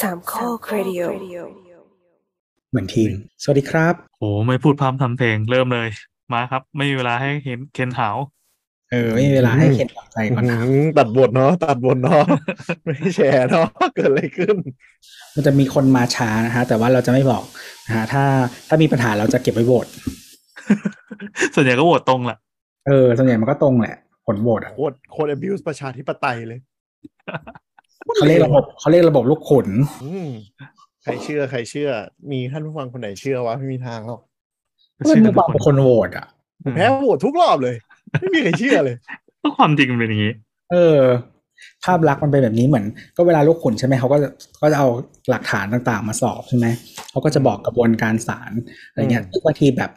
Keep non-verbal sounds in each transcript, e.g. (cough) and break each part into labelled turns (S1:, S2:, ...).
S1: สามข้อครดิโอ
S2: เหมือนทีม สวัสดีครับ
S3: โอ้ไม่พูดพร่ำทำเพลงเริ่มเลย มาครับ ไม่มีเวลาให้เห็นเคนหาว (laughs)
S2: เออ ไม่มีเวลาให้เข็นตัดใจก่อนครับ
S4: อืมตัดบทเนาะตัดบท
S2: (laughs)
S4: เนาะ ไม่แชร์เนาะเกิดอะไรขึ้น
S2: มันจะมีคนมาช้านะฮะ แต่ว่าเราจะไม่บอกนะฮะถ้าถ้ามีปัญหาเราจะเก็บไว้โหวต
S3: ส่วนใหญ่ก็โหวตตรงแหละ
S2: เออส่วนใหญ่มันก็ตรงแหละ ผลโหวตอะ
S4: โคตรโคตร abuse ประชาธิปไตยเลย
S2: เขาเรียกระบบเขาเรียกระบบลูกขุน
S4: อืมใครเชื่อใครเชื่อ มีท่านผู้ฟังคนไหนเชื่อวะไม่มีทางหรอก
S2: เพื่อนมึงบอกเป็นคนโหวตอ่ะ
S4: แพ้โหวตทุกรอบเลย ไม่มีใครเชื่อเลย
S3: ก็ความจริงมันเป็นอย่างนี้
S2: เออ ภาพลักษณ์มันเป็นแบบนี้เหมือน ก็เวลาลูกขุนใช่ไหมเขาก็จะก็จะเอาหลักฐานต่างๆ มาสอบใช่ไหมเขาก็จะบอกกระบวนการศาลอะไรเงี้ยซึ่งบางทีแบบ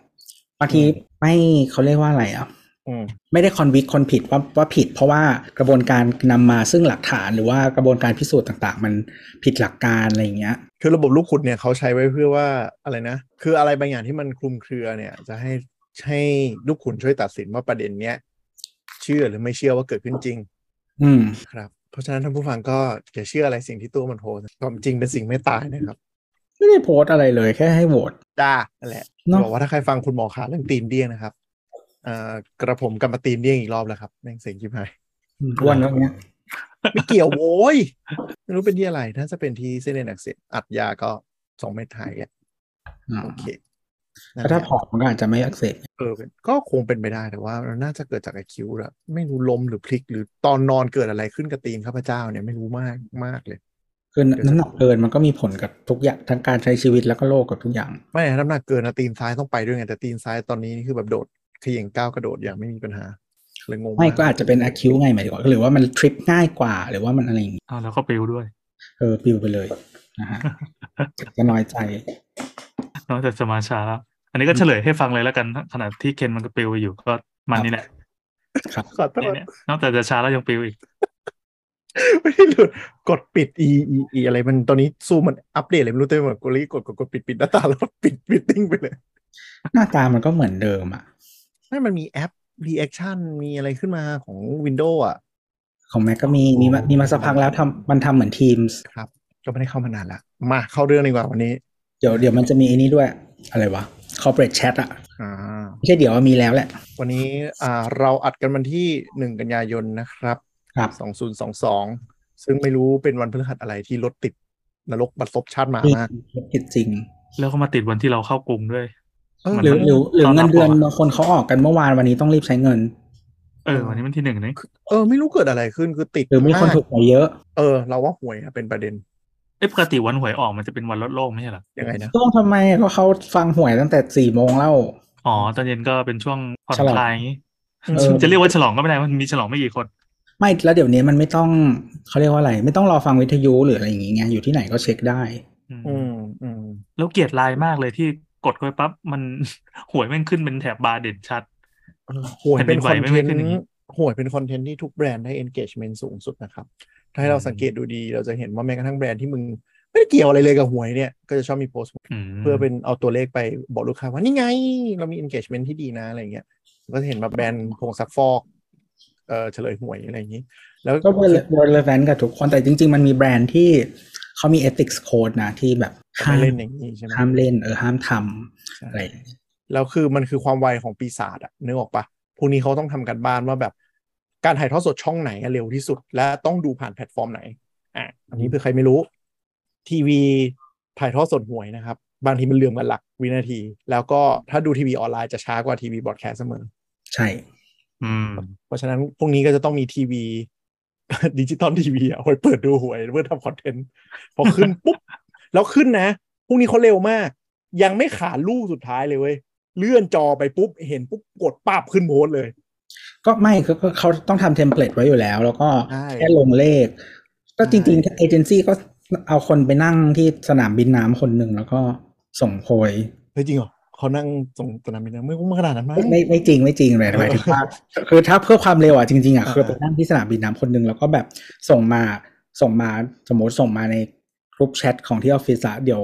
S2: บางทีไม่เขาเรียกว่าอะไรอ่ะ
S4: อืม
S2: ไม่ได้คอนวิคคนผิดว่าว่าผิด เพราะว่ากระบวนการนำมาซึ่งหลักฐานหรือว่ากระบวนการพิสูจน์ต่างๆ มันผิดหลักการอะไรอย่างเงี้ย
S4: คือระบบลูกขุดเนี่ยเขาใช้ไว้เพื่อว่าอะไรนะ คืออะไรบางอย่างที่มันคลุมเครือเนี่ย จะให้ให้ลูกขุนช่วยตัดสินว่าประเด็นเนี้ยเชื่อหรือไม่เชื่อว่าเกิดขึ้นจริง
S2: อืม
S4: ครับ เพราะฉะนั้นท่านผู้ฟังก็อย่าเชื่ออะไรสิ่งที่ตัวมันโพสต์ความจริงเป็นสิ่งไม่ตายนะครับ
S2: ไม่ได้โพสต์อะไรเลยแค่ให้โหวต
S4: จ้านั่นแหละ
S2: เนาะ
S4: บอกว่าถ้าใครฟังคุณหมอขาเรื่องตีนเดี้ยงนะครับเอ่อกระผมกลับมาตีนเดี้ยงอีกรอบแล้วครับแม่งเสียงชิบหาย
S2: อ้วนแล้วเนี้ย
S4: ไม่เกี่ยวโว้ยไม่รู้เป็นที่อะไร ถ้าจะเป็นที่เส้นเอ็นอักเสบอัดยาก็สองเม็ดหายอ่ะ
S2: อ่า
S4: โอเคนั่น
S2: แต่
S4: แห
S2: ถ้า
S4: ละ
S2: ผอมมันก็อาจจะไม่อักเสบ
S4: เออเป็นก็คงเป็นไปได้แต่ว่ามันน่าจะเกิดจากไอคิวแหละไม่รู้ลมหรือพลิก หรือตอนนอนเกิดอะไรขึ้นกับตีนข้าพเจ้าเนี่ยไม่รู้มากมากเลย
S2: คือน้ำหนักเกินมันก็มีผลกับทุกอย่างทั้งการใช้ชีวิตแล้วก็โลกกับทุกอย่าง
S4: ไม่นะน้ำหนักเกินนะตีนซ้ายต้องไปด้วยไงแต่ตีนซ้ายตอนนี้นี่คือแบบโดดเขย่งก้าวกระโดดอย่างไม่มีปัญหาเลยงง
S2: ไม่
S4: มาก
S2: ก็อาจจะเป็นอะคิวไงหมายถึงว่าหรือว่ามันทริปง่ายกว่า หรือว่ามันอะไรอย่างงี้
S3: อ้าวแล้วก็ปิวด้วย
S2: เออปลิวไปเลยนะ (laughs) ฮะจะน้อยใจ
S3: นอกจากจะมาช้าแล้วอันนี้ก็เฉลยให้ฟังเลยแล้วกัน ขณะที่เคนมันก็ปิวไปอยู่ก็มันนี่แหละ
S2: ครับ
S4: ขอโทษ
S3: เนี่ยๆนอกจากจะช้าแล้วยังปิวอีก
S4: ไม่ได้หลุดกดปิด e e e อะไรมันตอนนี้ซูมมันอัปเดตอะไรไม่รู้เต็มไปหมดกูเลยกดกดกดปิดปิดหน้าตาแล้วปิดปิดติ้งไปเลย
S2: หน้าตามันก็เหมือนเดิมอ่ะ
S4: นั่นมันมีแอป reaction มีอะไรขึ้นมาของ Windows อ่ะ
S2: ของแม็กก็มีมีมามีมาสักพักแล้วทำมันทำเหมือนทีม
S4: ก็ไม่ได้เข้ามานานละมาเข้าเรื่องดีกว่าวันนี้
S2: เดี๋ยวเดี๋ยวมันจะมีไอ้นี้ด้วยอะไรวะ corporate chat อะ
S4: อ่า
S2: ไม่ใช่เดี๋ยวมีแล้วแหละ
S4: วันนี้อ่าเราอัดกันวันที่หนึ่งกันยายนนะครับ
S2: ครับ
S4: 2022 ซึ่งไม่รู้เป็นวันพฤหัสอะไรที่รถติดนรกบัดซบชาติหมา
S2: จริง
S4: มาก
S2: ผิดจริง
S3: แล้วก็มาติดวันที่เราเข้ากรุงด้วย
S4: เออ
S3: มัน
S2: หรือหรือหรือเงินเดือน
S3: ตอนรับ
S2: บางคนเขาออกกันเมื่อวานวันนี้ต้องรีบใช้เงิน
S3: เออ วันนี้มันที่หนึ่งนี่
S4: เออไม่รู้เกิดอะไรขึ้นคือติด
S2: หรือมีคน
S4: าก
S2: ถูกหวยเยอะ
S4: เออ เราว่าหวยอะเป็นประเด็น
S3: เอ้ยปกติวันหวยออกมันจะเป็นวันลดโลกไม่ใช่เหรอ
S4: ยังไงนะ
S2: ต้องทำไมอะก็เขาฟังหวยตั้งแต่สี่โมงแล้ว
S3: อ๋อตอนเย็นก็เป็นช่วงผ่อน
S2: ฉลอง
S3: คลายอย่างงี้
S2: เออ
S3: จะเรียกว่าฉลองก็ไม่ได้มันมีฉลองไม่กี่คน
S2: ไม่แล้วเดี๋ยวนี้มันไม่ต้องเขาเรียกว่าอะไร ไม่ต้องรอฟังวิทยุหรืออะไรอย่างเงี้ยอยู่ที่ไหนก็เช็คได้
S3: อืม
S4: อืมอืม
S3: แล้วเกลียดไลน์มากเลยที่กดเข้าไปปั๊บมัน (laughs) หวยแม่งขึ้นเป็นแถบบาร์เด่นชัด
S4: เออหวยเป็น
S3: แผ่
S4: คอ
S3: น
S4: น
S3: ดินไหวไม่
S4: เท
S3: ไม่
S4: น
S3: ขึ้นอย่างนี้
S4: ต์หวยเป็นคอนเทนต์ที่ทุกแบรนด์ได้ engagement สูงสุดนะครับ ถ้าให้เราสังเกตดูดีเราจะเห็นว่าแม้กระทั่งแบรนด์ที่มึง ไม่ได้เกี่ยวอะไรเลยกับหวยเนี่ย ก็จะชอบมีโพสต์
S3: ม
S4: เพื่อเป็นเอาตัวเลขไปบอกลูกค้าว่านี่ไง เรามี engagement ที่ดีนะอะไรเงี้ย ก็จะเห็นมาแบรนด์ผงซักฟอกเออเฉลยหวยอะไรอย่างนี้ แล้ว
S2: ก็เป็น relevant กับทุกคนแต่จริง ๆ มันมีแบรนด์ที่เขามี ethics code นะที่แบบ
S4: จะ
S2: ห้าม
S4: ไม่เล่นอย่างนี้ใช่ไหม
S2: ห้ามเล่นเออห้ามทำ
S4: ใช่
S2: อะไรอย่างเงี้ย
S4: แล้วคือมันคือความไวของปีศาจอะนึกออกปะพวกนี้เขาต้องทำกันบ้านว่าแบบการถ่ายทอดสดช่องไหนอะเร็วที่สุด และต้องดูผ่านแพลตฟอร์มไหนอ่ะอันนี้เผื่อใครไม่รู้ ทีวีถ่ายทอดสดหวยนะครับ บางทีมันเลื่อมกันหลักวินาที แล้วก็ถ้าดูทีวีออนไลน์จะช้ากว่าทีวีบอดแคสต์เสมอ
S2: ใช่
S3: อืม
S4: เพราะฉะนั้นพวกนี้ก็จะต้องมีทีวี (laughs) ดิจิตอลทีวีเอาไว้เปิดดูหวยเพื่อทำคอนเทนต์พอ (laughs) ขึ้น ปุ๊บ แล้วขึ้นนะพวกนี้เขาเร็วมาก ยังไม่ขาดลูกสุดท้ายเลยเว้ย เลื่อนจอไปปุ๊บ เห็นปุ๊บ กดปาบขึ้นโพสต์เลย
S2: ก็ไม่ก็ก็เขาต้องทำเทมเพลตไว้อยู่แล้ว แล้วก็
S4: ใช่
S2: แค่ลงเลข ก็จริง
S4: ใช่
S2: ๆเอเจนซี่ก็เอาคนไปนั่งที่สนามบินน้ำคนหนึ่งแล้วก็ส่งโพย
S4: เฮ้ยจริงเหรอเขานั่งส่งสนามบินนะไม่ไม่ขนาดนั้นมั้ง
S2: ไม่ไม่ไม่จริงไม่จริงเลยหมายถึงว่าคือถ้าเพื่อความเร็วอ่ะจริงๆอ่ะ
S4: เออ
S2: คือไปนั่งที่สนามบินน้ำคนหนึ่งแล้วก็แบบส่งมาส่งมาสมมติส่งมาในกลุ่มแชทของที่ออฟฟิศอะเดี๋ยว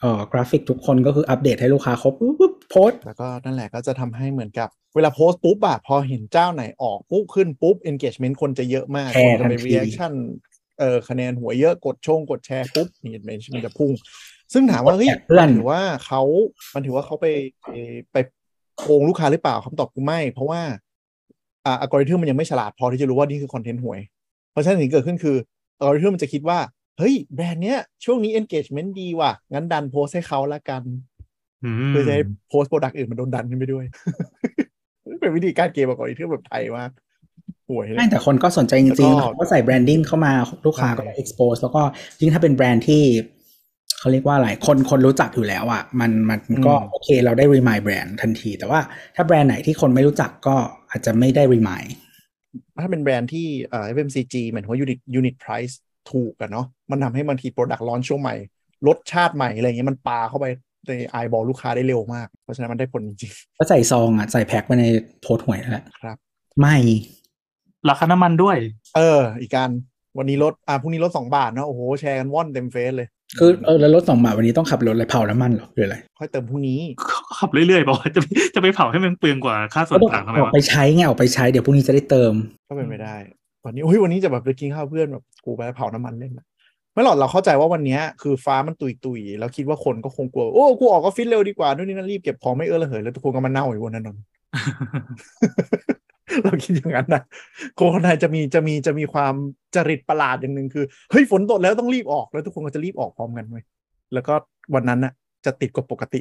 S2: เอ่อกราฟิกทุกคนก็คืออัปเดตให้ลูกค้าครบปุ๊บปุ๊บโพสต์
S4: แล้วก็นั่นแหละก็จะทำให้เหมือนกับ เวลาโพสต์ปุ๊บอะพอเห็นเจ้าไหนออกปุ๊บขึ้นปุ๊บ engagement คนจะเยอะมาก
S2: แช
S4: ค
S2: ร์
S4: นจะไป
S2: ทันที
S4: reaction เออคะแนนหัวเยอะกดชงกดแชร์ปุ๊บนี่มันมันจะพุ่ง ซึ่งถามว่าเฮ้ย
S2: เพื่อน
S4: มันถือว่าเขามันถือว่าเขาไปไปไปโกงลูกค้าหรือเปล่าคำตอบคือไม่ เพราะว่าอ่าอัลกอริทึมมันยังไม่ฉลาดพอที่จะรู้ว่านี่คือคอนเทนต์หวย เพราะฉะนั้นสิ่งที่เกิดขึ้นคืออัลกอริทึมมันจะคิดว่า เฮ้ย แบรนด์เนี้ยช่วงนี้ engagement ดีว่ะ งั้นดันโพสให้เขาละกัน
S3: อื
S4: เพื่อ
S3: ม
S4: จะให้โพสต์โปรดักต์อื่นมันโดนดันขึ้นไปด้วย (laughs) เป็นวิธีการเกมอัลกอริทึมแบบไทยมากห่วยเลย
S2: ไม่แต่คนก็สนใจจริงๆ
S4: แล้วก็
S2: เขาก็ใส่แบรนดิ้งเข้ามาลูกค้าก็ได้ expose แล้วก็ยิ่งถ้าเป็นแบรนด์ที่เขาเรียกว่าอะไรคนคนรู้จักอยู่แล้วอ่ะมันมันก็
S4: อืม
S2: โอเคเราได้ remind แบรนด์ทันที แต่ว่าถ้าแบรนด์ไหนที่คนไม่รู้จักก็อาจจะไม่ได้ remind
S4: ถ้าเป็นแบรนด์ที่เอ่อ FMCG เหมือนว่า unit unit price ถูกกันเนาะมันทำให้บางทีโปรดักต์ลอนช่วงใหม่ รสชาติใหม่อะไรเงี้ยมันปาเข้าไปในไอบอลลูกค้าได้เร็วมาก เพราะฉะนั้นมันได้ผลจริง
S2: ก็ใส่ซองอ่ะใส่แพ็คไปในโพสต์หวยนั่นแหละ
S4: ครับ
S2: ไม่
S3: ราคาน้ำมันด้วย (laughs)
S4: ๆเออ อีกการวันนี้ลดอ่ะพรุ่งนี้ลดสองบาทเนาะโอ้โหแชร์กันว่อนเต็มเฟซเลย
S2: คือเออแล้วรถสองบาทวันนี้ต้องขับรถอะไรเผาน้ำมันเหรอหรืออะไร
S4: ค่อยเติมพรุ่งนี้
S3: ก็ขับเรื่อยๆบอกว่าจะจะไปเผ (laughs) าให้มันเปลืองกว่าค่าส่วนต่างทำไม
S2: ออก
S3: วะ
S2: ไปใช้ไงออกไปใช้เดี๋ยวพรุ่งนี้จะได้เติม
S4: ก็เป็นไปได้ วันนี้อุ้ยวันนี้จะแบบไปกินข้าวเพื่อนแบบกูไปเผาน้ำมันเล่นนะไม่หรอกเราเข้าใจว่าวันเนี้ยคือฟ้ามันตุยตุยๆแล้วคิดว่าคนก็คงกลัว โอ้กูออกออฟฟิศเร็วดีกว่านู่นนี่นั่นรีบเก็บของไม่เออระเหยแล้วทุกคนก็มาเน่าอยู่บนถนน เราคิดอย่างนั้นนะคนไทยจะมีจะมีจะมีความจริตประหลาดอย่างหนึ่งคือเฮ้ยฝนตกแล้วต้องรีบออกแล้วทุกคนก็จะรีบออกพร้อมกันเว้ยแล้วก็วันนั้นน่ะ จะติดกว่าปกติ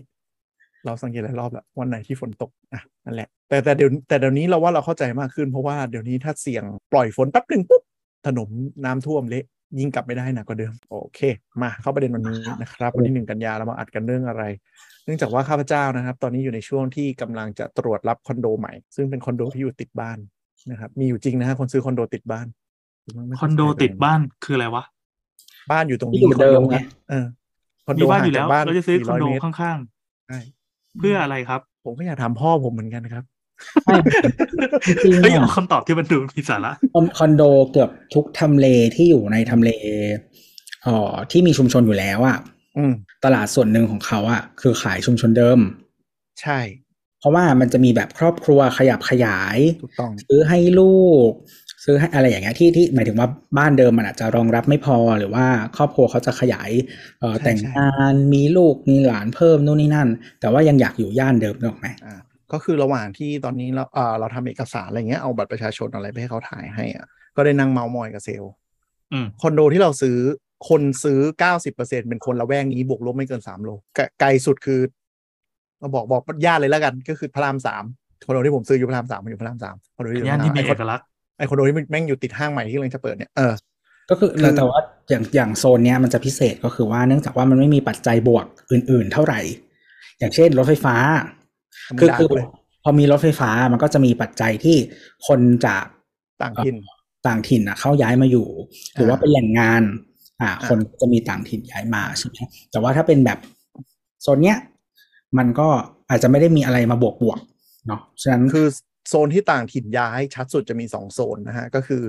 S4: เราสังเกตหลายรอบแล้ววันไหนที่ฝนตกอ่ะนั่นแหละ แต่แต่เดี๋ยวแต่เดี๋ยวนี้เราว่าเราเข้าใจมากขึ้นเพราะว่าเดี๋ยวนี้ถ้าเสี่ยงปล่อยฝนแป๊บหนึ่งปุ๊บถนนน้ำท่วมเละยิ่งกลับไม่ได้หนักกว่าเดิม โอเค มาเข้าประเด็นวันนี้นะครับ วันที่หนึ่งกันยาเรามาอัดกันเรื่องอะไร เนื่องจากว่าข้าพเจ้านะครับ ตอนนี้อยู่ในช่วงที่กำลังจะตรวจรับคอนโดใหม่ ซึ่งเป็นคอนโดที่อยู่ติดบ้านนะครับ มีอยู่จริงนะฮะคนซื้อคอนโดติดบ้าน
S3: คอนโดติดบ้านคืออะไรวะ
S4: บ้านอยู่ตรงนี้
S2: ที่อยู่เดิมไง
S4: เออคอนโด
S3: มีบ้านอง
S4: ห่า
S3: ยู่แล้
S4: จาว กบ้าน
S3: เราจะซื้อคอนโด
S4: 400เมตร
S3: ข้าง
S4: ใช่
S3: ๆ เพื่ออะไรครับ
S4: ผมก็อยากถามพ่อผมเหมือนกันครับ
S2: ไม่จริงๆ
S3: เฮ้ย
S2: อะ
S3: เอาคำตอบที่มันดูมีสาระ
S2: คอนคอนโดเกือบทุกทำเลที่อยู่ในทำเลเอ่อที่มีชุมชนอยู่แล้วอะ
S4: (laughs) อืม
S2: ตลาดส่วนหนึ่งของเขาอะคือขายชุมชนเดิม
S4: ใช่
S2: เพราะว่ามันจะมีแบบครอบครัวขยับขยาย
S4: ถูกต้อง
S2: ซื้อให้ลูก ซื้อให้อะไรอย่างเงี้ยที่ที่หมายถึงว่าบ้านเดิมมันอาจจะรองรับไม่พอหรือว่าครอบครัวเขาจะขยายเอ่อ
S4: ใช่
S2: แต่ง
S4: ใช่
S2: งานมีลูกมีหลานเพิ่มนู่นนี่นั่น แต่ว่ายังอยากอยู่ย่านเดิมนึกออกไหม
S4: อ่าก็คือระหว่างที่ตอนนี้เราเออเราทำเอกสารอะไรเงี้ยเอาบัตรประชาชนอะไรไปให้เขาถ่ายให้อ่ะก็ได้นั่งเมาส์มอยกับเซลล์
S3: อืม
S4: คอนโดที่เราซื้อคนซื้อ 90%เป็นคนละแวกนี้บวกลบไม่เกิน 3 โลไกลไกลสุดคือเราบอกบอกญาติเลยแล้วกัน ก็คือพระรามสามคอนโดที่ผมซื้ออยู่พระรามสามมันอยู่พระรามสามคอนโดที่อยู่
S3: ย่านที่มี
S4: ไอ้ค
S3: เอ
S4: อน
S3: กลักษณ์
S4: ไอ้คอนโดที่แม่งอยู่ติดห้างใหม่ที่กำลังจะเปิดเนี่ยเออ
S2: ก็คือ
S4: คือ
S2: แต่ว่าอย่างอย่างโซนเนี้ยมันจะพิเศษก็คือว่าเนื่องจากว่ามันไม่มีปัจจัยบวกอื่น ๆ เท่าไหร่ อย่างเช่นรถไฟฟ้า
S4: มึง
S2: คือ
S4: ด่า
S2: คือ
S4: กูเลย
S2: พอมีรถไฟฟ้ามันก็จะมีปัจจัยที่คนจาก
S4: ต่างถิ่น
S2: ต่างถิ่นน่ะเข้าย้ายมาอยู่ หรือว่าเป็นแหล่งงาน อ่า
S4: อ่า
S2: คนจะมีต่างถิ่นย้ายมาใช่ไหมแต่ว่าถ้าเป็นแบบโซนเนี้ยมันก็อาจจะไม่ได้มีอะไรมาบวกบวกๆเนาะฉะนั้น
S4: คือโซนที่ต่างถิ่นย้ายชัดสุดจะมี 2 โซนนะฮะ ก็คือ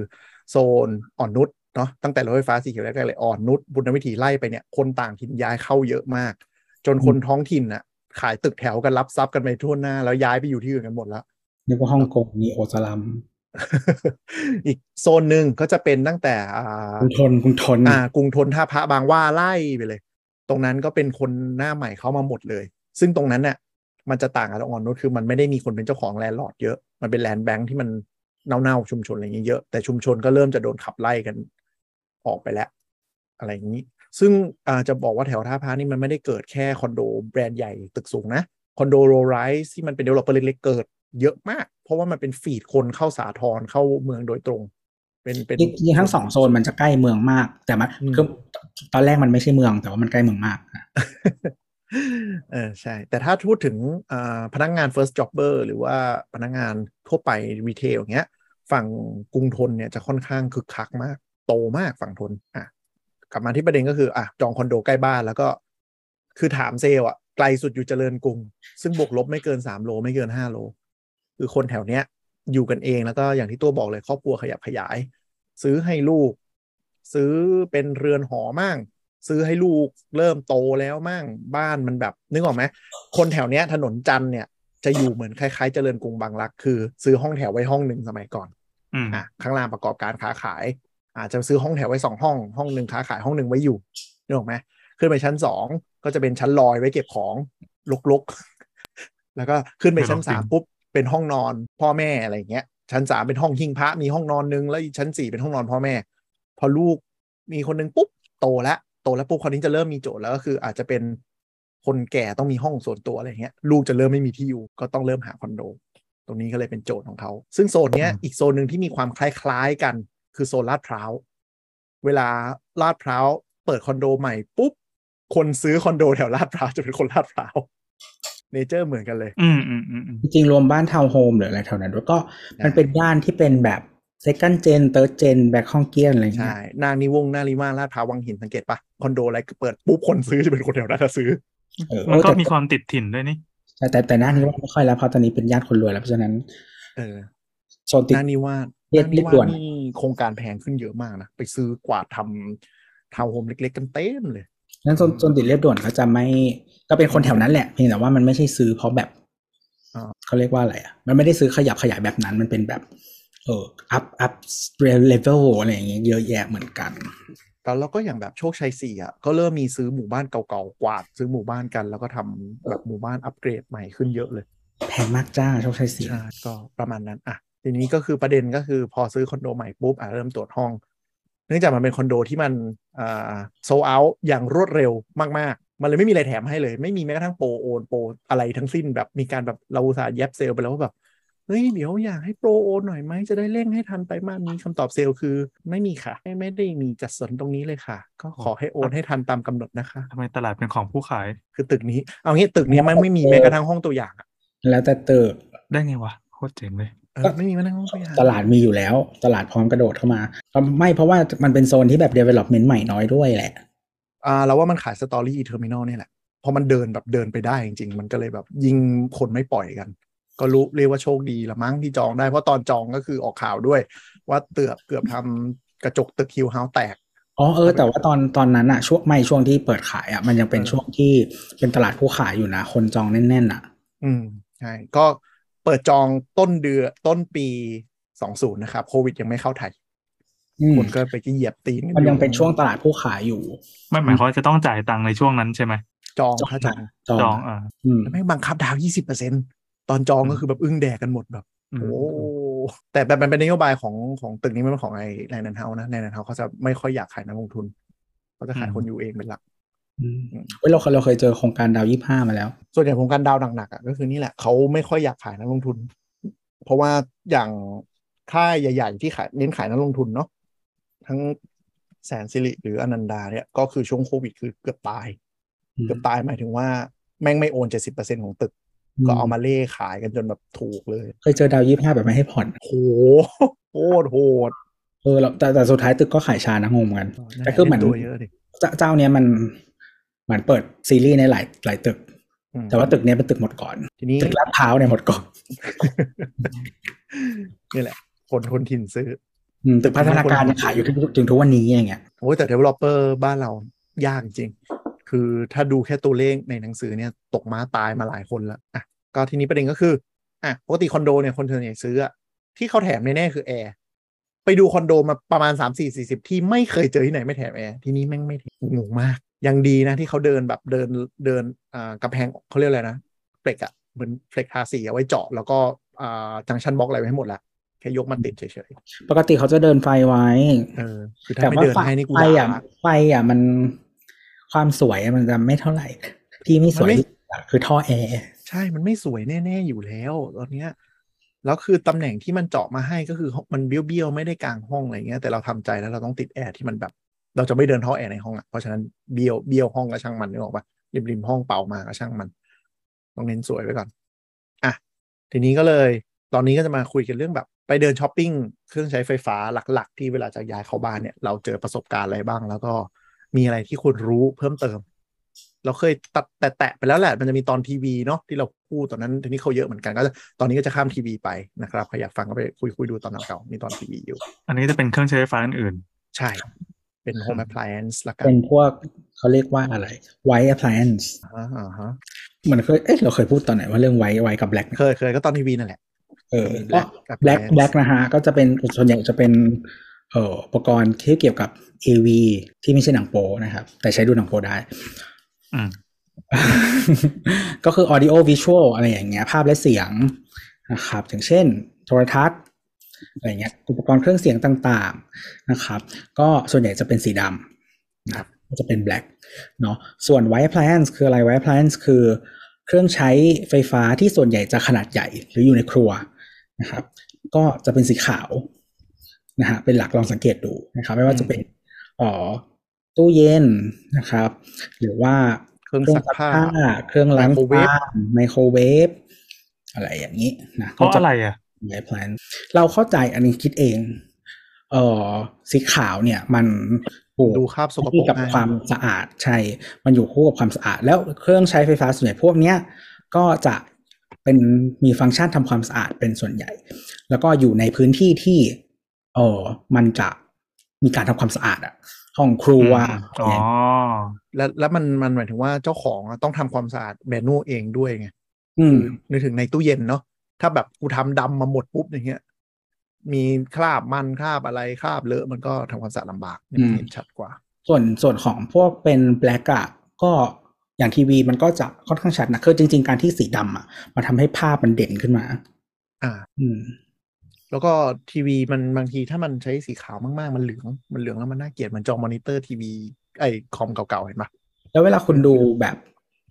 S4: โซนอ่อนนุชเนาะตั้งแต่รถไฟฟ้าสีเขียวแรกๆเลยอ่อนนุชบุญวิถีไล่ไปเนี่ยคนต่างถิ่นย้ายเข้าเยอะมาก จนคนท้องถิ่นน่ะขายตึกแถวกันรับทรัพย์กันไปทั่วหน้า แล้วย้ายไปอยู่ที่อื่นกันหมดแล้ว (laughs)
S2: นึกว่าฮ่องกงมีโอซาลัม
S4: อีกโซนหนึ่งก็จะเป็นตั้งแต่อ่า
S2: คุณทนคุณทน
S4: อ่ากรุงทนท่าพระบางว่าไล่ไปเลย ตรงนั้นก็เป็นคนหน้าใหม่เข้ามาหมดเลย ซึ่งตรงนั้นเนี่ยมันจะต่างกับออนนุชคือมันไม่ได้มีคนเป็นเจ้าของแลนด์ลอร์ดเยอะ มันเป็นแลนด์แบงค์ที่มันเน่าๆชุมชนอะไรอย่างเงี้ยเยอะ แต่ชุมชนก็เริ่มจะโดนขับไล่กันออกไปแล้ว อะไรอย่างนี้ ซึ่งอาจะบอกว่าแถวท่าพระนี่มันไม่ได้เกิดแค่คอนโดแบรนด์ใหญ่ตึกสูงนะ คอนโดโรไรส์ที่มันเป็นเดเวลลอปเปอร์เล็กๆเกิดเยอะมาก เพราะว่ามันเป็นฟีดคนเข้าสาทรเข้าเมืองโดยตรง เป็นเป็น
S2: จริงๆทั้งสองโซนมันจะใกล้เมืองมาก แต่มัน
S4: อืม
S2: คือตอนแรกมันไม่ใช่เมืองแต่ว่ามันใกล้เมืองมากนะ
S4: เออใช่ แต่ถ้าพูดถึงอ่าพนักงาน first jobber หรือว่าพนักงานทั่วไปรีเทลอย่างเงี้ย ฝั่งกรุงทนเนี่ยจะค่อนข้างคึกคักมาก โตมากฝั่งทนอ่ะกลับมาที่ประเด็นก็คืออ่ะจองคอนโดใกล้บ้านแล้วก็คือถามเซลล์อ่ะไกลสุดอยู่เจริญกรุง ซึ่งบวกลบไม่เกินสามโลไม่เกินห้าโล คือคนแถวเนี้ย อยู่กันเองแล้วก็อย่างที่ตัวบอกเลยครอบครัวขยับขยาย ซื้อให้ลูก ซื้อเป็นเรือนหอมั่ง ซื้อให้ลูกเริ่มโตแล้วมั่งบ้านมันแบบ นึกออกไหมคนแถวเนี้ยถนนจันทร์เนี่ย จะอยู่เหมือนคล้ายๆเจริญกรุงบางรัก คือ ซื้อห้องแถวไว้ห้องหนึ่งสมัยก่อน
S3: อืม
S4: อ่ะข้างล่างประกอบการค้าขาย อาจจะซื้อห้องแถวไว้สองห้อง ห้องหนึ่งค้าขายห้องหนึ่งไว้อยู่นึกออกไหมขึ้นไปชั้นสองก็จะเป็นชั้นลอยไว้เก็บของลกๆ (laughs) แล้วก็ขึ้นไปชั้นสามปุ๊บเป็นห้องนอนพ่อแม่อะไรอย่างเงี้ย ชั้นสามเป็นห้องหิ้งพระมีห้องนอนนึงแล้วอีกชั้นสี่เป็นห้องนอนพ่อแม่ พอลูกมีคนนึงปุ๊บโตแล้วโตแล้วปุ๊บคนนี้จะเริ่มมีโจทย์แล้วก็คืออาจจะเป็นคนแก่ต้องมีห้องส่วนตัวอะไรอย่างเงี้ยลูกจะเริ่มไม่มีที่อยู่ก็ต้องเริ่มหาคอนโด ตรงนี้ก็เลยเป็นโจทย์ของเขา ซึ่งโซนเนี้ย
S3: อืม
S4: อีกโซนหนึ่งที่มีความคล้ายๆกัน คือโซนลาดพร้าว เวลาลาดพร้าวเปิดคอนโดใหม่ปุ๊บ คนซื้อคอนโดแถวลาดพร้าวจะเป็นคนลาดพร้าวเนเจอร์เหมือนกันเลย
S3: อืมอืมอืมอืม
S2: จริงๆรวมบ้านทาวน์โฮมหรืออะไรแถวนั้นด้วยก็มันเป็นบ้านที่เป็นแบบ second gen third gen back ห้องเกียนอะไรอย่างเงี้
S4: ใช่
S2: ย
S4: นางนิวงศ์นาริมาลาดพร้าววังหินสังเกตปะคอนโดอะไรเปิดปุ๊บคนซื้อจะเป็นคนแถวนั้นซื้อ
S2: เออ
S3: มันก็
S2: แต่
S3: มีความติดถิ่นด้วยนี่
S2: แต่แต่แต่หน้านี้ว่าไม่ค่อยแล้วเพราะตอนนี้เป็นญาติคนรวยแล้วเพราะฉะนั้น
S4: เออ
S2: โซนติด
S4: นางนิวาส
S2: เรียก
S4: นางนิ
S2: เรียก
S4: วา
S2: ด่
S4: ส
S2: วน
S4: นี่โครงการแพงขึ้นเยอะมากนะ ไปซื้อกวาดทำทาวน์โฮมเล็กๆกันเต็มเลย
S2: นั้นโซนโซนติดเรียบด่วนก็จะไม่ก็เป็นคนแถวนั้นแหละเพียงแต่ว่ามันไม่ใช่ซื้อเพราะแบบ
S4: อ่า
S2: เขาเรียกว่าอะไรอ่ะมันไม่ได้ซื้อขยับขยายแบบนั้นมันเป็นแบบ เอออัพอัพเลเวลอะไรอย่างเงี้ยเยอะแยะเหมือนกัน
S4: ตอนแล้วก็อย่างแบบโชคชัยสี่อ่ะก็เริ่มมีซื้อหมู่บ้านเก่าๆกวาด ซื้อหมู่บ้านกันแล้วก็ทำแบบหมู่บ้านอัปเกรดใหม่ขึ้นเยอะเลย
S2: แพงมากจ้าโชคชัยสี่
S4: ใช่ก็ประมาณนั้นอ่ะทีนี้ก็คือประเด็นก็คือพอซื้อคอนโดใหม่ปุ๊บอ่ะเริ่มตรวจห้อง เนื่องจากมันเป็นคอนโดที่มันอ่าโซเอาอย่างรวดเร็วมากๆ มันเลยไม่มีอะไรแถมให้เลย ไม่มีแม้กระทั่งโปรโอนโปรอะไรทั้งสิ้นแบบมีการแบบเราอุตส่าห์แยบเซลลไปแล้วว่าแบบเฮ้ยเดี๋ยวอยากให้โปรโอนหน่อยไหมจะได้เร่งให้ทันไปมากนี้คำตอบเซลล์คือ ไม่มีค่ะไม่ไม่ได้มีจัดสรรตรงนี้เลยค่ะ ก็ขอให้โอนให้ทันตามกำหนดนะคะ
S3: ทำไมตลาดเป็นของผู้ขาย
S4: คือตึกนี้เอางี้ตึกเนี้ยมันไม่มีแม้กระทั่งห้องตัวอย่างอะ
S2: แล้วแต่เติบ
S3: ได้ไงวะ โคตรเจ๋งเลย
S4: เออไม่มีแม้กระทั่งห้องตัวอย่าง
S2: ตลาดมีอยู่แล้ว ตลาดพร้อมกระโดดเข้ามาก็ไม่เพราะว่ามันเป็นโซนที่แบบ development ใหม่น้อยด้วยแหละ
S4: อ่าเราว่ามันขายสตอรี่เทอร์มินอลนี่ยแหละพอมันเดินแบบเดินไปได้จริงๆ มันก็เลยแบบยิงคนไม่ปล่อยกัน ก็รู้เรียกว่าโชคดีละมั้งที่จองได้ เพราะตอนจองก็คือออกข่าวด้วย ว่าเตือบเกือบทำกระจกตึกฮิวเฮาส์แตก
S2: อ๋อเออแต่ว่าตอนตอนนั้นอะช่วงไม่ช่วงที่เปิดขายอะมันยังเป็น
S4: เออ
S2: ช่วงที่เป็นตลาดผู้ขายอยู่นะ คนจองแน่นๆอะ
S4: อืมใช่ก็เปิดจองต้นเดือนต้นปี 20 นะครับ โควิดยังไม่เข้าไทย
S2: อืม
S4: คนก็ไปเหยียบตีนกัอ
S2: มันยังเป็นช่วงตลาดผู้ขายอยู่
S3: ไม่หมายความว่าจะต้องจ่ายตังค์ในช่วงนั้นใช่ไหม
S4: จองถ้าจอง
S2: จอง
S3: จองอ่า
S2: อืม
S4: แล้วแม่งบังคับดาวน์20%ตอนจองก็คือแบบอึ้งแดกกันหมดแบบ
S3: อืม
S4: โอ้ แต่แบบมันเป็นนโยบายของของตึกนี้ไม่เป็นของไอ้แลนด์เฮานะแลนด์เฮาเขาจะไม่ค่อยอยากขายนักลงทุนเขาจะขายคนอยู่เองเป็นหลัก
S2: เว้ยเราเคยเราเคยเจอโครงการดาวยี่ห้ามาแล้ว
S4: ส่วนใหญ่ของการดาวหนักๆอ่ะก็คือนี่แหละเขาไม่ค่อยอยากขายนักลงทุน เพราะว่าอย่างค่ายใหญ่ ๆ ที่ขายเน้นขายนักลงทุนเนาะทั้งแสนสิริหรืออนันดาเนี่ยก็คือช่วงโควิดคือเกือบตาย
S2: อืม
S4: เกือบตายหมายถึงว่าแม่งไม่โอนเจ็ดสิบเปอร์เซ็นของตึก ก็เอามาเล่ขายกันจนแบบถูกเลย
S2: เคยเจอดาวยี่ห้าแบบไม่ให้ผ่อน
S4: โหโคตรโหด
S2: เออเราแต่แต่สุดท้ายตึกก็ขายชานะงงเหมือนกัน แต่คือเหมือน
S4: ตัวเยอะดิ
S2: เจ้าเจ้าเนี้ยมันเหมือนเปิดซีรีส์ในหลายหลายตึก
S4: อืม
S2: แต่ว่าตึกเนี้ยเป็นตึกหมดก่อน
S4: ทีนี้
S2: ตึกลาดพร้าวเนี่ยหมดก่อน
S4: นี่แหละ คนทนถิ่นซื้อ
S2: อืมตึกพัฒนาการยังขายอยู่ถึงถึงทุกวันนี้อย่างเงี้ย
S4: โอ้ยแต่ developer บ้านเรายากจริง คือถ้าดูแค่ตัวเลขในหนังสือเนี่ย ตกม้าตายมาหลายคนละอ่ะก็ทีนี้ประเด็นก็คืออ่ะปกติคอนโดเนี่ยคนส่วนใหญ่ซื้ออะที่เขาแถมแน่ๆคือแอร์ไปดูคอนโดมาประมาณ 3 4 4 0 ที่ไม่เคยเจอที่ไหนไม่แถมแอร์ที่นี่แม่งไม่แถมงงมาก ยังดีนะที่เขาเดินแบบเดินเดินอ่ากำแพงเขาเรียกอะไรนะเฟล็กอะเหมือนเฟล็กทาสีเอาไว้เจาะแล้วก็อ่าจังชันบล็อกอะไรไว้ให้หมดละแค่ยกมาติดเฉย
S2: ปกติเขาจะเดินไฟไว้
S4: ๆเออคือถ้า
S2: แต่
S4: ไม่
S2: ว่า
S4: เดิน
S2: ไฟ
S4: ให้นี่กู
S2: ไฟ
S4: ด่า
S2: อ่ะไฟอ่ะมันความสวยอะมันจะไม่เท่าไหร่ ที่ไม่สวย
S4: มันไม่
S2: ที่สุดอะคือท่อแอร์
S4: ใช่ มันไม่สวยแน่ๆอยู่แล้วตอนเนี้ย แล้วคือตำแหน่งที่มันเจาะมาให้ก็คือมันเบี้ยวๆ ไม่ได้กลางห้องอะไรเงี้ย แต่เราทำใจแล้วเราต้องติดแอร์ที่มันแบบ เราจะไม่เดินท่อแอร์ในห้องอ่ะ เพราะฉะนั้นเบี้ยวเบี้ยวห้องก็ช่างมันนึกออกปะริมริมห้องเป่ามาก็ช่างมัน ต้องเน้นสวยไว้ก่อน อ่ะ ทีนี้ก็เลย ตอนนี้ก็จะมาคุยกันเรื่องแบบ ไปเดินช้อปปิ้งเครื่องใช้ไฟฟ้าหลัก ๆ ที่เวลาจะย้ายเข้าบ้านเนี่ย เราเจอประสบการณ์อะไรบ้าง แล้วก็มีอะไรที่คุณรู้เพิ่มเติม เราเคยตัดแตะๆไปแล้วแหละ มันจะมีตอนทีวีเนาะที่เราพูดตอนนั้นทีนี้เขาเยอะเหมือนกันก็จะตอนนี้ก็จะข้ามทีวีไปนะครับใครอยากฟังก็ไปคุยคุยดูตอนเก่าๆมีตอนทีวีอยู่
S3: อันนี้จะเป็นเครื่องใช้ไฟฟ้าอื่น
S4: ใช่ เป็นโฮมแอพพลายเอนซ์ละกัน
S2: เป็นพวกเขาเรียกว่าอะไร white appliance
S4: อ่าฮะ
S2: เหมือนเคยเอ๊ะเราเคยพูดตอนไหนว่าเรื่อง white white กับ black
S4: เคยเคยก็ตอนทีวีนั่นแหละ
S2: เออ
S4: Black กับ
S2: black black นะฮะ ก็จะเป็นส่วนใหญ่จะเป็น เอ่ออุปกรณ์ที่เกี่ยวกับ AV ที่ไม่ใช่หนังโปนะครับ แต่ใช้ดูหนังโปได้
S3: อืม
S2: (laughs) ก็คือ audio visual อะไรอย่างเงี้ย ภาพและเสียงนะครับอย่างเช่น โทรทัศน์อะไรเงี้ยอุปกรณ์เครื่องเสียงต่างๆนะครับ ก็ส่วนใหญ่จะเป็นสีดำนะครับก็จะเป็น black เนาะส่วน white appliance คืออะไร white appliance คือเครื่องใช้ไฟฟ้าที่ส่วนใหญ่จะขนาดใหญ่หรืออยู่ในครัวนะครับ ก็จะเป็นสีขาวนะฮะเป็นหลักลองสังเกตดูนะครับ ไม่ว่าจะเป็นเอ่อตู้เย็นนะครับ หรือว่า
S4: เครื่องซักผ้า
S2: เครื่องล้าง
S4: ไมโครเวฟ
S2: จานไมโครเวฟ อะไรอย่างนี้นะ
S3: เพราะอะไรอ่ะ
S2: ไวแพลนเราเข้าใจอันนี้คิดเอง เออสีขาวเนี่ย มันผูก
S4: ดูคราบสกปร
S2: คู่
S4: ก
S2: กับ
S4: ให้
S2: ความสะอาดใช่ มันอยู่คู่กับความสะอาด แล้วเครื่องใช้ไฟฟ้าส่วนใหญ่พวกเนี้ยก็จะเป็นมีฟังก์ชันทำความสะอาดเป็นส่วนใหญ่ แล้วก็อยู่ในพื้นที่ที่เออมันจะมีการทำความสะอาดอะห้องครัวอะไรอ
S3: อ๋อ
S2: ย่างเงี้ย
S4: แล้วแล้วมันมันหมายถึงว่าเจ้าของอะต้องทำความสะอาดเมนูเองด้วยไง
S2: อืม
S4: นึกถึงในตู้เย็นเนาะถ้าแบบกูทำดำมาหมดปุ๊บอย่างเงี้ย มีคราบมันคราบอะไรคราบเลอะมันก็ทำความสะอาดลำบากเนี่ย
S2: อืม
S4: เห็นชัดกว่า
S2: ส่วนส่วนของพวกเป็นแบล็กอะก็อย่างทีวีมันก็จะค่อนข้างชัดนะคือจริง ๆ การที่สีดำอะมันทำให้ภาพมันเด่นขึ้นมา
S4: อ่า
S2: อืม
S4: แล้วก็ทีวีมันบางทีถ้ามันใช้สีขาวมากๆ มันเหลืองมันเหลืองแล้วมันน่าเกลียดเหมือนจอมอนิเตอร์ทีวีไอคอมเก่าๆเห็นปะ
S2: แล้วเวลาคุณดูแบบ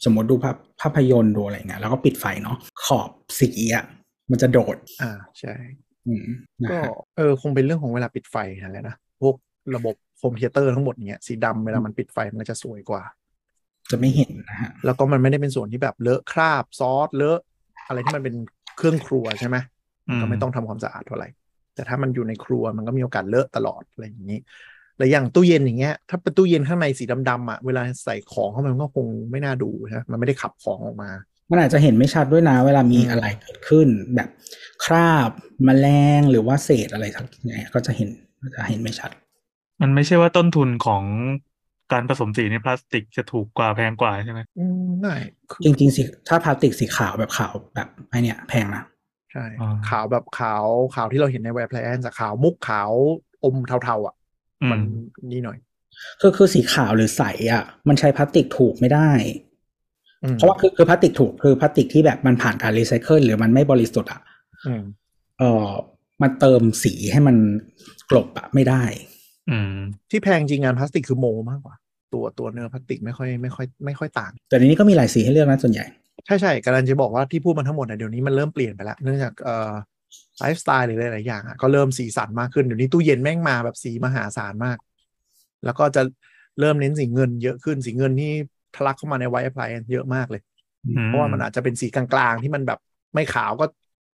S2: สมมติดูภาพภาพยนตร์ดูอะไรเงี้ยแล้วก็ปิดไฟเนาะขอบสีอะมันจะโดด
S4: อ่าใช่
S2: อืมนะ (laughs)
S4: ก็
S2: ฮะ
S4: เออคงเป็นเรื่องของเวลาปิดไฟนั่นแหละนะพวกระบบโฮมเธียเตอร์ทั้งหมดเนี่ยสีดำเวลามันปิดไฟมันก็จะสวยกว่า
S2: จะไม่เห็นนะฮะ
S4: แล้วก็มันไม่ได้เป็นส่วนที่แบบเลอะคราบซอสเลอะ อะไรที่มันเป็นเครื่องครัวใช่ไหมมันก็ไม่ต้องทำความสะอาดเท่าไหร่ แต่ถ้ามันอยู่ในครัวมันก็มีโอกาสเลอะตลอดอะไรอย่างนี้ แล้วอย่างตู้เย็นอย่างเงี้ย ถ้าเป็นตู้เย็นข้างในสีดำๆอ่ะเวลาใส่ของเข้าไปมันก็คงไม่น่าดูใช่ไหมมันไม่ได้ขับของออกมา
S2: มันอาจจะเห็นไม่ชัดด้วยนะ เวลามี
S4: อืม
S2: อะไรเกิดขึ้น แบบคราบแมลงหรือว่าเศษอะไรทั้งเนี้ยก็จะเห็นจะเห็นไม่ชัด
S3: มันไม่ใช่ว่าต้นทุนของการผสมสีในพลาสติกจะถูกกว่าแพงกว่าใช่ไหม
S4: อืมง่ายคือ
S2: จริงๆสีถ้าพลาสติกสีขาวแบบขาวแบบไอเนี่ยแพงนะ
S4: ใช่
S3: อ๋อ
S4: ขาวแบบขาวขาวที่เราเห็นในแวร์แพลนสขาวมุกขาวอมเทาๆอ่ะ
S3: อื
S4: มั
S3: ม
S4: นนี่หน่อย
S2: คือคือสีขาวหรือใสอ่ะ มันใช้พลาสติกถูกไม่ได้
S4: อืม
S2: เพราะว่าคือคือพลาสติกถูกคือพลาสติกที่แบบมันผ่านการรีไซเคิลหรือมันไม่บริสุทธิ์อ่ะ
S4: อืม
S2: เออมันเติมสีให้มันกลบอ่ะไม่ได้
S3: อืม
S4: ที่แพงจริงงานพลาสติกคือโมมากกว่า ตัวตัวเนื้อพลาสติกไม่ค่อยไม่ค่อยไม่ค่อยต่าง
S2: แต่ในนี้ก็มีหลายสีให้เลือกนะส่วนใหญ่
S4: ใช่ใช่กำลังจะบอกว่าที่พูดมาทั้งหมดเนี่ยเดี๋ยวนี้มันเริ่มเปลี่ยนไปแล้วเนื่องจากเอ่อไลฟ์สไตล์หรือหลายๆอย่างอ่ะก็เริ่มสีสันมากขึ้นเดี๋ยวนี้ตู้เย็นแม่งมาแบบสีมหาศาลมาก แล้วก็จะเริ่มเน้นสีเงินเยอะขึ้นสีเงินที่ทะลักเข้ามาในไวท์แพลนเยอะมากเลย
S3: อืม
S4: เพราะว่ามันอาจจะเป็นสีกลางๆที่มันแบบไม่ขาวก็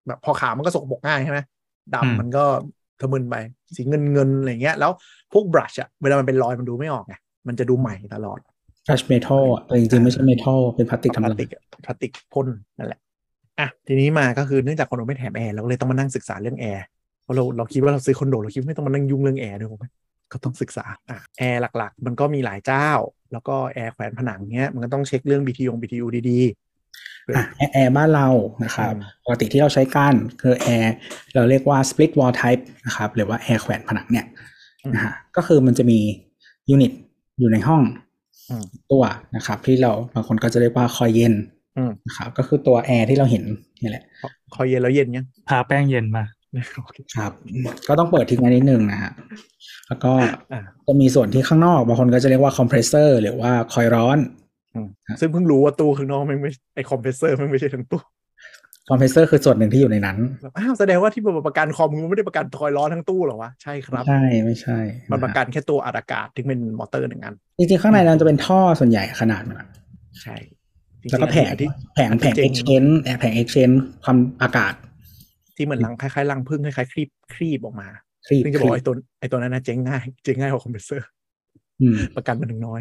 S4: แบบพอขาวมันก็สกปรกง่ายใช่ไหมดำ
S3: อืม
S4: มันก็ทะมึนไปสีเงินเงินๆอะไรเงี้ย แล้วพวกบรัชอะเวลามันเป็นรอยมันดูไม่ออกไงมันจะดูใหม่ตลอด
S2: fresh metal อ่ะแต่จริงๆไม่ใช่ metal เป็นพลาสติก
S4: พ
S2: ธรรม
S4: ลาส
S2: ดา
S4: ติกอะพลาสติกพ่นนั่นแหละอ่ะทีนี้มาก็คือเนื่องจากคอนโดไม่แถมแอร์เราก็เลยต้องมานั่งศึกษาเรื่องแอร์เพราะเราเราคิดว่าเราซื้อคอนโดเราคิดว่าไม่ต้องมานั่งยุ่งเรื่องแอร์ด้วยผมก็ต้องศึกษาอ่ะแอร์หลักๆ มันก็มีหลายเจ้า แล้วก็แอร์แขวนผนังเงี้ยมันก็ต้องเช็คเรื่อง BTU BTU ดีๆ
S2: อ่ะแอร์แอร์บ้านเรานะครับ
S4: อืม
S2: ปกติที่เราใช้กันคือแอร์เราเรียกว่า split wall type นะครับหรือว่าแอร์แขวนผนังเนี่ย
S4: อืม
S2: นะฮะก็คือมันจะมียูนิตอยู่ในห้อง
S4: อืม
S2: ตัวนะครับ ที่เราบางคนก็จะเรียกว่าคอยเย็น
S4: อืม
S2: นะครับก็คือตัวแอร์ที่เราเห็นนี่แหละ
S4: คอยเย็นแล้วเย็นยัง
S3: ทาแป้งเย็นมา
S4: โอเค
S2: ครับ ก็ต้องเปิดทิ้งไว้นิดนึงนะฮะแล้วก็
S4: อ่า
S2: จะมีส่วนที่ข้างนอกบางคนก็จะเรียกว่าคอมเพรสเซอร์หรือว่าคอยร้อน
S4: ซึ่งเพิ่งรู้ว่าตู้ข้างนอกมันไม่ไอคอมเพรสเซอร์มันไม่ใช่ทั้งตู้
S2: คอมเพรสเซอร์คือส่วนหนึ่งที่อยู่ในนั้น
S4: แบบอ้าวแสดงว่าที่ประกันคอมมันไม่ได้ประกันทอยล้อทั้งตู้เหรอวะ ใช่ครับ
S2: ไม่ใช่ไม่ใช่
S4: มันป
S2: นะ
S4: ระ
S2: ฮะ
S4: กันแค่ตัวอัดอากาศที่เป็นมอเตอร์หนึ่งอัน
S2: จริงๆข้างในนั้นจะเป็นท่อส่วนใหญ่ขนาดมันอะ
S4: ใช่จริงๆ
S2: แล้วก็แผง
S4: อันที่
S2: แผงแผง
S4: เจ๋
S2: เอ็
S4: ง
S2: กชนแผงเอ็กชนความอากาศ
S4: ที่เหมือนรังคล้ายๆรังพึ่งคล้ายๆครีบครีบออกมา
S2: ครีบ
S4: ซึ่งจะบอกไอตัวไอตัวนั้นนะเจ๊งง่าย (laughs) เจ๊งง่ายกว่าคอมเพรสเซอร์
S2: อืม
S4: ประกันมันถึงน้อย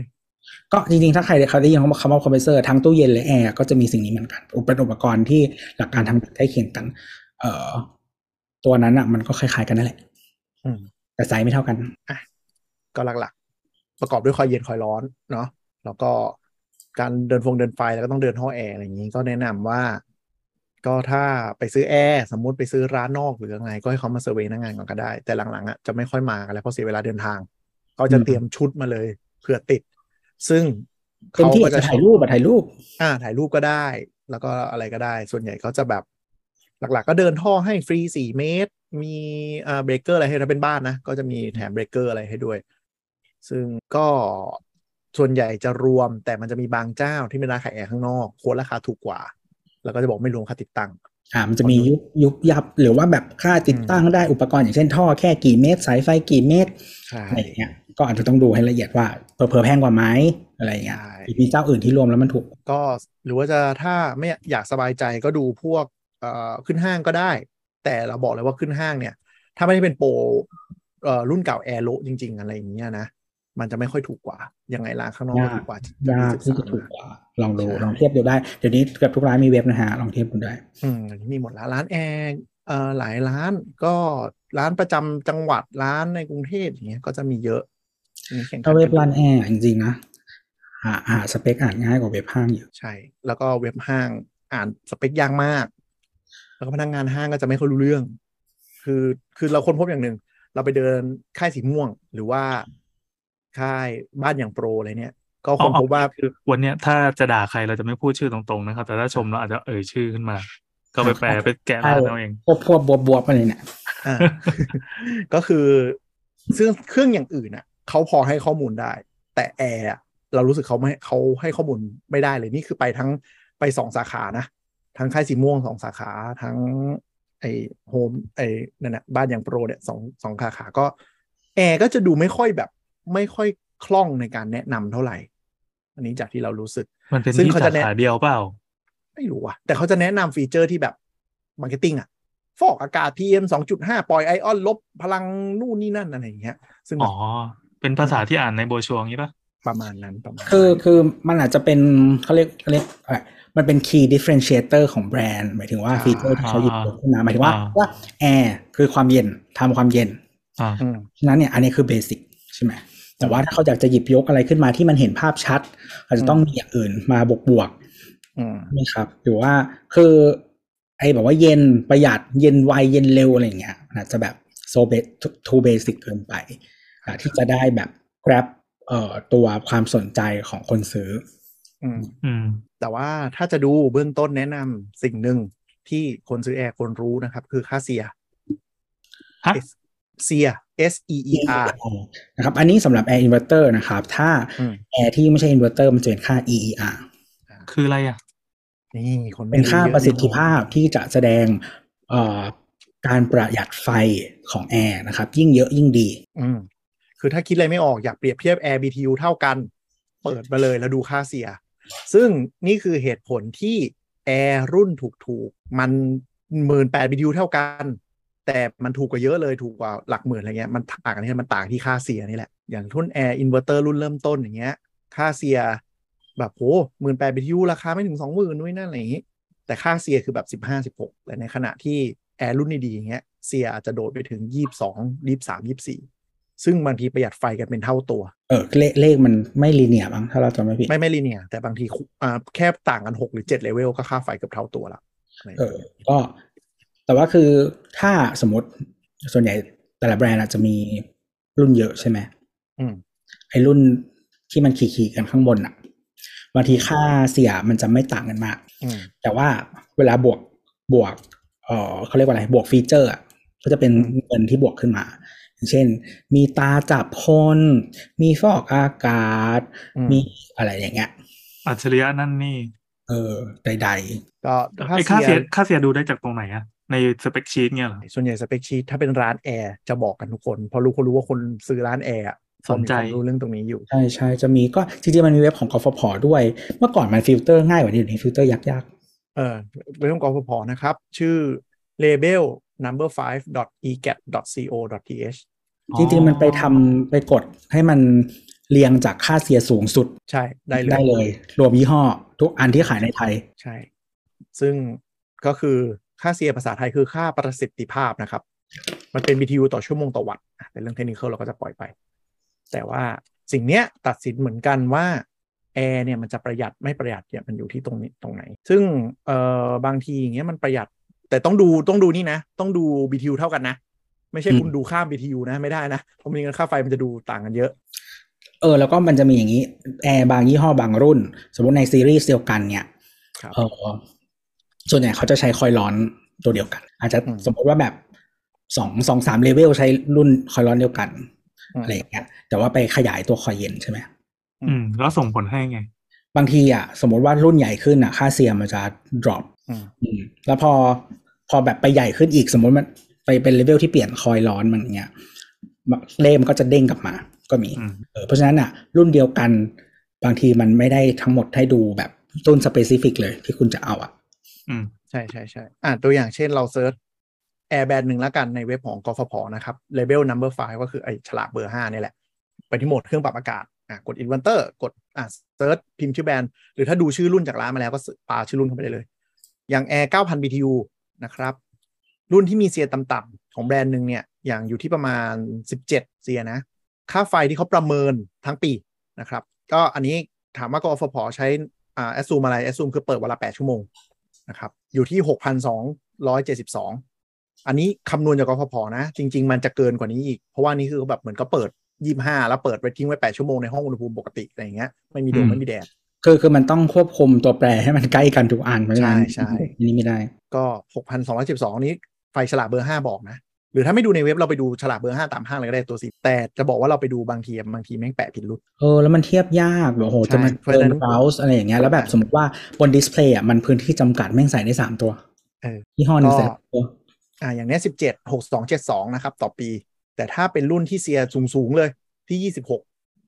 S2: ก็จริงๆ ถ้าใครเขาได้ยินคำว่าคอมเพรสเซอร์ทั้งตู้เย็นและแอร์ก็จะมีสิ่งนี้เหมือนกันอุปเป็นอุปกรณ์ที่หลักการทำงานใกล้เคียงกัน เอ่อตัวนั้นอ่ะมันก็คล้ายๆกันนั่นแหละ
S4: อืม
S2: แต่ไซส์ไม่เท่ากัน
S4: ก็หลักๆ ประกอบด้วยคอยเย็นคอยร้อนเนาะแล้วก็การเดินฟงเดินไฟแล้วก็ต้องเดินห้องแอร์อะไรอย่างนี้ก็แนะนำว่า ก็ถ้าไปซื้อแอร์สมมติไปซื้อร้านนอกหรือยังไง ก็ให้เขามาเซอร์เวย์หน้างานก่อนก็ได้ แต่หลังๆอ่ะจะไม่ค่อยมากันแล้วเพราะเสียเวลาเดินทาง ก็จะ
S2: อืม
S4: เตรียมชุดมาเลยเผื่อติด ซึ่ง
S2: เป็นที่จะ
S4: ช
S2: ถ่า
S4: อย บ
S2: รูปอะถ่ายรูป
S4: อ่าถ่ายรูปก็ได้ แล้วก็อะไรก็ได้ ส่วนใหญ่เขาจะแบบ หลัก ๆ ก็เดินท่อให้ฟรีสี่เมตร มีอ่าเบรกเกอร์อะไรให้ถ้าเป็นบ้านนะ ก็จะมีแถมเบรกเกอร์อะไรให้ด้วย ซึ่งก็ส่วนใหญ่จะรวม แต่มันจะมีบางเจ้าที่เป็นร้านขายแอร์ข้างนอกโค้ดราคาถูกกว่า แล้วก็จะบอกไม่รวมค่าติดตั้ง
S2: อ่ามันจะมียุบยุบยับหรือว่าแบบค่าติดตั้งได้อุปกรณ์อย่างเช่นท่อแค่กี่เมตร สายไฟกี่เมตร
S4: ใช่
S2: อะไรอย่างเงี้ยก็อาจจะต้องดูให้ละเอียดว่าเผลอๆแพงกว่าไหมอะไรอย่างเงี้ย
S4: ใช่
S2: มีเจ้าอื่นที่รวมแล้วมันถูก
S4: ก็หรือว่าจะถ้าไม่อยากสบายใจก็ดูพวกเอ่อขึ้นห้างก็ได้ แต่เราบอกเลยว่าขึ้นห้างเนี่ย ถ้าไม่ได้เป็นโปรเอ่อรุ่นเก่าแอร์โลจริง ๆ อะไรอย่างเงี้ยนะ มันจะไม่ค่อยถูกกว่า ยังไงร้านข้างนอกก็ถูกกว่าที่
S2: ยาก
S4: ที่
S2: ที่
S4: บ
S2: จะ
S4: สม
S2: ถูก
S4: นะ
S2: กว่าลองดู
S4: ใช่
S2: ลองเทียบดูได้ เดี๋ยวนี้เกือบทุกร้านมีเว็บนะฮะ ลองเทียบดูได้
S4: อืมอันนี้มีหมดละร้านแอร์เอ่อหลายร้านก็ร้านประจำจังหวัดร้านในกรุงเทพอย่างเงี้ยก็จะมีเยอะมีแข่งขั
S2: ถ้าเว็บ
S4: กั
S2: ร้านแอร์จริงๆนะหาหาสเปคอ่านง่ายกว่าเว็บห้างอยู่
S4: ใช่ แล้วก็เว็บห้างอ่านสเปคยากมาก แล้วก็พนักงานห้างก็จะไม่ค่อยรู้เรื่อง คือคือเราค้นพบอย่างหนึ่ง เราไปเดินค่ายสีม่วง หรือว่าค่ายบ้านอย่างโปรอะไรเนี่ย ก็ค้นพบว่า
S3: คือวันเนี้ยถ้าจะด่าใครเราจะไม่พูดชื่อตรงๆนะครับ แต่ถ้าชมเราอาจจะเอ่ยชื่อขึ้นมา ก็ไปแปลไปแกะร้านเอาเอง
S2: พวกพวกบวบบวบอะไรเนี่ย
S4: อ่า (laughs) ก็คือซึ่งเครื่องอย่างอื่นอ่ะเขาพอให้ข้อมูลได้ แต่แอร์อะเรารู้สึกเขาไม่เขาให้ข้อมูลไม่ได้เลยนี่คือไปทั้งไปสองสาขานะ ทั้งค่ายสีม่วงสองสาขาทั้ง ไอโฮมไอนั่นนะบ้านอย่างโปรเนี่ยสองสองสาขาก็ แอร์ก็จะดูไม่ค่อยแบบ ไม่ค่อยคล่องในการแนะนำเท่าไหร่ อันนี้จากที่เรารู้สึก
S3: มันเป็น
S4: ซึ่ง
S3: ที่
S4: เขา
S3: สา
S4: จะแนะ
S3: ขาเดียวเปล่า
S4: ไม่รู้ว่ะแต่เขาจะแนะนำฟีเจอร์ที่แบบมาร์เก็ตติ้งอะฟอกอากาศ PM 2.5 ปล่อยไอออนลบพลังนู่นนี่นั่นอะไรอย่างเงี้ย ซึ่งแบ
S3: อ๋
S4: บ
S3: อ เป็นภาษาที่อ่านในโบรชัวร์อย่างงี้ปะ
S4: ประมาณนั้นประมาณนั้น
S2: คือคือมันอาจจะเป็นเขาเรียกเขาเรียกอะไรมันเป็น key differentiator ของแบรนด์หมายถึงว่าฟีเจอร์ที่เขาหยิบยกขึ้นมาหมายถึงว่าว่าแอร์คือความเย็นทำความเย็น
S3: อ่า
S4: อืม
S2: ฉะนั้นเนี่ยอันนี้คือเบสิกใช่ไหมแต่ว่าถ้าเขาอยากจะหยิบยกอะไรขึ้นมาที่มันเห็นภาพชัด อาจจะต้องมีอย่างอื่นมาบวกบวก
S4: อืม
S2: ๆนะครับหรือว่าคือไอ้แบบว่าเย็นประหยัดเย็นไวเย็นเร็วอะไรอย่างเงี้ยมันอาจจะแบบโซเบสทูเบสิกเกินไปอ่ะที่จะได้แบบ grab เอ่อตัวความสนใจของคนซื้อ
S4: อืม
S3: อืม
S4: แต่ว่าถ้าจะดูเบื้องต้นแนะนำสิ่งหนึ่งที่คนซื้อแอร์ควรรู้นะครับ คือค่าเซีย
S3: ฮะ
S4: เซีย S E E R
S2: นะครับอันนี้สำหรับ Air Inverter นะครับถ้า
S4: อืม
S2: Air ที่ไม่ใช่ Inverter มันจะเป็นค่า EER
S3: คืออะไรอ่ะ
S4: นี่คนไม่
S2: เป็นค่า
S4: เยอ
S2: ประสิทธิภาพที่จะแสดงเอ่อการประหยัดไฟของแอร์นะครับ ยิ่งเยอะยิ่งดี
S4: อืมคือถ้าคิดอะไรไม่ออกอยากเปรียบเทียบ Air BTU เท่ากัน เปิดมาเลยแล้วดูค่าเสีย ซึ่งนี่คือเหตุผลที่ Air รุ่นถูกๆ มันหมื่นแปด BTU เท่ากัน แต่มันถูกกว่าเยอะเลยถูกกว่าหลักหมื่นอะไรเงี้ยมันต่างกันที่มันต่างที่ค่าเสียนี่แหละ อย่างรุ่น Air Inverter รุ่นเริ่มต้นอย่างเงี้ย ค่าเสียแบบโหหมื่นแปด BTU ราคาไม่ถึงสองหมื่นด้วยนั่นอะไรอย่างงี้ แต่ค่าเสียคือแบบสิบห้าสิบหกแต่ในขณะที่แอร์รุ่นดีๆอย่างเงี้ยเสียอาจจะโดดไปถึงยี่สิบสองยี่สิบสามยี่สิบสี่ซึ่งบางทีประหยัดไฟกันเป็นเท่าตัว
S2: เออเลขเลขมันไม่ลีเนียร์มั้งถ้าเราจำไม่ผิด
S4: ไม่ไม่ลีเนียร์แต่บางทีคุอ่าแค่ต่างกันหกหรือเจ็ดเลเวลก็ค่าไฟเกือบเท่าตัวละอะไรอย่าง
S2: เอ
S4: เงี้ย
S2: อก็ แต่ว่าคือถ้าสมมติส่วนใหญ่แต่ละแบรนด์อาจจะมีรุ่นเยอะใช่ไหม
S4: อืม
S2: ไอรุ่นที่มันขี่ๆกันข้างบนอ่ะบางทีค่าเสียมันจะไม่ต่างกันมาก
S4: อืม
S2: แต่ว่าเวลาบวกบวกเออเขาเรียกว่าอะไรบวกฟีเจอร์อะก็จะเป็นเงินที่บวกขึ้นมา อย่างเช่น มีตาจับคน มีฟอกอากาศ
S4: อืม
S2: มีอะไรอย่างเงี้ย
S3: อัจฉริยะนั่นนี่
S2: เออใด
S4: ก็
S3: ไอ้ค่าเสียค่าเสียดูได้จากตรงไหนอ่ะ ในสเปคชีตเนี่ยเหรอ
S4: ส่วนใหญ่สเปคชีทถ้าเป็นร้านแอร์จะบอกกันทุกคนเพราะรู้คนรู้ว่าคนซื้อร้านแอร์อะ
S3: สนใจ
S4: คมีความรู้เรื่องตรงนี้อยู่
S2: ๆ ใช่ใช่จะมีก็จริงๆมันมีเว็บของกฟผด้วย เมื่อก่อนมันฟิลเตอร์ง่ายกว่านี้เดี๋ยวนี้ฟิลเตอร์ยาก
S4: เออเว็บของกฟผนะครับ ชื่อ label number 5 ecat co th
S2: ๆ จริงๆมันไปทำไปกดให้มันเรียงจากค่าเสียสูงสุด
S4: ใช่ได้เลย
S2: ได้เลย รวมยี่ห้อ ทุกอันที่ขายในไทย
S4: ใช่ ซึ่งก็คือค่า CA ภาษาไทยคือค่าประสิทธิภาพนะครับ มันเป็น BTU ต่อชั่วโมงต่อวัตต์อ่ะแต่เรื่องเทคนิคเราก็จะปล่อยไป แต่ว่าสิ่งเนี้ยตัดสินเหมือนกันว่า แอร์เนี่ยมันจะประหยัดไม่ประหยัดเนี่ยมันอยู่ที่ตรงนี้ตรงไหน ซึ่งเอ่อบางทีอย่างเงี้ยมันประหยัด แต่ต้องดูต้องดูนี่นะ ต้องดู BTU เท่ากันนะ ไม่ใช่
S2: อืม
S4: คุณดูข้าม BTU นะไม่ได้นะเพราะไมีเงินค่าไฟมันจะดูต่างกันเยอะ
S2: เออแล้วก็มันจะมีอย่างนี้แอร์บางยี่ห้อบางรุ่น สมมติในซีรีส์เดียวกันเนี่ย
S4: ครับ
S2: เออส่วนใหญ่เขาจะใช้คอยล์ร้อนตัวเดียวกัน อาจจะ
S4: อืม
S2: สมมติว่าแบบสองสองสามเลเวลใช้รุ่นคอยล์ร้อนเดียวกัน
S4: อืม
S2: อะไรอย่างเงี้ยแต่ว่าไปขยายตัวคอยล์เย็นใช่ไหม
S3: อืม แล้วส่งผลให้ไง
S2: บางทีอ่ะสมมติว่ารุ่นใหญ่ขึ้นอ่ะ ค่าเซียมมันจะ drop
S4: อืม
S2: อืมแล้วพอพอแบบไปใหญ่ขึ้นอีกสมมติมันไปเป็นเลเวลที่เปลี่ยนคอยล์ร้อนมันอย่างเงี้ยเลมนก็จะเด้งกลับมาก็มี
S3: อืม
S2: เออเพราะฉะนั้นอ่ะ รุ่นเดียวกันบางทีมันไม่ได้ทั้งหมดให้ดูแบบต้นสเปซิฟิกเลยที่คุณจะเอาอ่ะ
S3: อืม
S4: ใช่ใช่ใช่อ่าตัวอย่างเช่นเราเซิร์ชแอร์แบรนด์หนึ่งละกันในเว็บของกฟผนะครับเลเ e ล number five ก็คือไอฉลากเบอร์ห้านี่แหละ ไปที่โหมดเครื่องปรับอากาศอ่ะกด inverter กดอ่ะเซิร์ชพิมพ์ชื่อแบรนด์ หรือถ้าดูชื่อรุ่นจากร้านมาแล้วก็ปาชื่อรุ่นเข้าไปได้เลย อย่างแอร์9,000 BTU นะครับ รุ่นที่มีเซียต่ำๆของแบรนด์หนึ่งเนี่ย อย่างอยู่ที่ประมาณ 17 เซียนะ ค่าไฟที่เขาประเมินทั้งปีนะครับ ก็อันนี้ถามว่ากอฟผใช้อ่าแอสซูมอะไรแอสซูมคือเปิดวันละ 8 ชั่วโมง นะครับอยู่ที่ 6,272 อันนี้คำนวณจากกฟผนะ จริง ๆ มันจะเกินกว่านี้อีก เพราะว่านี่คือแบบเหมือนก็เปิด 25 แล้วเปิดไปทิ้งไว้ 8 ชั่วโมงในห้องอุณหภูมิปกติอะไรอย่างเงี้ยไม่มีโด
S3: อื
S4: ม
S3: ม
S4: ไม่มีแดด
S2: คือคือมันต้องควบคุมตัวแปรให้มันใกล้กันทุกอันเพราะฉะนั้น
S4: ใช่ใช่
S2: อันนี่ไม่ได้
S4: ก็ 6,272 นี้ไฟฉลากเบอร์ 5 บอกนะ หรือถ้าไม่ดูในเว็บเราไปดูฉลากเบอร์ 5 ตามห้างเลยก็ได้ตัวสีแต่จะบอกว่าเราไปดูบางทีบางทีแม่งแปะผิดรุ่น
S2: เออแล้วมันเทียบยากแบบโอ้โห
S4: ใช่
S2: จะมา
S4: เพราะฉะ
S2: เดิ
S4: นั้น น
S2: เบราส์อะไรอย่างเงี้ยแล้วแบบสมมติว่าบนดิสเพลย์อ่ะมันพื้นที่จำกัดแม่งใส่ได้สามตัว
S4: เออ
S2: ยี่ห้อหนึ่งใส่
S4: ก็
S2: ตัว
S4: อ่าอย่างเนี้ยสิบเจ็ดหกสองเจ็ดสองนะครับ ต่อปี แต่ถ้าเป็นรุ่นที่เซียสูงสูงๆเลยที่ยี่สิบหก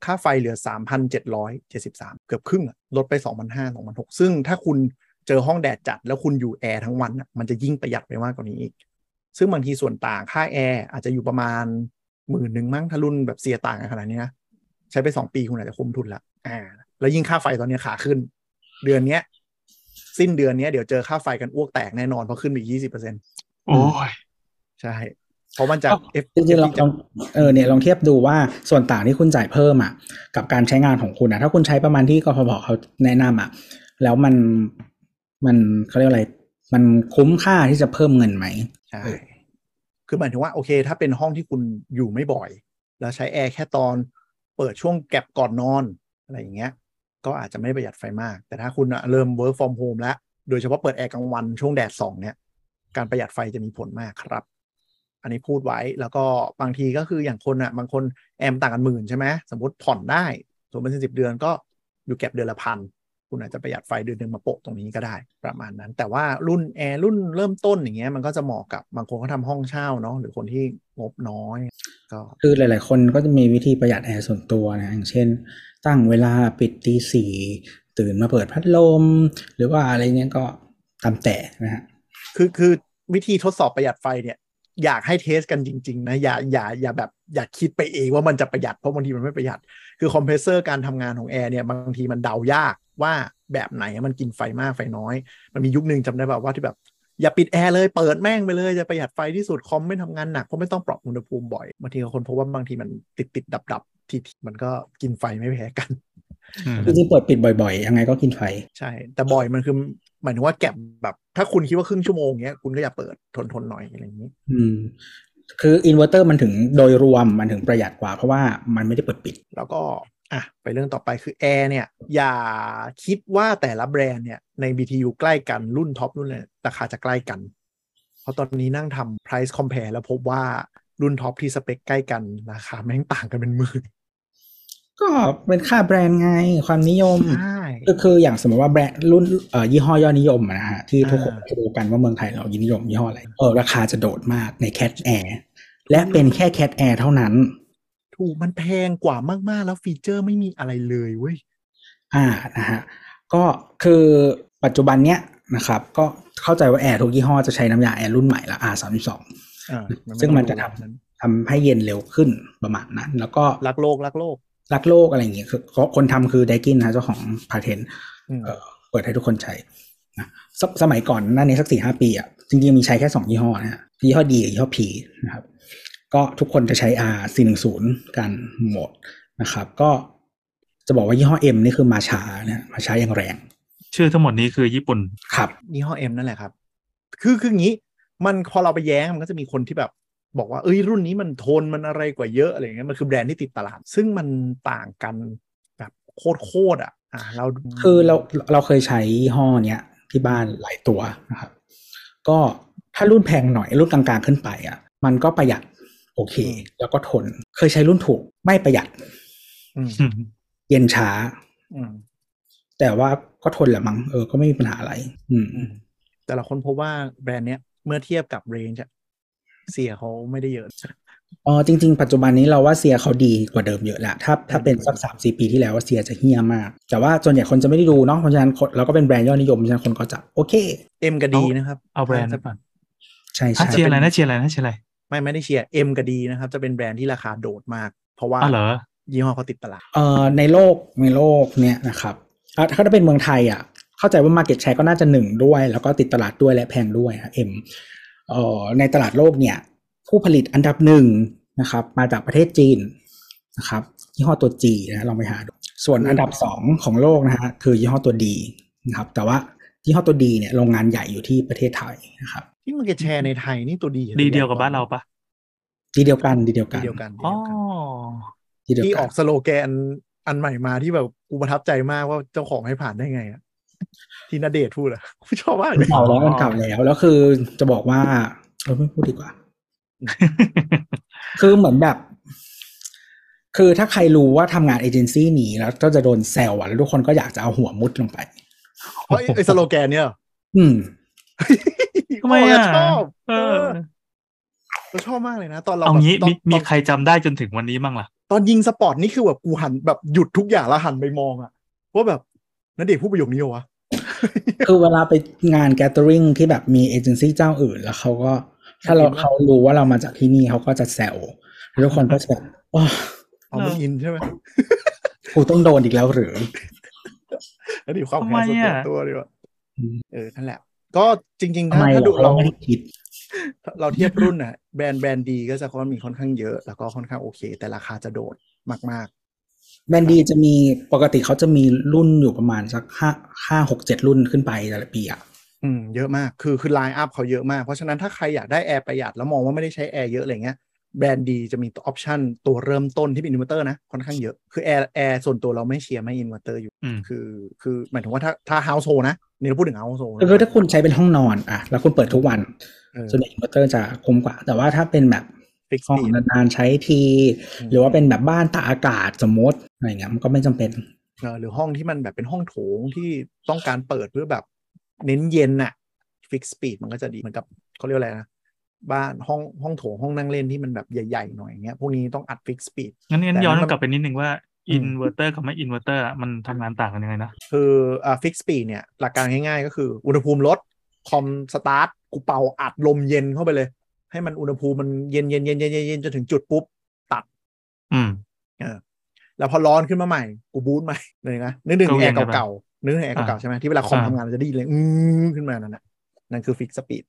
S4: ค่าไฟเหลือสามพันเจ็ดร้อยเจ็ดสิบสามเกือบครึ่งอะลดไปสองพันห้าสองพันหกซึ่งถ้าคุณเจอห้องแดดจัดแล้วคุณอยู่แอร์ทั้งวันอะมันจะยิ่งประหยัดไปมากกว่านี้อีก ซึ่งบางทีส่วนต่างค่าแอร์อาจจะอยู่ประมาณหมื่นหนึ่งมั้งถ้ารุ่นแบบเซียต่างกันขนาดนี้นะใช้ไปสองปีคุณอาจจะคุ้มทุนละอ่า แล้วยิ่งค่าไฟตอนเนี้ยขาขึ้น เดือนเนี้ย สิ้นเดือนเนี้ยเดี๋ยวเจอค่าไฟกันอ้วกแตกแน่นอนเพราะขึ้นไปยี่สิบเปอร์เซ็น
S3: โอ้ย
S4: ใช่ เพราะมันจาก F
S2: จริงๆลอง
S4: จา
S2: ล
S4: ก
S2: องเออเนี่ยลองเทียบดูว่าส่วนต่างที่คุณจ่ายเพิ่มอ่ะกับการใช้งานของคุณอ่ะถ้าคุณใช้ประมาณที่กพพเขาแนะนำอ่ะแล้วมันมันเขาเรียกอะไร มันคุ้มค่าที่จะเพิ่มเงินไหม
S4: ใช่ คือหมายถึงว่าโอเค ถ้าเป็นห้องที่คุณอยู่ไม่บ่อย แล้วใช้แอร์แค่ตอนเปิดช่วงแก็บก่อนนอน อะไรอย่างเงี้ย ก็อาจจะไม่ประหยัดไฟมาก แต่ถ้าคุณอะเริ่ม work from home แล้ว โดยเฉพาะเปิดแอร์กลางวันช่วงแดดส่องเนี่ย การประหยัดไฟจะมีผลมากครับ อันนี้พูดไว้แล้วก็บางทีก็คืออย่างคนอ่ะบางคนแอร์มนต่างกันหมื่นใช่ไหมสมมติผ่อนได้สมมติสิบเดือนก็อยู่เก็บเดือนละพัน คุณอาจจะประหยัดไฟเดือนหนึ่งมาโปะตรงนี้ก็ได้ประมาณนั้น แต่ว่ารุ่นแอร์รุ่นเริ่มต้นอย่างเงี้ยมันก็จะเหมาะกับบางคนเขาทำห้องเช่าเนาะหรือคนที่งบน้อยก็
S2: คือหลายๆ คนก็จะมีวิธีประหยัดแอร์ส่วนตัวนะอย่างเช่น ตั้งเวลาปิดตีสี่ตื่นมาเปิดพัดลม หรือว่าอะไรเนี้ยก็ตามแต่นะฮะ
S4: คือคือวิธีทดสอบประหยัดไฟเนี่ย อยากให้เทสกันจริง ๆ นะ อย่าอย่าอย่าแบบอย่าคิดไปเองว่ามันจะประหยัดเพราะบางทีมันไม่ประหยัด คือคอมเพรสเซอร์การทำงานของแอร์เนี่ย บางทีมันเดายากว่าแบบไหนมันกินไฟมากไฟน้อย มันมียุคหนึ่งจำได้แบบว่าที่แบบ อย่าปิดแอร์เลยเปิดแม่งไปเลยจะประหยัดไฟที่สุดคอมไม่ทำงานหนักเพราะไม่ต้องปรับอุณหภูมิบ่อยบางทีคนพบว่าบางทีมันติดติดดับดับๆทีๆมันก็กินไฟไม่แพ้กัน
S3: อืม
S2: จริงๆเปิดปิดบ่อยๆ ยังไงก็กินไฟ
S4: ใช่ แต่บ่อยมันคือหมายถึงว่าแก็บแบบถ้าคุณคิดว่าครึ่งชั่วโมงเนี้ยคุณก็อย่าเปิดทนทนๆหน่อยอะไรอย่างนี้
S2: อืม คืออินเวอร์เตอร์มันถึงโดยรวมมันถึงประหยัดกว่า เพราะว่ามันไม่ได้เปิดปิด
S4: แล้วก็อ่ะไปเรื่องต่อไปคือแอร์เนี่ย อย่าคิดว่าแต่ละแบรนด์เนี่ย ใน BTU ใกล้กันรุ่นท็อปรุ่นเลยราคาจะใกล้กัน เพราะตอนนี้นั่งทำ price compare แล้วพบว่ารุ่นท็อปที่สเปคใกล้กันราคาแม่งต่างกันเป็นหมื่น
S2: ก็เป็นค่าแบรนด์ไงความนิยม
S4: ใช่
S2: ก็คืออย่างสมมติว่าแบรนด์รุ่นเอ่อยี่ห้อยอดนิยมอะนะฮะที่ทุกคน
S4: อ่า
S2: จะดูกันว่าเมืองไทยเรานิยมยี่ห้ออะไรเออราคาจะโดดมากในแค t แอร์และเป็นแค่แค t แอร์เท่านั้น
S4: ถูกมันแพงกว่ามากๆ แล้วฟีเจอร์ไม่มีอะไรเลยเว้ย
S2: อ่านะฮะก็คือปัจจุบันเนี้ยนะครับ ก็เข้าใจว่าแอร์ทุกยี่ห้อจะใช้น้ำยาแอร์รุ่นใหม่ละ R32
S4: อ่า
S2: ซึ่งมันจะทำทำให้เย็นเร็วขึ้นประมาณนั้น แล้วก็
S4: รักโลกรักโลก
S2: รักโลกอะไรอย่างเงี้ยคือคนทำคือไดกินนะ เจ้าของพาเทน
S4: อืม
S2: เอ่อเปิดให้ทุกคนใช้นะสสมัยก่อนหน้านี้สักสี่ห้าปีอ่ะจริงๆมีใช้แค่สองยี่ห้อนะฮะยี่ห้อดีกับยี่ห้อพีนะครับก็ทุกคนจะใช้ R 4 1 0กันหมดนะครับ ก็ จะบอกว่ายี่ห้อเอ็มนี่คือมาช้านะมาช้าอย่างแรง
S3: ชื่อทั้งหมดนี้คือญี่ปุ่น (laughs)
S2: ครับ
S4: ยี่ห้อเอ็มนั่นแหละครับ คือคืองี้ มันพอเราไปแย้งมันก็จะมีคนที่แบบ บอกว่าเอ้ยรุ่นนี้มันโทนมันอะไรกว่าเยอะอะไรเงี้ยมันคือแบรนด์ที่ติดตลาด ซึ่งมันต่างกันแบบโคตรโคตรๆอ่ะอ่ะเรา
S2: คือเราเราเคยใช้ยี่ห้อเนี้ยที่บ้านหลายตัวนะครับ ก็ถ้ารุ่นแพงหน่อยรุ่นกลางๆขึ้นไปอ่ะ มันก็ประหยัดโอเค แล้วก็ทน เคยใช้รุ่นถูกไม่ประหยัด
S4: อืม
S2: เย็นช้า
S4: อืม
S2: แต่ว่าก็ทนแหละมั้งเออก็ไม่มีปัญหาอะไร อืม
S4: แต่ละคนพบว่าแบรนด์เนี้ยเมื่อเทียบกับเรนจ์อะเสียเขาไม่ได้เยอะ
S2: เออจริงๆ ปัจจุบันนี้เราว่าเซียเขาดีกว่าเดิมเยอะแหละถ้าถ้าเป็นสักสามสี่ปีที่แล้วว่าเซียจะเฮี้ยมาก แต่ว่าส่วนใหญ่คนจะไม่ได้ดูเนาะเพราะฉะนั้นคนเราก็เป็นแบรนด์ยอดนิยมเพราะฉะนั้นคนก็จะโอเค
S4: เอ็มก็ดีนะครับ
S3: เอาแบรนด์
S4: จะ
S3: ไป่ะ
S2: ใช่
S3: อ่ะ
S2: ใช่
S3: เชียร์อะไรนะเชียร์อะไรนะเชียร์อะไร
S4: ไม่ไม่ได้เชียร์เอ็มก็ดีนะครับ จะเป็นแบรนด์ที่ราคาโดดมาก เพราะว่า
S3: อ้าวเหรอ
S4: ยี่ห้อเขาติดตลาด
S2: เออในโลกในโลกเนี่ยนะครับอ่ะถ้าเป็นเมืองไทยอ่ะ เข้าใจว่า Market Share ก็น่าจะหนึ่งด้วย แล้วก็ติดตลาดด้วยและแพงด้วยนะเอ็มเออในตลาดโลกเนี่ย ผู้ผลิตอันดับหนึ่งนะครับ มาจากประเทศจีนนะครับยี่ห้อตัวจีนะลองไปหาดูส่วนอันดับสองของโลกนะฮะคือยี่ห้อตัวดีนะครับ แต่ว่ายี่ห้อตัวดีเนี่ยโรงงานใหญ่อยู่ที่ประเทศไทยนะครับ
S4: ที่มันก็แชร์ในไทยนี่ตัวดีอะ
S3: ดีเดียวกับบ้านเราปะ
S2: ดีเดียวกันดีเดียว
S4: ดี
S2: กัน
S4: เดียวกันดี
S3: อ๋อ
S4: เดี
S2: ดีเดีย
S4: ยวกัน
S2: ว
S4: ที่อ
S2: กั
S4: อน กสโลแกนอันใหม่มาที่แบบกูประทับใจมากว่าเจ้าของให้ผ่านได้ไงอะที่นาเดชน์พูดอะกูชอบมาก
S2: มั
S4: เล
S2: น
S4: ย
S2: เก่าแล้วมันเก่าแล้วแล้วคือจะบอกว่าเราไม่พูดดีกว่า คือเหมือนแบบ คือถ้าใครรู้ว่าทำงานเอเจนซี่นี้แล้วก็จะโดนแซวอะแล้วทุกคนก็อยากจะเอาหัวมุดลงไป
S4: เพราะไอ้ไอ้สโลแกนเนี่ย
S2: อืม
S3: ทำไมอ่ะ
S4: ชอบ
S3: เอ
S4: เอ
S3: อ
S4: อเราชอบมากเลยนะ ตอนเรา
S3: เอางี้
S4: แบบตอน
S3: มีมี
S4: ตอน
S3: ใครจำได้จนถึงวันนี้มั่งล่ะ
S4: ตอนยิงสปอร์ตนี่คือแบบกูหันแบบหยุดทุกอย่างแล้วหันไปมองอะว่าแบบนันเดชน์พูดประโยคนี้เหรอวะ
S2: คือเวลาไปงานแก t เ r อริงที่แบบมีเอเจนซี่เจ้าอื่น แล้วเขาก็ ถ้าเรา
S4: เห็นว่า
S2: เขารู้ว่าเรามาจากที่นี่เขาก็จะแซวแล้วทุกคนก็จะแบบว้า
S4: เอามันอินใช่ไหม
S2: กูต้องโดนอีกแล้วหรือ
S4: นันเดชน์ความ
S3: ทำ
S4: แค้
S3: ไม
S4: นส่วน
S3: อะ
S4: ตัวดีวะ
S2: อืม
S4: เออนั่นแหละ ก็จริงๆ
S2: ทำไม
S4: ถ้าถ้า
S2: เหร
S4: ดู
S2: อเรา
S4: เรา
S2: ไม่ได้คิด
S4: เราเทียบรุ่นอะแบรนด์แบรนด์ดีก็จะค่อนมีค่อนข้างเยอะ แล้วก็ค่อนข้างโอเค แต่ราคาจะโดดมาก
S2: แบรนด์ดีจะมีปกติเขาจะมีรุ่นอยู่ประมาณสักห้าห้าหกเจ็ดรุ่นขึ้นไปแต่ละปีอะ
S4: ๆ อืมเยอะมากคือคือไลน์อัพเขาเยอะมากเพราะฉะนั้นถ้าใครอยากได้แอร์ประหยัดแล้วมองว่าไม่ได้ใช้แอร์เยอะอะไรเงี้ยแบรนด์ดีจะมีออปชันตัวเริ่มต้นที่เป็นอินเวอร์เตอร์นะค่อนข้างเยอะคือแอร์แอร์ส่วนตัวเราไม่เชียร์ไม่อินเวอร์เตอร์อยู่
S3: อืม
S4: คือคือหมายถึงว่าถ้าถ้า household นะนี่เราพูดถึง household นะ
S2: คือถ้าคุณใช้เป็นห้องนอนอะแล้วคุณเปิดทุกวัน
S4: เออ
S2: ส่วนใหญ่อินเวอร์เตอร์จะคุ้มกว่า แต่ว่าถ้าเป็นแบบ
S4: fixed
S2: ห้อง
S4: speed
S2: นานๆใช้ที
S4: อืม
S2: หรือว่าเป็นแบบบ้านตากอากาศสมมติอะไรเงี้ยมันก็ไม่จำเป็น
S4: เออหรือห้องที่มันแบบเป็นห้องโถงที่ต้องการเปิดเพื่อแบบเน้นเย็นน่ะ fixed speed มันก็จะดีเหมือนกับเขาเรียกว่าอะไรนะ บ้านห้องห้องโถงห้องนั่งเล่นที่มันแบบใหญ่ๆหน่อยอย่างเงี้ยพวกนี้ต้องอัด fixed speed
S3: งั้นงั้น
S4: แต่
S3: ย้อน
S4: มัน
S3: กลับไปนิดนึงว่า
S4: อื
S3: อิ
S4: ม
S3: นเวอร์เตอร์กับไม่อินเวอร์เตอร์มันทำงานต่างกันยังไงนะ
S4: คืออ่า fixed speed เนี่ย หลักการง่ายๆ ก็คืออุณหภูมิลดคอมสตาร์ทกูเป่าอัดลมเย็นเข้าไปเลย ให้มันอุณหภูมิมันเย็นเย็นเย็นเย็นเย็นจนถึงจุดปุ๊บ
S3: อืม
S4: แล้วพอร้อนขึ้นมาใหม่ กูบูทใหม่เลยนะนึกถึง
S3: ก็เวี
S4: แอย
S3: น
S4: ร์
S3: กันไป
S4: เก่าๆนึกถึงแอร์
S3: อ่า
S4: เก่าๆใช่ไหมที่เวลาคอม
S3: อ่า
S4: ทำงานมันจะได้ยินเลยอือขึ้นมานั่นน่ะนั่นคือฟิกสปีด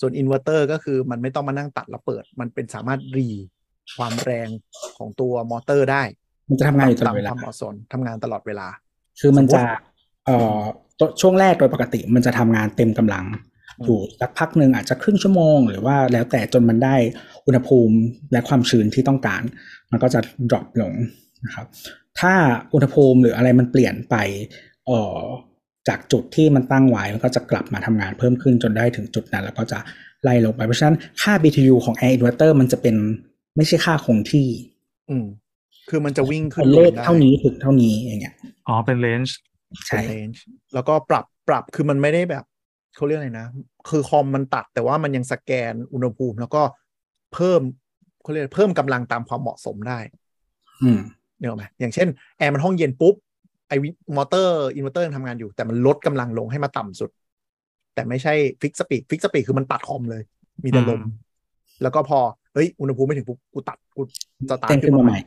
S4: ส่วนอินเวอร์เตอร์ก็คือมันไม่ต้องมานั่งตัดแล้วเปิด มันเป็นสามารถรีความแรงของตัวมอเตอร์ได้
S2: มันจะทำงานอยู่ตลอดเวลา
S4: ตามความเหมาะสมทำงานตลอดเวลา
S2: คือมันจะ
S4: สมมุติ
S2: เอ่อตัวช่วงแรกโดยปกติมันจะทำงานเต็มกำลัง
S4: อืม
S2: อยู่สักพักหนึ่งอาจจะครึ่งชั่วโมง หรือว่าแล้วแต่จนมันได้อุณหภูมิและความชื้นที่ต้องการ มันก็จะ drop ลงนะครับ ถ้าอุณหภูมิหรืออะไรมันเปลี่ยนไปเอ่อจากจุดที่มันตั้งไว้มันก็จะกลับมาทำงานเพิ่มขึ้นจนได้ถึงจุดนั้น แล้วก็จะไล่ลงไป เพราะฉะนั้นค่า BTU ของ Air Inverter มันจะเป็นไม่ใช่ค่าคงที่
S4: อืมคือมันจะวิ่งขึ้
S2: เป็น
S4: น
S2: เลขเท่านี้ถึงเท่านี้อย่างเงี้ย
S3: อ๋อเป็นเลนส์
S2: ใช่
S4: เลนจ์แล้วก็ปรับปรับคือมันไม่ได้แบบเขาเรียกอะไรนะ คือคอมมันตัดแต่ว่ามันยังสแกนอุณหภูมิ แล้วก็เพิ่มเขาเรียกเพิ่มกำลังตามความเหมาะสมได้
S2: อืม
S4: เนี่ยไหมอย่างเช่น แอร์มันห้องเย็นปุ๊บ ไอวิมอเตอร์อินเวอร์เตอร์ยังทำงานอยู่ แต่มันลดกำลังลงให้มาต่ำสุด แต่ไม่ใช่ฟิกสปีดฟิกสปีดคือมันตัดคอมเลย มีแต่ลม แล้วก็พอ เฮ้ย อุณหภูมิไม่ถึงปุ๊บ กูตัด กูสตาร์
S2: เต้น
S4: ท
S2: ขึ้นมาใหม่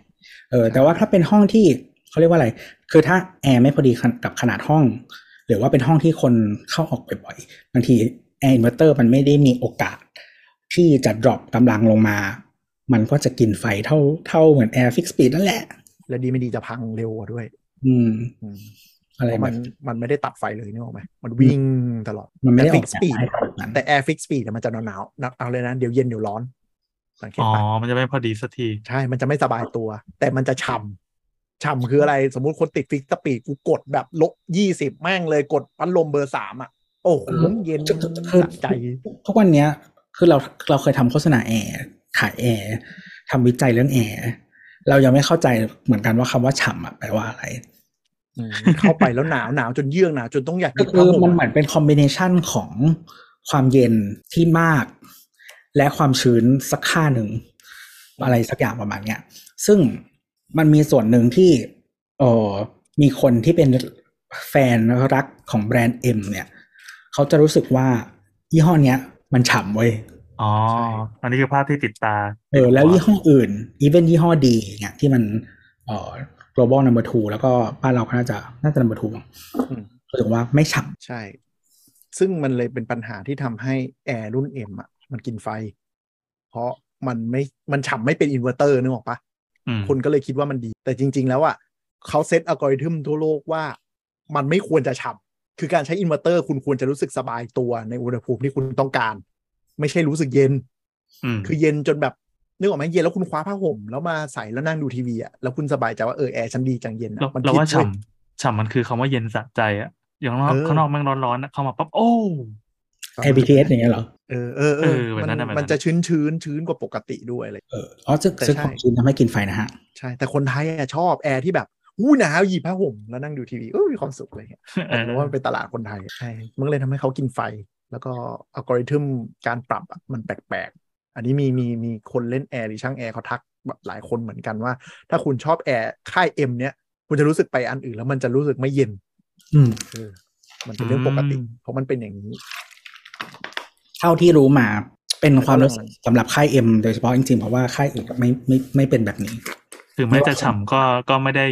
S2: เออแต่ว่าถ้าเป็นห้องที่เขาเรียกว่าอะไร คือถ้าแอร์ไม่พอดีกับขนาดห้อง หรือว่าเป็นห้องที่คนเข้าออกบ่อยๆบางทีแอร์อินเวอร์เตอร์มันไม่ได้มีโอกาส ที่จะ drop กำลังลงมา มันก็จะกินไฟเท่าเท่าเหมือนแอร์ฟิกสปีดนั่นแหละ
S4: และดีไม่ดีจะพังเร็วกว่าด้วย
S2: อืม
S4: อืม
S2: อะไร
S4: เพราะ
S2: แบ
S4: มัน
S2: บ
S4: มันไม่ได้ตัดไฟเลยนี่หรอกไหมมันวิ่งตลอด
S2: มันไม่ได้อ
S4: แต่
S2: อกแบบ
S4: fixed speed
S2: ให้ขนาดนั้น
S4: แต่แอร์ฟิกสปีดมันจะหนาวหนาวๆเอาเลยนะ เดี๋ยวเย็นเดี๋ยวร้อน สังเกต
S3: อ๋อ
S4: ปะ
S3: มันจะไม่พอดีสักที
S4: ใช่ มันจะไม่สบายตัว แต่มันจะฉ่ำฉ่ำคืออะไรสมมุติคนติดฟิกสปีดกูกดแบบลบยี่สิบแม่งเลยกดพัดลมเบอร์สามอ่ะ โอ้โหเย็น
S2: คือ
S4: สะใจ
S2: ทุกวันเนี้ย คือเราเราเคยทำโฆษณาแอร์ขายแอร์ทำวิจัยเรื่องแอร์เรายังไม่เข้าใจเหมือนกันว่าคำว่าฉ่ำอะแปลว่าอะไร
S4: อืมเข้าไปแล้วหน (laughs) าวหนาวจนเยือกหนาวจนต้องอยากห
S2: ก็
S4: ยิบ
S2: คื
S4: ผ้า
S2: อ
S4: ห่
S2: มั
S4: ม
S2: นเหมือนเป็นคอมบิเนชันของความเย็นที่มาก และความชื้นสักค่าหนึ่ง อะไรสักอย่างประมาณเนี้ยซึ่งมันมีส่วนหนึ่งที่เออมีคนที่เป็นแฟนรักของแบรนด์เอ็มเนี่ย เขาจะรู้สึกว่ายี่ห้อเนี้ย มันฉ่ำเว้ย
S3: อ๋อ อันนี้คือภาพที่ติดตา
S2: เออแล้วยี่ห้ออื่น อีเวนยี่ห้อดีเนี่ยที่มันเอ่อ global number two แล้วก็บ้านเราก็น่าจะน่าจะ number two มั้งรู้สึกว่าไม่ฉ่
S4: ใช่ ซึ่งมันเลยเป็นปัญหาที่ทำให้แอร์รุ่นเอ็มอ่ะ มันกินไฟ เพราะมันไม่มันฉ่ำไม่เป็นอินเวอร์เตอร์นึกออกปะ
S3: อืม
S4: คนก็เลยคิดว่ามันดี แต่จริง ๆ แล้วอ่ะเขาเซตอัลกอริทึมทั่วโลกว่า มันไม่ควรจะฉ่ำคือการใช้อินเวอร์เตอร์คุณควรจะรู้สึกสบายตัวในอุณหภูมิที่คุณต้องการ ไม่ใช่รู้สึกเย็น
S3: อืม
S4: คือเย็นจนแบบนึกออกไหมเย็นแล้วคุณคว้าผ้าห่มแล้วมาใส่แล้วนั่งดูทีวีอ่ะแล้วคุณสบายใจว่าเออแอร์ฉันดีจังเย็นอะ
S3: เรา
S4: มัน
S3: เรา
S4: คิด
S3: ว่า
S4: เว้ย
S3: ฉ่ำฉ่ำมันคือคำว่าเย็นสะใจอะอย่างนอก
S4: เออ
S3: ข้างนอกแม่งร้อนๆนะเข้ามาปั๊บโอ้
S2: ำ ABTS อย่างเงี้ยเหรอ
S4: เออเออเอ
S3: เอ
S4: อ
S3: อแบบ
S4: มั
S3: นั้น
S4: น
S3: น่ะแบบนั้น
S4: มันจะชื้นชื้นชื้นกว่าปกติด้วยอะไร
S2: เอออ๋อซึ่ง
S4: แต่
S2: ซึ่ง
S4: ใช่
S2: ของจีนทำให้กินไฟนะฮะ
S4: ใช่ แต่คนไทยอะชอบแอร์ที่แบบอู้หนาวหยิบผ้าห่มแล้วนั่งดูทีวีเออมีความสุขอะไรอย่างเงี้ย
S3: เออ
S4: เพราะว่ามันเป็นตลาดคนไทยใช่มันก็เลยทำให้เขากินไฟ แล้วก็อัลกอริทึมการปรับอะมันแปลกๆ อันนี้มีมีมีคนเล่นแอร์หรือช่างแอร์เขาทักแบบหลายคนเหมือนกันว่า ถ้าคุณชอบแอร์ค่ายเอ็มเนี้ยคุณจะรู้สึกไปอันอื่นแล้วมันจะรู้สึกไม่เย็น
S2: อืม
S4: เออมันเป็นเรื่องปกติ เพราะมันเป็นอย่างนี้
S2: เท่าที่รู้มาเป็นความ
S4: แล้วก็
S2: รู้สึกสำหรับค่ายเอ็มโดยเฉพาะจริงๆ เพราะว่าค่ายอื่นไม่ไม่ไม่เป็นแบบนี้
S3: ถึงแม้จะฉ่ำก็ก็ไม่ได้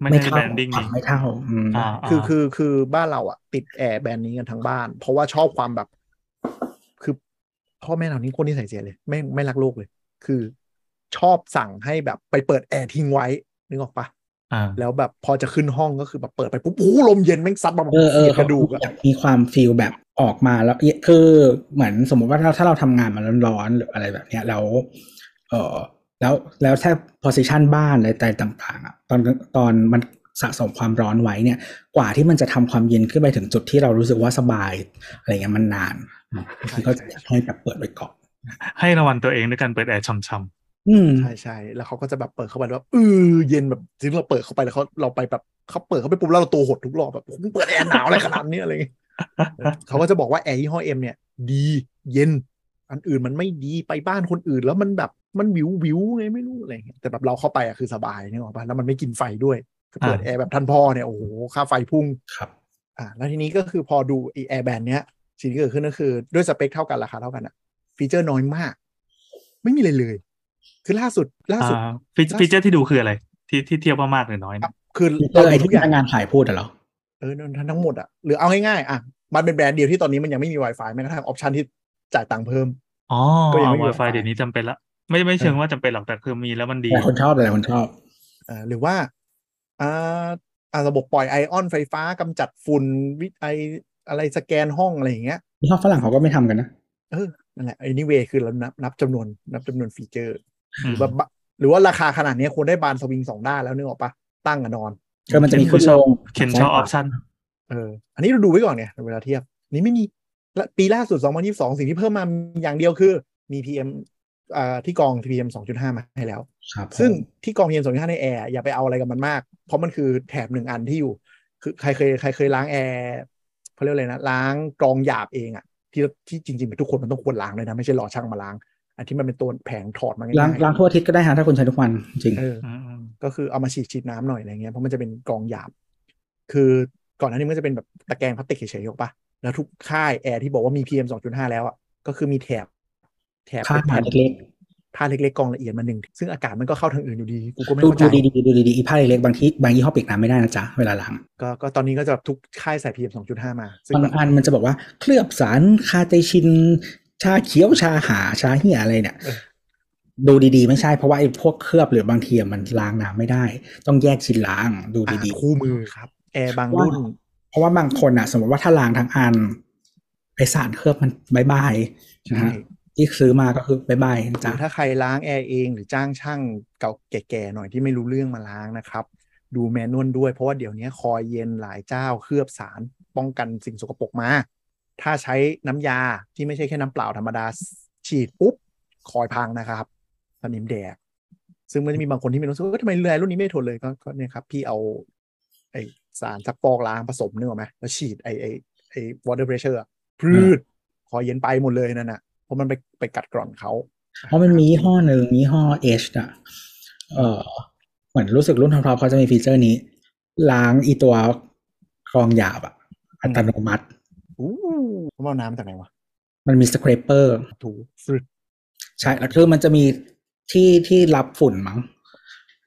S3: ไม่
S2: ไม่
S3: ได้
S2: เท่า
S3: แบรนดิ้งนี้
S2: ไม่เท่าอืม
S3: อ่า
S4: คือ
S3: อ่า
S4: คือคือบ้านเราอะติดแอร์แบรนด์นี้กันทั้งบ้าน เพราะว่าชอบความแบบ คือพ่อแม่เรานี่คนที่ใส่เสียเลย ไม่ไม่รักโลกเลย คือชอบสั่งให้แบบไปเปิดแอร์ทิ้งไว้นึกออกปะ
S3: อ่า
S4: แล้วแบบพอจะขึ้นห้องก็คือแบบเปิดไปปุ๊บโอ้โหลมเย็นแม่งซัดมาแบบ
S2: เออเออ
S4: เสียดก
S2: เขา
S4: ระดูกอะ
S2: อยากมีความฟีลแบบออกมาแล้วคือเหมือนสมมุติว่าถ้าถ้าเราทำงานมาร้อนๆหรืออะไรแบบเนี้ยแล้วเออแล้วแล้วถ้า position บ้านอะไรต่างๆอะตอนตอนมันสะสมความร้อนไว้เนี่ย กว่าที่มันจะทำความเย็นขึ้นไปถึงจุดที่เรารู้สึกว่าสบายอะไรเงี้ยมันนานมันก็จะอยากให้แบบเปิดไว้ก่อน
S3: ให้รางวัลตัวเองด้วยการเปิดแอร์ช่ำ
S2: อืม
S4: ใช่ใช่แล้วเขาก็จะแบบเปิดเข้าไปแล้วแบบเออเย็นแบบจริงเราเปิดเข้าไปแล้วเขาเราไปแบบเขาเปิดเข้าไปปุ๊บแล้วเราตัวหดทุกรอบแบบมึงเปิดแอร์หนาวอะไรขนาดนี้อะ
S2: (laughs)
S4: ไรอย่างเงี้ยเออเขาก็จะบอกว่าแอร์ยี่ห้อเอ็มเนี่ย ดีเย็น อันอื่นมันไม่ดีไปบ้านคนอื่นแล้วมันแบบมันวิววิวไงไม่รู้อะไรอย่างเงี้ยแต่แบบเราเข้าไปอะคือสบายนึกออกปะแล้วมันไม่กินไฟด้วยคือเปิดแอร์แบบท่านพ่อเนี่ยโอ้โหค่าไฟพุ่ง
S2: ครับ
S4: อ่าแล้วทีนี้ก็คือพอดูไอแอร์แบนเนี้ยสิ่งที่เกิดขึ้นก็คือด้วยสเปคเท่ากันราคาเท่ากันอะฟีเจอร์น้อยมาก ไม่มีเลยเลย คือล่าสุด
S3: ๆ
S4: ล่าสุด
S3: อ่าฟี
S4: ล่าสุด
S3: ฟีเจอร์ที่ดูคืออะไร ที่ที่เทียบว่ามากหรือน้อยนะ
S4: คือ
S2: เอ
S4: เรา
S2: อไอ
S4: ดูทุ
S2: ที่
S4: กอย่าง
S2: พนักงานขายพูดอะเหรอ
S4: เออทั้งทั้งหมดอะหรือเอาง่ายๆอ่ะมันเป็นแบรนด์เดียวที่ตอนนี้มันยังไม่มี Wi-Fi แม้กระทั่งออปชันที่จ่ายตังค์เพิ่ม
S3: อ๋อ
S4: ก็ยังไม่มี
S3: ไวไฟ
S4: Wi-Fi
S3: เดี๋ยวนี้จำเป็นละ ไม่ไม่เชิงว่าจำเป็นหรอกแต่คือมีแล้วมันดี
S2: หลายคนชอบหลายคนชอบ
S4: อ่าหรือว่าอ่าอ่าระบบปล่อยไอออนไฟฟ้ากำจัดฝุ่นวิไออะไรสแกนห้องอะไรอย่างเงี้ย
S2: ที่ชอบฝรั่งเขาก็ไม่ทำกันนะ
S4: นั่นแหละ anyway คือเรานับนับจำนวนนับจำนวนฟีเจอร์
S3: อืม
S4: หรือว่าบะหรือว่าราคาขนาดเนี้ยควรได้บานสวิงสองด้านแล้วนึกออกปะตั้งกับนอน
S2: ก็มันจะมี
S3: เค
S2: ขึ้
S3: น
S2: น
S3: ช
S2: ล
S3: อบ
S2: ง
S3: เคนชอบออปชั่น
S4: เออ อันนี้เราดูไว้ก่อนเนี่ยเวลาเทียบ นี่ไม่มีและปีล่าสุด 2022 สิ่งที่เพิ่มมาอย่างเดียวคือ มี PM อ่าที่กอง PM 2.5 มาให้แล้ว
S2: ครับ
S4: ซึ่งที่กอง PM 2.5 ในแอร์ อย่าไปเอาอะไรกับมันมาก เพราะมันคือแถบหนึ่งอันที่อยู่ คือใครเคยใครเคยล้างแอร์เขาเรียกอะไรนะ ล้างกรองหยาบเองอะที่ที่จริงๆทุกคนมันต้องควรล้างเลยนะไม่ใช่รอช่างมาล้าง อันที่มันเป็นตัวแผงถอดมาง่ายๆ
S2: ล้างล้างทั่วอาทิตย์ก็ได้ฮะถ้าคุณใช้ทุกวันจริง
S4: เอออ
S3: ม
S4: ก็คือเอามาฉีดฉีดน้ำหน่อยอะไรเงี้ยเพราะมันจะเป็นกรองหยาบ คือก่อนหน้านี้มันจะเป็นแบบตะแกรงพลาสติกเฉยๆหรอกปะแล้วทุกค่ายแอร์ที่บอกว่ามี PM 2.5 แล้วอ่ะก็คือมีแถบ แถบ
S2: ผ้า
S4: เป็น
S2: ผ่า
S4: ผ้าน
S2: เล็ก
S4: ผ้าเล็กๆกรองละเอียดมาหนึ่งซึ่งอากาศมันก็เข้าทางอื่นอยู่ดี กูก็
S2: ๆ
S4: ไม่
S2: ดู
S4: เข้าใจ
S2: ดูดีๆดูดีๆอีผ้าเล็กๆบางที่บางยี่ห้อเปียกน้ำไม่ได้นะจ๊ะเวลาล้าง
S4: ก็ก็ตอนนี้ก็จะแบบทุกค่ายใส่ PM 2.5 มา ซึ่ง
S2: บาง
S4: แบบ
S2: อันมันจะบอกว่าเคลือบสารคาเตชิน ชาเขียวชาหาชาเหียอะไรเนี่ย ดูดีๆ ไม่ใช่เพราะว่าไอ้พวกเคลือบหรือบางทีอะมันล้างน้ำไม่ได้ ต้องแยกชิ้นล้างดู
S4: อ่า
S2: ดี
S4: คู่มือครับ แอร์บาง
S2: ๆว่า
S4: รุ่น
S2: เพราะว่าบางคนอ่ะ สมมติว่าถ้าล้างทั้งอันไอสารเคลือบมันบายบายนะฮะที่ซื้อมาก็คือบายบายนะ
S4: หรื
S2: จ้ะ
S4: อถ้าใครล้างแอร์เอง หรือจ้างช่างเก่าแก่ๆหน่อยที่ไม่รู้เรื่องมาล้างนะครับ ดูแมนนวลด้วยเพราะว่าเดี๋ยวนี้คอยเย็นหลายเจ้าเคลือบสารป้องกันสิ่งสกปรกมา ถ้าใช้น้ำยาที่ไม่ใช่แค่น้ำเปล่าธรรมดา ฉีดปุ๊บ คอยพังนะครับสนิมแดก ซึ่งมันจะมีบางคนที่ไม่รู้สึกว่าเอ้ยทำไมเรือรุ่นนี้ไม่ทนเลยก็ก็เนี่ยครับ พี่เอาไอสารซักฟอกล้างผสมเนื้อไหมแล้วฉีดไอไอไอ water pressure อะพืดคอยเย็นไปหมดเลยนั่นน่ะเพราะมันไปไปกัดกร่อนเขา
S2: เพราะมันมียี่ห้อหนึ่งยี่ห้อเอชอะเออเหมือนรู้สึกรุ่นท็อปๆเขาจะมีฟีเจอร์นี้ ล้างอีตัวกรองหยาบอะอัตโนมัติ
S4: อู้ผมเอาน้ำมาจากไหนวะ
S2: มันมีสครเปอร์
S4: ถูฟรึด
S2: ใช่แล้วคือมันจะมีที่ที่รับฝุ่นมั้ง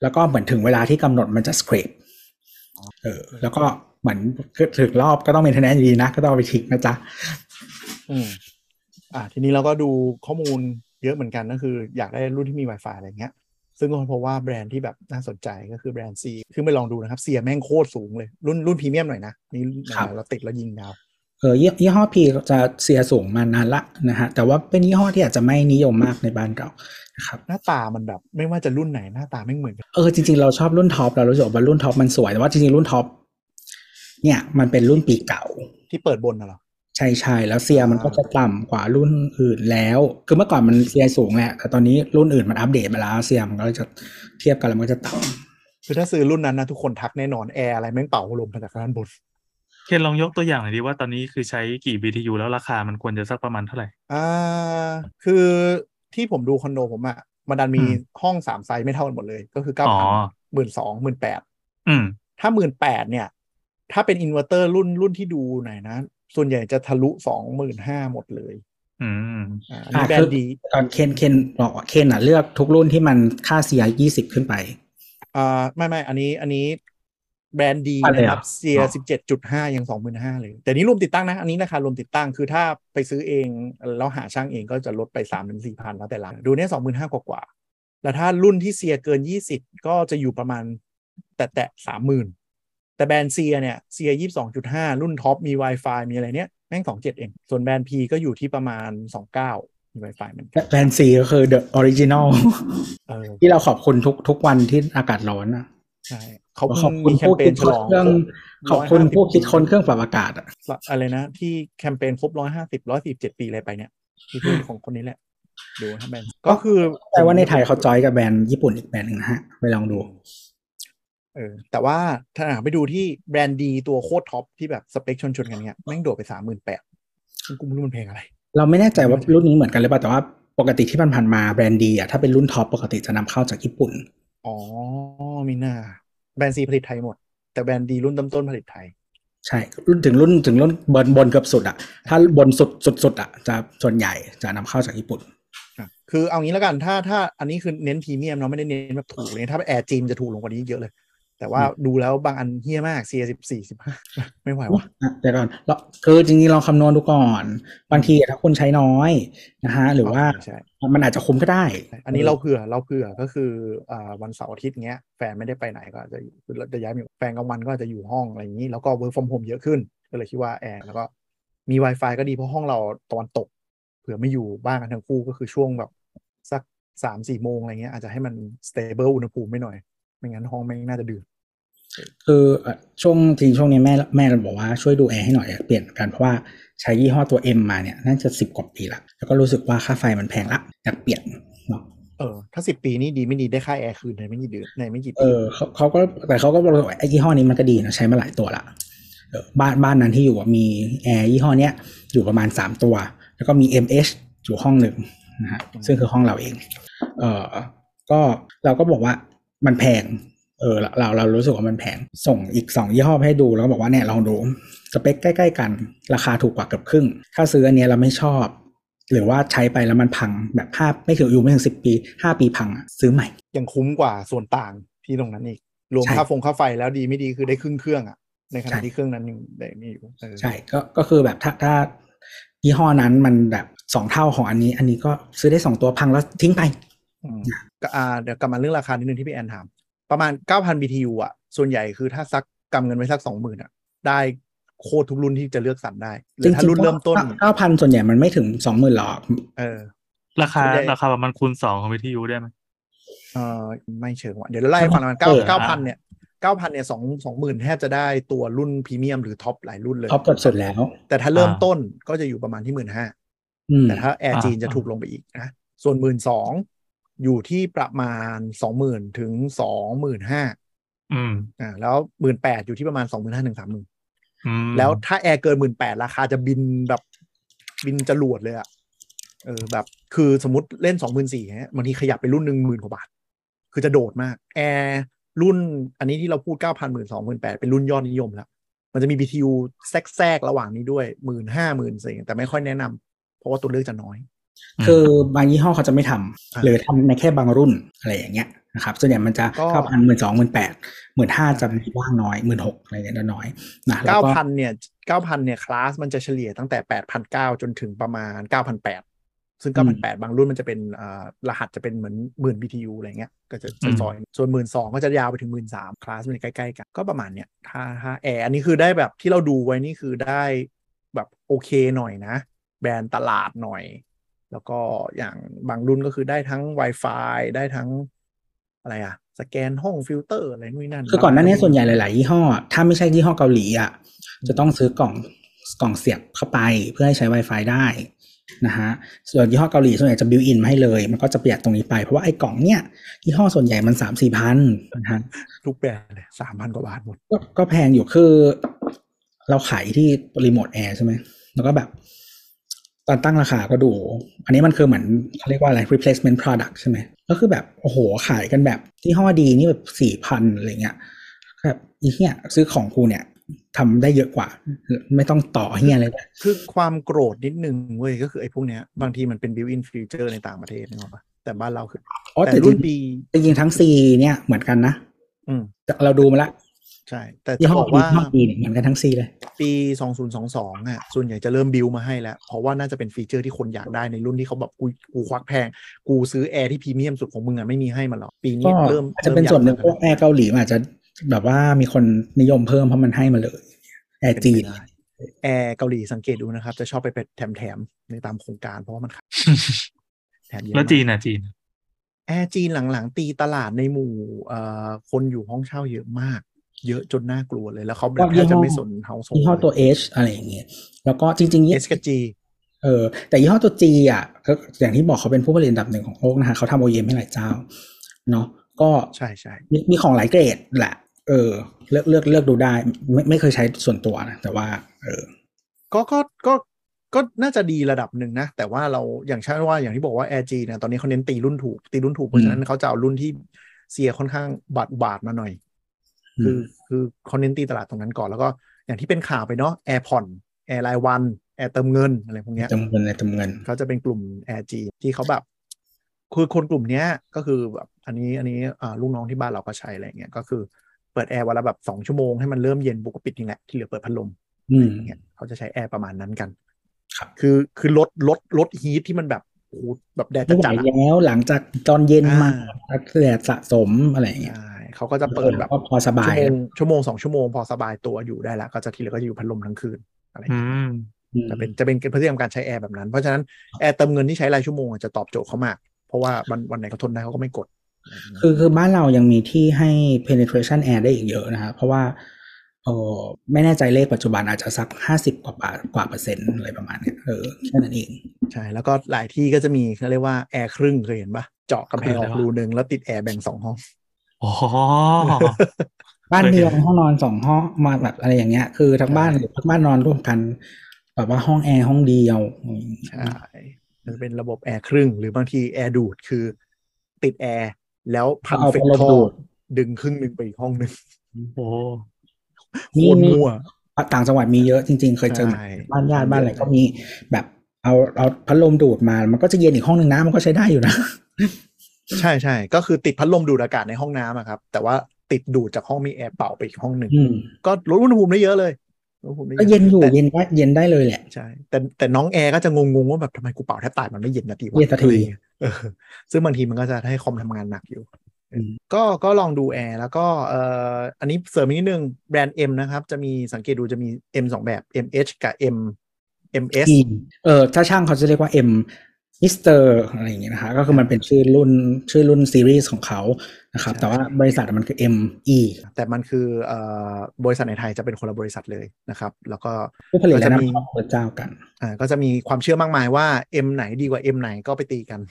S2: แล้วก็เหมือนถึงเวลาที่กำหนดมันจะสครปเออ แล้วก็เหมือนคือถึงรอบก็ต้องเมนเทนแนนดีนะ ก็ต้องเอาไปทิ้งนะจ๊ะ
S4: อืมอ่า ทีนี้เราก็ดูข้อมูลเยอะเหมือนกันก็คือ อยากได้รุ่นที่มี Wi-Fi อะไรเงี้ย ซึ่งก็เพราะว่าแบรนด์ที่แบบน่าสนใจก็คือแบรนด์ซีคือไปลองดูนะครับเซียแม่งโคตรสูงเลย รุ่นรุ่นพรีเมียมหน่อยนะ นี่
S2: ครับ
S4: เราติดแล้วยิงดาว
S2: เออยี่ยี่ห้อพีจะเสียสูงมานานละนะฮะแต่ว่าเป็นยี่ห้อที่อาจจะไม่นิยมมากในบ้านเรานะครับ
S4: หน้าตามันแบบไม่ว่าจะรุ่นไหนหน้าตาแม่งเหมือนกัน
S2: เออจริงๆเราชอบรุ่นท็อปเรารู้สึกว่ารุ่นท็อปมันสวยแต่ว่าจริงๆรุ่นท็อปเนี่ยมันเป็นรุ่นปีเก่า
S4: ที่เปิดบนน่ะเหรอ
S2: ใช่ใช่แล้วเซียมันก็จะต่ำกว่ารุ่นอื่นแล้ว คือเมื่อก่อนมันเซียสูงแหละแต่ตอนนี้รุ่นอื่นมันอัปเดตมาแล้วเซียมันก็จะเทียบกันแล้วมันก็จะต่
S4: คือถ้าซื้อรุ่นนั้นนะทุกคนทักแน่นอนแอร์อะไรแม่งเป่าลมมาจากด้านบน
S3: เคนลองยกตัวอย่างหน่อยดีว่าตอนนี้คือใช้กี่ BTU แล้วราคามันควรจะสักประมาณเท่าไหร่
S4: อ่าคือที่ผมดูคอนโดผมอะมันดันมี
S3: อืม
S4: ห้องสามไซส์ไม่เท่ากันหมดเลยก็คือเก้า
S3: อ๋อ
S4: พันหมื่นสองหมื่นแปด
S3: อืม
S4: ถ้าหมื่นแปดเนี่ย ถ้าเป็นอินเวอร์เตอร์รุ่นรุ่นที่ดูหน่อยนะ ส่วนใหญ่จะทะลุสองหมื่นห้าหมดเลย
S3: อืม
S4: อ่าอั
S2: ำ
S4: นนี้แบรนด์ดี
S2: ตอนเคนเคนบอกว่าเคนอ่ะเลือกทุกรุ่นที่มันค่าเซียยี่สิบขึ้นไป
S4: อ่าไม่ไม่อันนี้อันนี้แบรนด์ดี
S2: อะไร
S4: นะครับ
S2: อ่ะ
S4: เซีย
S2: อ๋อ
S4: สิบเจ็ดจุดห้ายังสองหมื่นห้าเลย แต่นี้รวมติดตั้งนะ อันนี้ราคารวมติดตั้งคือถ้าไปซื้อเองแล้วหาช่างเองก็จะลดไปสามถึงสี่พันแล้วแต่ละดูเนี่ยสองหมื่นห้ากว่ากว่า แล้วถ้ารุ่นที่เซียเกิน 20 ก็จะอยู่ประมาณแต่แต่สามหมื่นแต่แบรนด์เซียเนี่ยเซียยี่สองจุดห้ารุ่นท็อปมี Wi-Fi มีอะไรเนี่ยแม่งสองเจ็ดเอง ส่วนแบรนด์พีก็อยู่ที่ประมาณสองเก้ามี Wi-Fi เหมือนกัน
S2: แบรนด์ซีก็คือ The Original
S4: เออ
S2: ที่เราขอบคุณทุกทุกวันที่อากาศร้อนอ่ะ
S4: ใช่เขา
S2: ขอบคุณ
S4: มีแคม
S2: ผู้
S4: เป
S2: คิ
S4: ญ
S2: ด
S4: ฉ
S2: ค้
S4: ล
S2: น
S4: อง
S2: เครื่องขอบคุณผู้คิดค้นเครื่องปรับอากาศอ่ะ
S4: อะไรนะ ที่แคมเปญครบร้อยห้าสิบร้อยสิบเจ็ดปีอะไรไปเนี่ยที่พูดของคนนี้แหละ ดูนะครับแบรนด์ก็คือ
S2: แต่ว่าในไทยเขาจอยกับแบรนด์ญี่ปุ่นอีกแบรนด์หนึ่งนะฮะ ไปลองดู
S4: เออแต่ว่าถ้าหากไปดูที่แบรนด์ดีตัวโคตรท็อปที่แบบสเปคชนชนๆกันเนี่ยแม่งโดดไปสามหมื่นแปดกูไม่รู้มันเพลงอะไร
S2: เราไม่แน่ใจว่ารุ่นนี้เหมือนกันหรือเปล่าแต่ว่าปกติที่ผ่านๆมาแบรนด์ดีอะถ้าเป็นรุ่นท็อปปกติจะนำเข้าจากญี่ปุ่น
S4: อ๋อมีหน้า แบรนด์ซีผลิตไทยหมด แต่แบรนด์ดีรุ่นต้นต้นๆผลิตไทย
S2: ใช่รุ่นถึงรุ่นถึงรุ่นบนบนเกือบสุดอะถ้าบนสุดสุดสุดอะจะส่วนใหญ่จะนำเข้าจากญี่ปุ่น
S4: ครับคือเอางี้แล้วกันถ้าถ้าอันนี้คือเน้นพรีเมียมเนาะไม่ได้เน้นแบบถูกเลยถ้าแอร์จีนจะถูกลงกว่านี้เยอะเลย แต่ว่าดูแล้วบางอันเฮี้ยมากเซียสิบสี่สิบห้าไม่ไหววะ
S2: อ่ะเดี๋ยวก่อนแล้วคือจริงๆลองคำนวณดูก่อน บางทีถ้าคุณใช้น้อยนะฮะหรือว่า
S4: ใช่
S2: มันอาจจะคุ้มก็ได้
S4: อันนี้เราเผื่อเราเผื่อก็คืออ่าวันเสาร์อาทิตย์เงี้ยแฟนไม่ได้ไปไหนก็อาจจะอยู่จะย้ายมาอยู่แฟนกลางวันก็อาจจะอยู่ห้องอะไรอย่างนี้ แล้วก็ work from home เยอะขึ้น ก็เลยคิดว่าแอร์แล้วก็มี Wi-Fi ก็ดีเพราะห้องเราตอนตก เผื่อไม่อยู่บ้านกันทั้งคู่ก็คือช่วงแบบสักสามสี่โมงอะไรเงี้ยอาจจะให้มัน stable อุณหภูมิไม่หน่อย ไม่งั้นห้องแม่งน่าจะเดือด
S2: คือเอ่อช่วงจริงช่วงนี้แม่แม่เราบอกว่าช่วยดูแอร์ให้หน่อยอยากเปลี่ยนเหมือนกันเพราะว่าใช้ยี่ห้อตัว M มาเนี่ยน่าจะสิบกว่าปีละแล้วก็รู้สึกว่าค่าไฟมันแพงละอยากเปลี่ยนเนาะ
S4: เออถ้าสิบปีนี่ดีไม่ดีได้ค่าแอร์คืนในไม่กี่เดือนในไม่กี่
S2: เอ
S4: ปี
S2: อเขาเขาก็แต่เขาก็บอกว่าไอ้ยี่ห้อนี้มันก็ดีนะใช้มาหลายตัวละเออบ้านบ้านนั้นที่อยู่อะมีแอร์ยี่ห้อเนี้ยอยู่ประมาณสามตัว แล้วก็มี MH อยู่ห้องหนึ่งนะฮะซึ่งคือห้องเราเอง เออก็เราก็บอกว่ามันแพง เออเราเราเรารู้สึกว่ามันแพง ส่งอีก 2 ยี่ห้อให้ดูแล้วก็บอกว่าเนี่ยลองดูสเปคใกล้ ๆ กัน ราคาถูกกว่าเกือบครึ่ง ถ้าซื้ออันเนี้ยเราไม่ชอบ หรือว่าใช้ไปแล้วมันพังแบบห้าไม่ถึงอยู่ไม่ถึงสิปี 5 ปีพังอะซื้อใหม่
S4: ยังคุ้มกว่าส่วนต่างที่ตรงนั้นอีกรวม
S2: ใช่
S4: ค่าฟงค่าไฟแล้วดีไม่ดีคือได้ครึ่งเครื่องอะในขณะ
S2: ใช่
S4: ที่เครื่องนั้นยังได้ไม่อยู่เออ
S2: ใช่ก็ก็คือแบบถ้าถ้ายี่ห้อนั้นมันแบบสองเท่าของอันนี้ อันนี้ก็ซื้อได้สองตัวพังแล้วทิ้งไป
S4: อืมก็อ่าเดี๋ยวกลับมาเรื่องราคานิดนึงที่พี่แอนถาม ประมาณ 9,000 BTU อ่ะ ส่วนใหญ่คือถ้าซักกำเงินไว้สัก 20,000อ่ะ ได้โคตรทุกรุ่นที่จะเลือกสรรได้หรือถ้ารุ่นเริ่มต้น
S2: เก้าพันส่วนใหญ่มันไม่ถึงสองหมื่นหรอก
S4: เออ
S3: ราคา
S4: ส่วนใหญ่
S3: ราคาประมาณคูณสองของวิทยุได้ไหม
S4: เออไม่เชิงว่ะเดี๋ยวเราไล่ให้ฟังแล้วกันเก้า
S2: เออ
S4: เก้าพั
S3: อ่ะ
S4: นเนี่ยเก้าพันเนี่ยสองสองหมื่นแทบจะได้ตัวรุ่นพรีเมียมหรือท็อปหลายรุ่นเลย
S2: ท็อปเกือบสุดแล้ว
S4: แต่ถ้าเริ่มต้นก็จะอยู่ประมาณที่หมื่นห้า
S2: อืม
S4: แต่ถ้าแอร์
S3: อ่า
S4: จีนจะ
S3: อ่า
S4: ถูกลงไปอีกนะ ส่วนหมื่นสองอยู่ที่ประมาณสองหมื่นถึงสองหมื่นห้า
S3: อืม
S4: อ่าแล้วหมื่นแปดอยู่ที่ประมาณสองหมื่นห้าถึงสามหมื่น
S3: อืม
S4: แล้วถ้าแอร์เกินหมื่นแปดราคาจะบินแบบบินจรวดเลยอะเออแบบคือสมมติเล่นสองหมื่นสี่ฮะบางทีขยับไปรุ่นหนึ่งหมื่นกว่าบาท คือจะโดดมาก แอร์รุ่นอันนี้ที่เราพูดเก้าพันหมื่นสองหมื่นแปดเป็นรุ่นยอดนิยมแล้ว มันจะมี BTU แทรกๆระหว่างนี้ด้วยหมื่นห้าหมื่นสี่แต่ไม่ค่อยแนะนำเพราะว่าตัวเลือกจะน้อย
S2: คือบางยี่ห้อเขาจะไม่ทำ
S4: อ่า
S2: หรือทำในแค่บางรุ่นอะไรอย่างเงี้ยนะครับส่วนใหญ่มันจะ
S4: ก็
S2: เก้าพันหมื่นสองหมื่นแปดหมื่นห้าจะมีบ้างน้อยหมื่นหกอะไรเงี้ยน้อยๆนะแล้ว
S4: เก้า
S2: ก็
S4: พันเนี่ยเก้าพันเนี่ย คลาสมันจะเฉลี่ยตั้งแต่แปดพันเก้าจนถึงประมาณเก้าพันแปดซึ่ง
S2: อื
S4: เก้าพั
S2: ม
S4: นแปดบางรุ่นมันจะเป็นอ่ารหัสจะเป็นเหมือนหมื่น BTU อะไรเงี้ย ก็จะจะซอย ส่วนหมื่นสองก็จะยาวไปถึงหมื่นสามคลาสมันใกล้ๆกัน ก็ประมาณเนี่ยถ้าถ้าแอร์อันนี้คือได้แบบที่เราดูไว้นี่คือได้แบบโอเคหน่อยนะ แบรนด์ตลาดหน่อย แล้วก็อย่างบางรุ่นก็คือได้ทั้ง Wi-Fi ได้ทั้งอะไรอะสแกนห้องฟิลเตอร์อะไรนู่นนนั่น
S2: คือก่อนหน้านี้ส่วนใหญ่หลาย ๆ ยี่ห้อ ถ้าไม่ใช่ยี่ห้อเกาหลีอ่ะจะต้องซื้อกล่องกล่องเสียบเข้าไปเพื่อให้ใช้ Wi-Fi ได้นะฮะส่วนยี่ห้อเกาหลีส่วนใหญ่จะบิวอินมาให้เลย มันก็จะประหยัดตรงนี้ไป เพราะว่าไอ้กล่องเนี้ยยี่ห้อส่วนใหญ่มันสามสี่พันนะฮะ
S4: ทุกแบรนด์เลยสามพันกว่าบาทหมด
S2: ก็ก็แพงอยู่คือ เราขายที่รีโมทแอร์ใช่ไหมแล้วก็แบบ ตอนตั้งราคาก็ดู อันนี้มันคือเหมือนเขาเรียกว่าอะไร replacement product ใช่ไหมก็คือแบบ โอ้โห ขายกันแบบที่ห้อดีนี่แบบสี่พันอะไรเงี้ยแบบอีเหี้ยซื้อของกูเนี่ยทำได้เยอะกว่า ไม่ต้องต่อเหี้ยอะไรเลย
S4: คือความโกรธนิดนึงเว้ย ก็คือไอ้พวกเนี้ย บางทีมันเป็น built in feature ในต่างประเทศนึกออกปะแต่บ้านเราคือ
S2: อ๋อ
S4: แต่
S2: แต่
S4: รุ่
S2: รุ่
S4: น
S2: น
S4: ปี
S2: จริงๆทั้งซีเนี่ยเหมือนกันนะ
S4: อืม
S2: แต่เราดูมาละ
S4: ใช่ แต่
S2: ยี่
S4: จะ
S2: ห้อบบอก
S4: ว่า
S2: ยี่ห้อดีเนี่ยเหมือนกันทั้งซีเลย
S4: ปี 2022อ่ะส่วนใหญ่จะเริ่มบิวมาให้แล้ว เพราะว่าน่าจะเป็นฟีเจอร์ที่คนอยากได้ในรุ่นที่เขาแบบกูกูควักแพง กูซื้อแอร์ที่พรีเมียมสุดของมึงอ่ะไม่มีให้มันหรอก ปีนี้
S2: ก็
S4: เริ่ม
S2: อาจจะเป็นส่วนหนึ่งพ
S4: เริ่
S2: วก
S4: ม
S2: แอร์เกาหลีมันอาจจะแบบว่ามีคนนิยมเพิ่มเพราะมันให้มาเลยแอ
S4: อยาก
S2: ร์
S4: ได้
S2: จีน
S4: แอร์เกาหลีสังเกตดูนะครับ จะชอบไปเป็นแถมๆในตามโครงการเพราะว่ามัน
S3: (laughs)
S4: ขายแถมเยอะ
S3: แล้ว
S4: มาก
S3: จีนอ่ะจีน
S4: แอร์จีนหลังๆ ตีตลาดในหมู่เอ่อคนอยู่ห้องเช่าเยอะมาก เยอะจนน่ากลัวเลยแล้วเขาแบบ
S2: ก็
S4: แท
S2: ยี่ห้อ
S4: บจะไม่สนเฮาโซ
S2: ยี่ห้อตัว H อะไรอย่างเงี้ยแล้วก็จริงๆ
S4: เอ
S2: ยี่
S4: สกจี
S2: เออแต่ยี่ห้อตัวจีอ่ะก็อย่างที่บอกเขาเป็นผู้ผลิตอันดับหนึ่งของโลกนะฮะเขาทำ OEM ให้หลายเจ้าเนาะก็
S4: ใช่ใช่
S2: มีมีของหลายเกรดแหละ เออ เลือกเลือกเลือกดูได้ ไม่ไม่เคยใช้ส่วนตัวนะแต่ว่า เออ
S4: ก็ก็ก็ก็น่าจะดีระดับหนึ่งนะ แต่ว่าเราอย่างเช่นว่าอย่างที่บอกว่าแอร์จีเนี่ยตอนนี้เขาเน้นตีรุ่นถูก ตีรุ่นถูก เพราะฉะนั้นเขาจะเอารุ่นที่เสียค่อนข้างบาดบาดมาหน่อย คือคือเขาเน้นตีตลาดตรงนั้นก่อนแล้วก็อย่างที่เป็นข่าวไปเนาะแอร์ผ่อนแอร์รายวันแอร์เติมเงินอะไรพวกเนี้ย
S2: จำเงินในจำเงิน
S4: เขาจะเป็นกลุ่ม AirG ที่เขาแบบคือคนกลุ่มเนี้ยก็คือแบบอันนี้อันนี้อ่าลูกน้องที่บ้านเราก็ใช้อะไรอย่างเงี้ยก็คือเปิดแอร์วันละแบบสองชั่วโมงให้มันเริ่มเย็นบุกก็ปิดนี่แหละที่เหลือเปิดพัดลม
S2: อืม
S4: อย่างเงี้ยเขาจะใช้แอร์ประมาณนั้นกัน
S2: ครับ
S4: คือคือลดลดลดฮีทที่มันแบบโอ้โหแบบแดด
S2: ไม่ไหว
S4: จัดๆอะ
S2: แล้วหลังจากตอนเย็นมา
S4: อ่
S2: แดดสะสมอะไรอย่างเงี้ย
S4: ใช่เขาก็จะเปิดแบบ
S2: ก็พอสบา
S4: ชั่วย โมงชั่วโมงสองชั่วโมงพอสบายตัวอยู่ได้แล้ว ก็จะที่เหลือก็จะอยู่พัดลมทั้งคืนอะไรอ
S3: อ
S4: ย่าง
S3: ื
S4: เงี้ย
S3: ม
S2: อืม
S4: จะเป็นจะเป็นพฤติกรรมการใช้แอร์แบบนั้นเพราะฉะนั้นแอร์เติมเงินที่ใช้รายชั่วโมงอะจะตอบโจทย์เขามากเพราะว่าวันวันไหนเขาทนได้เขาก็ไม่กด
S2: คือคือบ้านเรายังมีที่ให้ penetration air ได้อีกเยอะนะฮะเพราะว่าเออไม่แน่ใจเลขปัจจุบันอาจจะสักห้าสิบกว่าบาทกว่าเปอร์เซ็นต์อะไรประมาณเนี้ยเออแค่นั้นเอง
S4: ใช่ แล้วก็หลายที่ก็จะมีเขาเรียกว่าแอร์ครึ่งเคยเห็นปะเจาะกำแพงออกรูหนึ่งแล้วติดแอร์แบ่งสองห้อง
S3: อ๋อ
S2: บ้าน
S3: เคยเห็น
S2: เดียวห้องนอนสองห้องมาแบบอะไรอย่างเงี้ย คือทั้งบ้าน
S4: ใช่
S2: หรือทั้งบ้านนอนร่วมกัน แบบว่าห้องแอร์ห้องเดียวอืม
S4: ใช่มันเป็นระบบแอร์ครึ่ง หรือบางทีแอร์ดูดคือ ติดแอร์แล้วพัน
S2: เอา
S4: เฟ
S2: ไป
S4: ก
S2: ลม
S4: ท่อ
S2: ดูด
S4: ดึงครึ่งหนึ่งไปอีกห้องหนึ่ง
S3: โอ้
S4: โคตรมั่ว
S2: ต่างจังหวัดมีเยอะจริง ๆ เคยเจอ
S4: ใช่
S2: บ้านญาติบ้านอะไรก็มีแบบเอาเอาพัดลมดูดมา มันก็จะเย็นอีกห้องหนึ่งนะมันก็ใช้ได้อยู่นะ
S4: ใช่ใช่ก็คือติดพัดลมดูดอากาศในห้องน้ำอะครับ แต่ว่าติดดูดจากห้องมีแอร์เป่าไปอีกห้องหนึ่ง
S2: อืม
S4: ก็ลดอุณหภูมิได้เยอะเลย แล้วผมได้
S2: ก็
S4: ยิน
S2: เย็นอยู่
S4: แต่
S2: เย็นได้เย็นได้เลยแหละ
S4: ใช่แต่แต่น้องแอร์ก็จะงงๆว่าแบบทำไมกูเป่าแทบตายมันไม่เย็นนาทีวะ
S2: เย็นนาที
S4: อะไรเงี้ยเออซึ่งบางทีมันก็จะให้คอมทำงานหนักอยู่ ก็ก็ลองดูแอร์แล้วก็เอ่ออันนี้เสริมอีกนิดนึงแบรนด์ M นะครับ จะมีสังเกตดูจะมี M สองแบบ MH กับ M MS
S2: อืมเออถ้าช่างเขาจะเรียกว่า M มิสเตอร์อะไรอย่างเงี้ยนะคะก็คือมันเป็นชื่อรุ่นชื่อรุ่นซีรีส์ของเขานะครับ
S4: ใช่
S2: แต่ว่าบริษัทมันคือ ME
S4: แต่มันคือเอ่อบริษัทในไทยจะเป็นคนละบริษัทเลยนะครับ แล้วก็
S2: ผู้ผลิต
S4: ก็
S2: และ
S4: จะ
S2: นัก
S4: มี
S2: วิเคราะห์เจ้ากัน
S4: อ่าก็จะมีความเชื่อมากมายว่า M ไหนดีกว่า M ไหนก็ไปตีกัน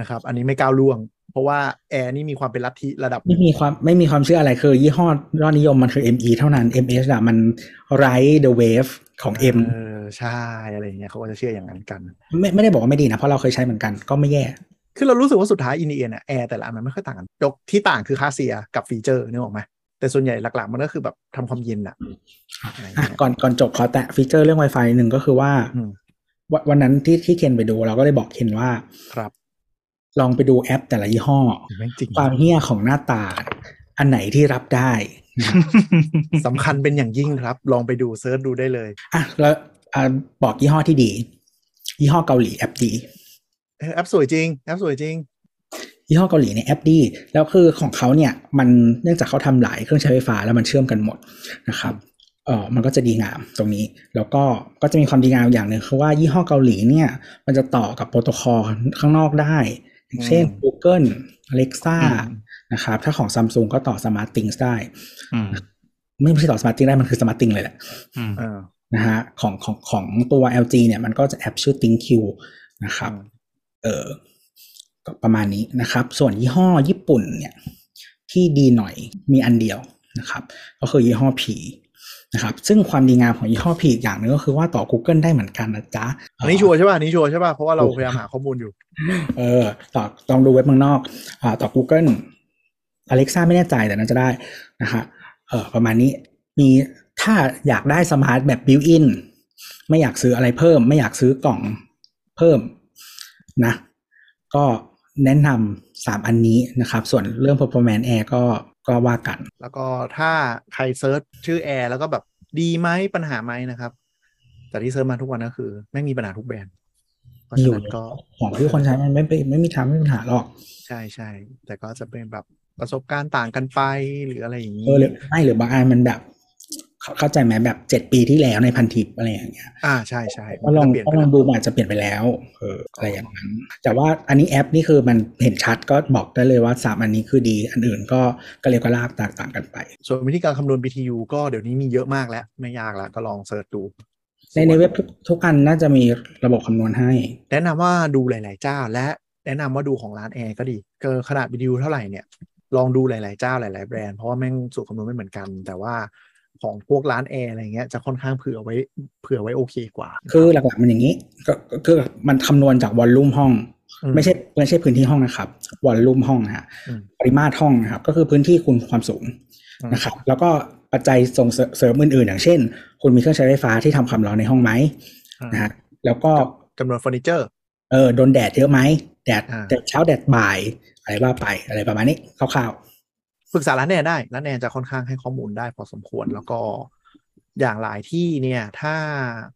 S4: นะครับ อันนี้ไม่ก้าวล่วง เพราะว่าแอร์นี่มีความเป็นลัทธิระดับห
S2: ไม่
S4: นึ่ง
S2: มีความไม่มีความเชื่ออะไรคือยี่ห้อยอดนิยมมันคือ ME เท่านั้น MH อะมันไร the wave ของ M
S4: เออใช่อะไรอย่างเงี้ยเขาก็จะเชื่ออย่างนั้นกัน
S2: ไม่ไม่ได้บอกว่าไม่ดีนะเพราะเราเคยใช้เหมือนกันก็ไม่แย่
S4: คือเรารู้สึกว่าสุดท้ายอินเดียเนี่ยแอร์แต่ละอันมันไม่ค่อยต่างกันยกที่ต่างคือค่าเสียกับฟีเจอร์นึกออกไหมแต่ส่วนใหญ่หลักๆ มันก็คือแบบทำความเย็นอะอะไรอย่าง
S2: อ่ะ
S4: เงี้ย
S2: ก่อนก่อนจบขอแตะฟีเจอร์เรื่อง Wi-Fi หนึ่งก็คือว่า
S4: อืม
S2: วันวันนั้นที่ที่เคนไปดูเราก็เลยบอกเคนว่า
S4: (laughs) ครับ
S2: ลองไปดูแอปแต่ละยี่ห้อ
S4: แม่งจริง
S2: ความเหี้ยของหน้าตา อันไหนที่รับได้
S4: สำคัญ (laughs) เป็นอย่างยิ่งครับ ลองไปดูเซิร์ชดูได้เลย
S2: อ่ะแล้วอ่ะบอกยี่ห้อที่ดี ยี่ห้อเกาหลีแอปดี
S4: เออแอปสวยจริงแอปสวยจริง
S2: ยี่ห้อเกาหลีเนี่ยแอปดี แล้วคือของเขาเนี่ยมันเนื่องจากเขาทำหลายเครื่องใช้ไฟฟ้าแล้วมันเชื่อมกันหมดนะครับเออมันก็จะดีงามตรงนี้ แล้วก็ก็จะมีความดีงามอย่างหนึ่งคือว่ายี่ห้อเกาหลีเนี่ย มันจะต่อกับโปรโตคอลข้างนอกได้ อย่างเช่น
S4: อืม
S2: Google Alexa
S4: อืม
S2: นะครับถ้าของ Samsung ก็ต่อ Smart Things ได้
S3: อืม
S2: ไม่ใช่ต่อ Smart Things ได้มันคือ Smart Things เลยแหละ
S3: อืม
S4: เออ
S2: นะฮะของของของตัว LG เนี่ยมันก็จะแอปชื่อ ThinQ นะครับ เออก็ประมาณนี้นะครับ ส่วนยี่ห้อญี่ปุ่นเนี่ย ที่ดีหน่อยมีอันเดียวนะครับ ก็คือยี่ห้อผีนะครับ ซึ่งความดีงามของยี่ห้อผีอีกอย่างหนึงก็คือว่าต่อ Google ได้เหมือนกันนะจ๊ะ
S4: อันนี้ชัวร์ใช่ป่ะอันนี้ชัวร์ใช่ป่ะเพราะว่าเราพยายามหาข้อมูลอยู่
S2: เออต่อลองดูเว็บเมืองนอกอ่าต่อ Google Alexa ไม่แน่ใจแต่น่าจะได้นะฮะเออประมาณนี้มีถ้าอยากได้สมาร์ทแบบบิวอินไม่อยากซื้ออะไรเพิ่ม ไม่อยากซื้อกล่องเพิ่มนะ ก็แนะนำสามอันนี้นะครับ ส่วนเรื่อง performance air ก็ก็ว่ากัน
S4: แล้วก็ถ้าใครเซิร์ชชื่อแอร์แล้วก็แบบดีไหมปัญหาไหมนะครับ แต่ที่เซิร์ชมาทุกวันก็คือแม่งมีปัญหาทุกแบรนด์เพราะ
S2: มีอ
S4: ฉะ
S2: ยู่
S4: นั้นก็
S2: ของที่คนใช้มันไม่ไม่ไม่มีทางไม่มีปัญหาหรอก
S4: ใช่ใช่แต่ก็จะเป็นแบบประสบการณ์ต่างกันไปหรืออะไรอย่างนี้
S2: เออหรือไม่หรือบางอันมันแบบ เข้าเข้าใจไหมแบบเจ็ดปีที่แล้วในพันทิปอะไรอย่างเงี้ย
S4: อ่าใช่ใช่
S2: ก็ลอง
S4: มันจะเปลี่ยน
S2: ก็ลอง
S4: ไปแล้ว
S2: ดูมันอาจจะเปลี่ยนไปแล้วเอออะไรอย่างนั้น แต่ว่าอันนี้แอปนี่คือมันเห็นชัดก็บอกได้เลยว่าสามอันนี้คือดี อันอื่นก็ก็เลยก็ลากแตกต่างกันไป
S4: ส่วนวิธีการคำนวณ BTU ก็เดี๋ยวนี้มีเยอะมากแล้ว ไม่ยากแล้วก็ลองเสิร์ชดู
S2: ในในเว็บทุกทุกอันน่าจะมีระบบคำนวณให้
S4: แนะนำว่าดูหลาย ๆ เจ้า และแนะนำว่าดูของร้านแอร์ก็ดีเกินขนาด BTU เท่าไหร่เนี่ย ลองดูหลาย ๆ เจ้าหลาย ๆ แบรนด์เพราะว่าแม่งสูตรคำนวณไม่เหมือนกัน แต่ว่าของพวกร้านแอร์อะไรเงี้ยจะค่อนข้างเผื่อไว้เผื่อไว้โอเคกว่า
S2: คือหลักๆมันอย่างนี้ก็ก็คือมันคำนวณจากวอลลุ่มห้อง
S4: อืม
S2: ไม่ใช่ไม่ใช่พื้นที่ห้องนะครับวอลลุ่มห้องนะฮะ
S4: อืม
S2: ปริมาตรห้องนะครับ ก็คือพื้นที่คูณความสูง
S4: อืม
S2: นะครับ แล้วก็ปัจจัยส่งเสริมเสริมอื่นๆ อย่างเช่น คุณมีเครื่องใช้ไฟฟ้าที่ทำความร้อนในห้องไหมนะฮะแล้วก็
S4: จำนวนเฟอร์นิเจอร์
S2: เออโดนแดดเยอะไหมแดด
S4: อ่า
S2: แดดเช้าแดดบ่ายอะไรว่าไปอะไรประมาณนี้คร่าว
S4: ปรึกษาร้านแนนได้ร้านแนนจะค่อนข้างให้ข้อมูลได้พอสมควรแล้วก็อย่างหลายที่เนี่ย ถ้า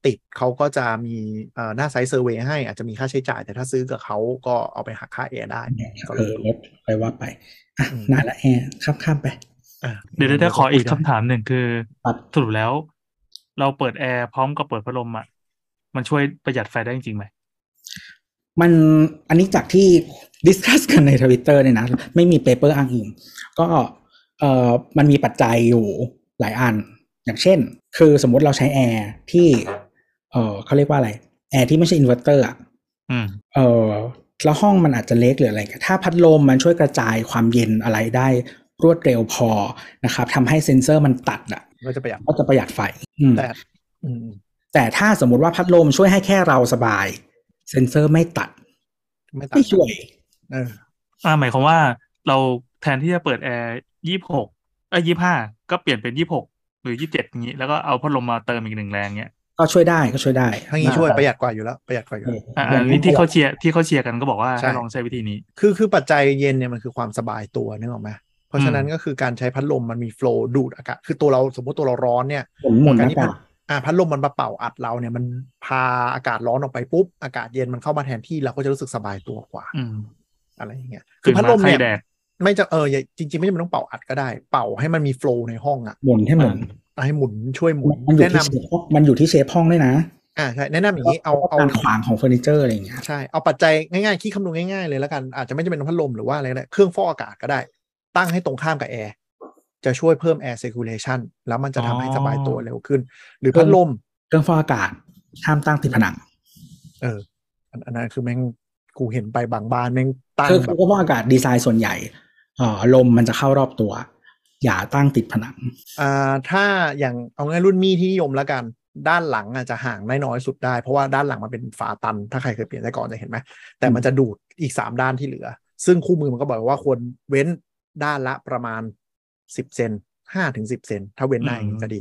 S4: ติดเขาก็จะมีเอ่อหน้าไซต์เซอร์เวยให้อาจจะมีค่าใช้จ่าย แต่ถ้าซื้อกับเขาก็เอาไปหักค่าแอร์ได้
S2: ๆ
S4: ก็
S2: เอ
S4: ลอง
S2: อ
S4: ดู
S2: ลดอะไรว่าไปอ่ะ
S4: อืม
S2: นานละแอร์ข้ามข้ามไป
S4: อ่ะ
S3: เดี๋ยวเดี๋ยวเดี๋ยวขออีกคำถามหนึ่งคือ
S2: ครับ
S3: สรุปแล้ว เราเปิดแอร์พร้อมกับเปิดพัดลมอ่ะมันช่วยประหยัดไฟได้จริงๆไหม
S2: มันอันนี้จากที่ดิสคัสกันในทวิตเตอร์เนี่ยนะ ไม่มีเปเปอร์อ้างอิงก็เออมันมีปัจจัยอยู่หลายอัน อย่างเช่น คือสมมติเราใช้แอร์ที่เออเขาเรียกว่าอะไร แอร์ที่ไม่ใช่อินเวอร์เตอร์อะ
S3: อืม
S2: เออแล้วห้องมันอาจจะเล็กหรืออะไรก็ถ้าพัดลมมันช่วยกระจายความเย็นอะไรได้รวดเร็วพอนะครับทำให้เซ็นเซอร์มันตัดอ่ะ
S4: ก็จะประหยัด
S2: ก็จะประหยัดไฟอืม
S4: แต่อืม
S2: แต่ถ้าสมมุติว่าพัดลมช่วยให้แค่เราสบาย เซ็นเซอร์ไม่ตัด
S4: ไม่ต่าง
S2: ไม่ช่วย
S4: เออ
S3: อ่าหมายความว่าเราแทนที่จะเปิดแอร์ยี่หกเอ้ยยี่ห้าก็เปลี่ยนเป็นยี่หกหรือยี่เจ็ดอย่างนี้ แล้วก็เอาพัดลมมาเติมอีกหนึ่งแรงเงี้ย
S2: ก็ช่วยได้ก็ช่วยได้
S4: ทั้งนี้ช่วยประหยัดกว่าอยู่แล้วประหยัดกว่าอยู่
S2: เอ
S4: แล้ว
S2: อ
S3: อ่า
S2: อ
S3: อั
S2: ย่าง
S3: นนี้ที่เขาเชียร์ที่เขาเชียร์กันก็บอกว่า
S4: ใช่
S3: ให้ลองใช้วิธีนี้
S4: คือคือปัจจัยเย็นเนี่ยมันคือความสบายตัวนึกออกไหมเพราะฉะนั้นก็คือการใช้พัดลมมันมีโฟล์ดูดอากาศคือตัวเราสมมติตัวเราร้อนเนี่ย
S2: หมุนหมุนหน้า
S4: การที่พั
S2: ตา
S4: ด อ่าพัดลมมันมาเป่าอัดเราเนี่ยมันพาอากาศร้อนออกไปปุ๊บอากาศเย็นมันเข้ามาแทนที่เราก็จะรู้สึกสบายตัวกว่า
S3: อืม
S4: อะไรอย่างเงี้ย
S3: คื
S4: คืออ
S3: พั
S4: พั
S3: ด
S4: ด
S3: ลม
S4: ลม
S3: เนี่
S4: เนี่ย ย
S3: แดด
S4: ไม่จะเอออย่าจริง ๆ ไม่จำเป็นต้องเป่าอัดก็ได้ เป่าให้มันมีโฟล์ในห้องอ่ะ
S2: หมุนให้หมุน
S4: ให้หมุนช่วยหมุน
S2: มันอยู่
S4: แนะ
S2: ที่
S4: นำ
S2: เชฟมันอยู่ที่เชฟห้องด้วยนะ
S4: อ่าใช่แนะนำอย่างนี้เอาเอา
S2: การขวางของเฟอร์นิเจอร์อะไรอย่างเงี้ย
S4: ใช่ เอาปัจจัยง่ายๆ คิดคำนวณง่ายๆ เลยแล้วกัน อาจจะไม่จำเป็นต้องพัดลมหรือว่าอะไรก็ได้เครื่องฟอกอากาศก็ได้ ตั้งให้ตรงข้ามกับแอร์ จะช่วยเพิ่ม air circulation แล้วมันจะทำให้สบายตัวเร็วขึ้น หรือพัดลม
S2: เครื่องฟอกอากาศห้ามตั้งติดผนัง
S4: เออ อันอันนั้นคือแม่งกูเห็นไปบางบ้านแม่งตั้ง
S2: เครื่อง
S4: แบบ
S2: ฟอกอากาศดีไซน์ส่วนใหญ่เอ่อลมมันจะเข้ารอบตัว อย่าตั้งติดผนัง
S4: อ่าถ้าอย่างเอาง่ายรุ่นมี่ที่นิยมแล้วกัน ด้านหลังอาจจะห่างน้อยๆสุดได้ เพราะว่าด้านหลังมันเป็นฝาตัน ถ้าใครเคยเปลี่ยนไส้กรอกจะเห็นไหมแต่มันจะดูดอีก 3 ด้านที่เหลือ ซึ่งคู่มือมันก็บอกว่าควรเว้นด้านละประมาณ 10เซน5ถึง10เซนถ้าเว้นได้อย่างนี้จะดี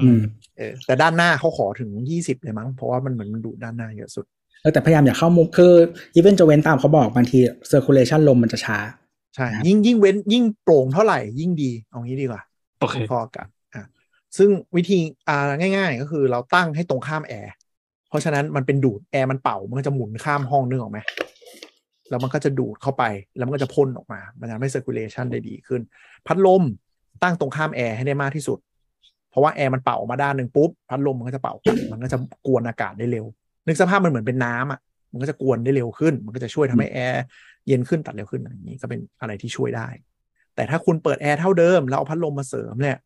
S2: อืม
S4: เออแต่ด้านหน้าเขาขอถึง 20 เลยมั้งเพราะว่ามันเหมือนมันดูดด้านหน้าเยอะสุด
S2: เออแต่พยายามอย่าเข้ามุมคืออีเวนจะเว้นตามเขาบอกบางทีเซอร์คูลเลชันลมมันจะช้า
S4: ใช่
S2: ครับ
S4: ยิ่งยิ่งเว้นยิ่งโปร่งเท่าไหร่ยิ่งดีเอางี้ดีกว่า
S3: โอเค
S4: พอๆกันอ่ะซึ่งวิธีอ่าง่าย ๆ ก็คือเราตั้งให้ตรงข้ามแอร์ เพราะฉะนั้นมันเป็นดูดแอร์มันเป่า มันก็จะหมุนข้ามห้องนึกออกไหม แล้วมันก็จะดูดเข้าไป แล้วมันก็จะพ่นออกมา มันจะทำให้ circulation ได้ดีขึ้น พัดลมตั้งตรงข้ามแอร์ให้ได้มากที่สุด เพราะว่าแอร์มันเป่าออกมาด้านหนึ่งปุ๊บ พัดลมมันก็จะเป่ากลับมันก็จะกวนอากาศได้เร็ว นึกสภาพมันเหมือนเป็นน้ำอ่ะ มันก็จะกวนได้เร็วขึ้น มันก็จะช่วยทำให้แอร์เย็นขึ้นตัดเร็วขึ้นอะไรอย่างนี้ก็เป็นอะไรที่ช่วยได้ แต่ถ้าคุณเปิดแอร์เท่าเดิมแล้วเอาพัดลมมาเสริมเนี่ย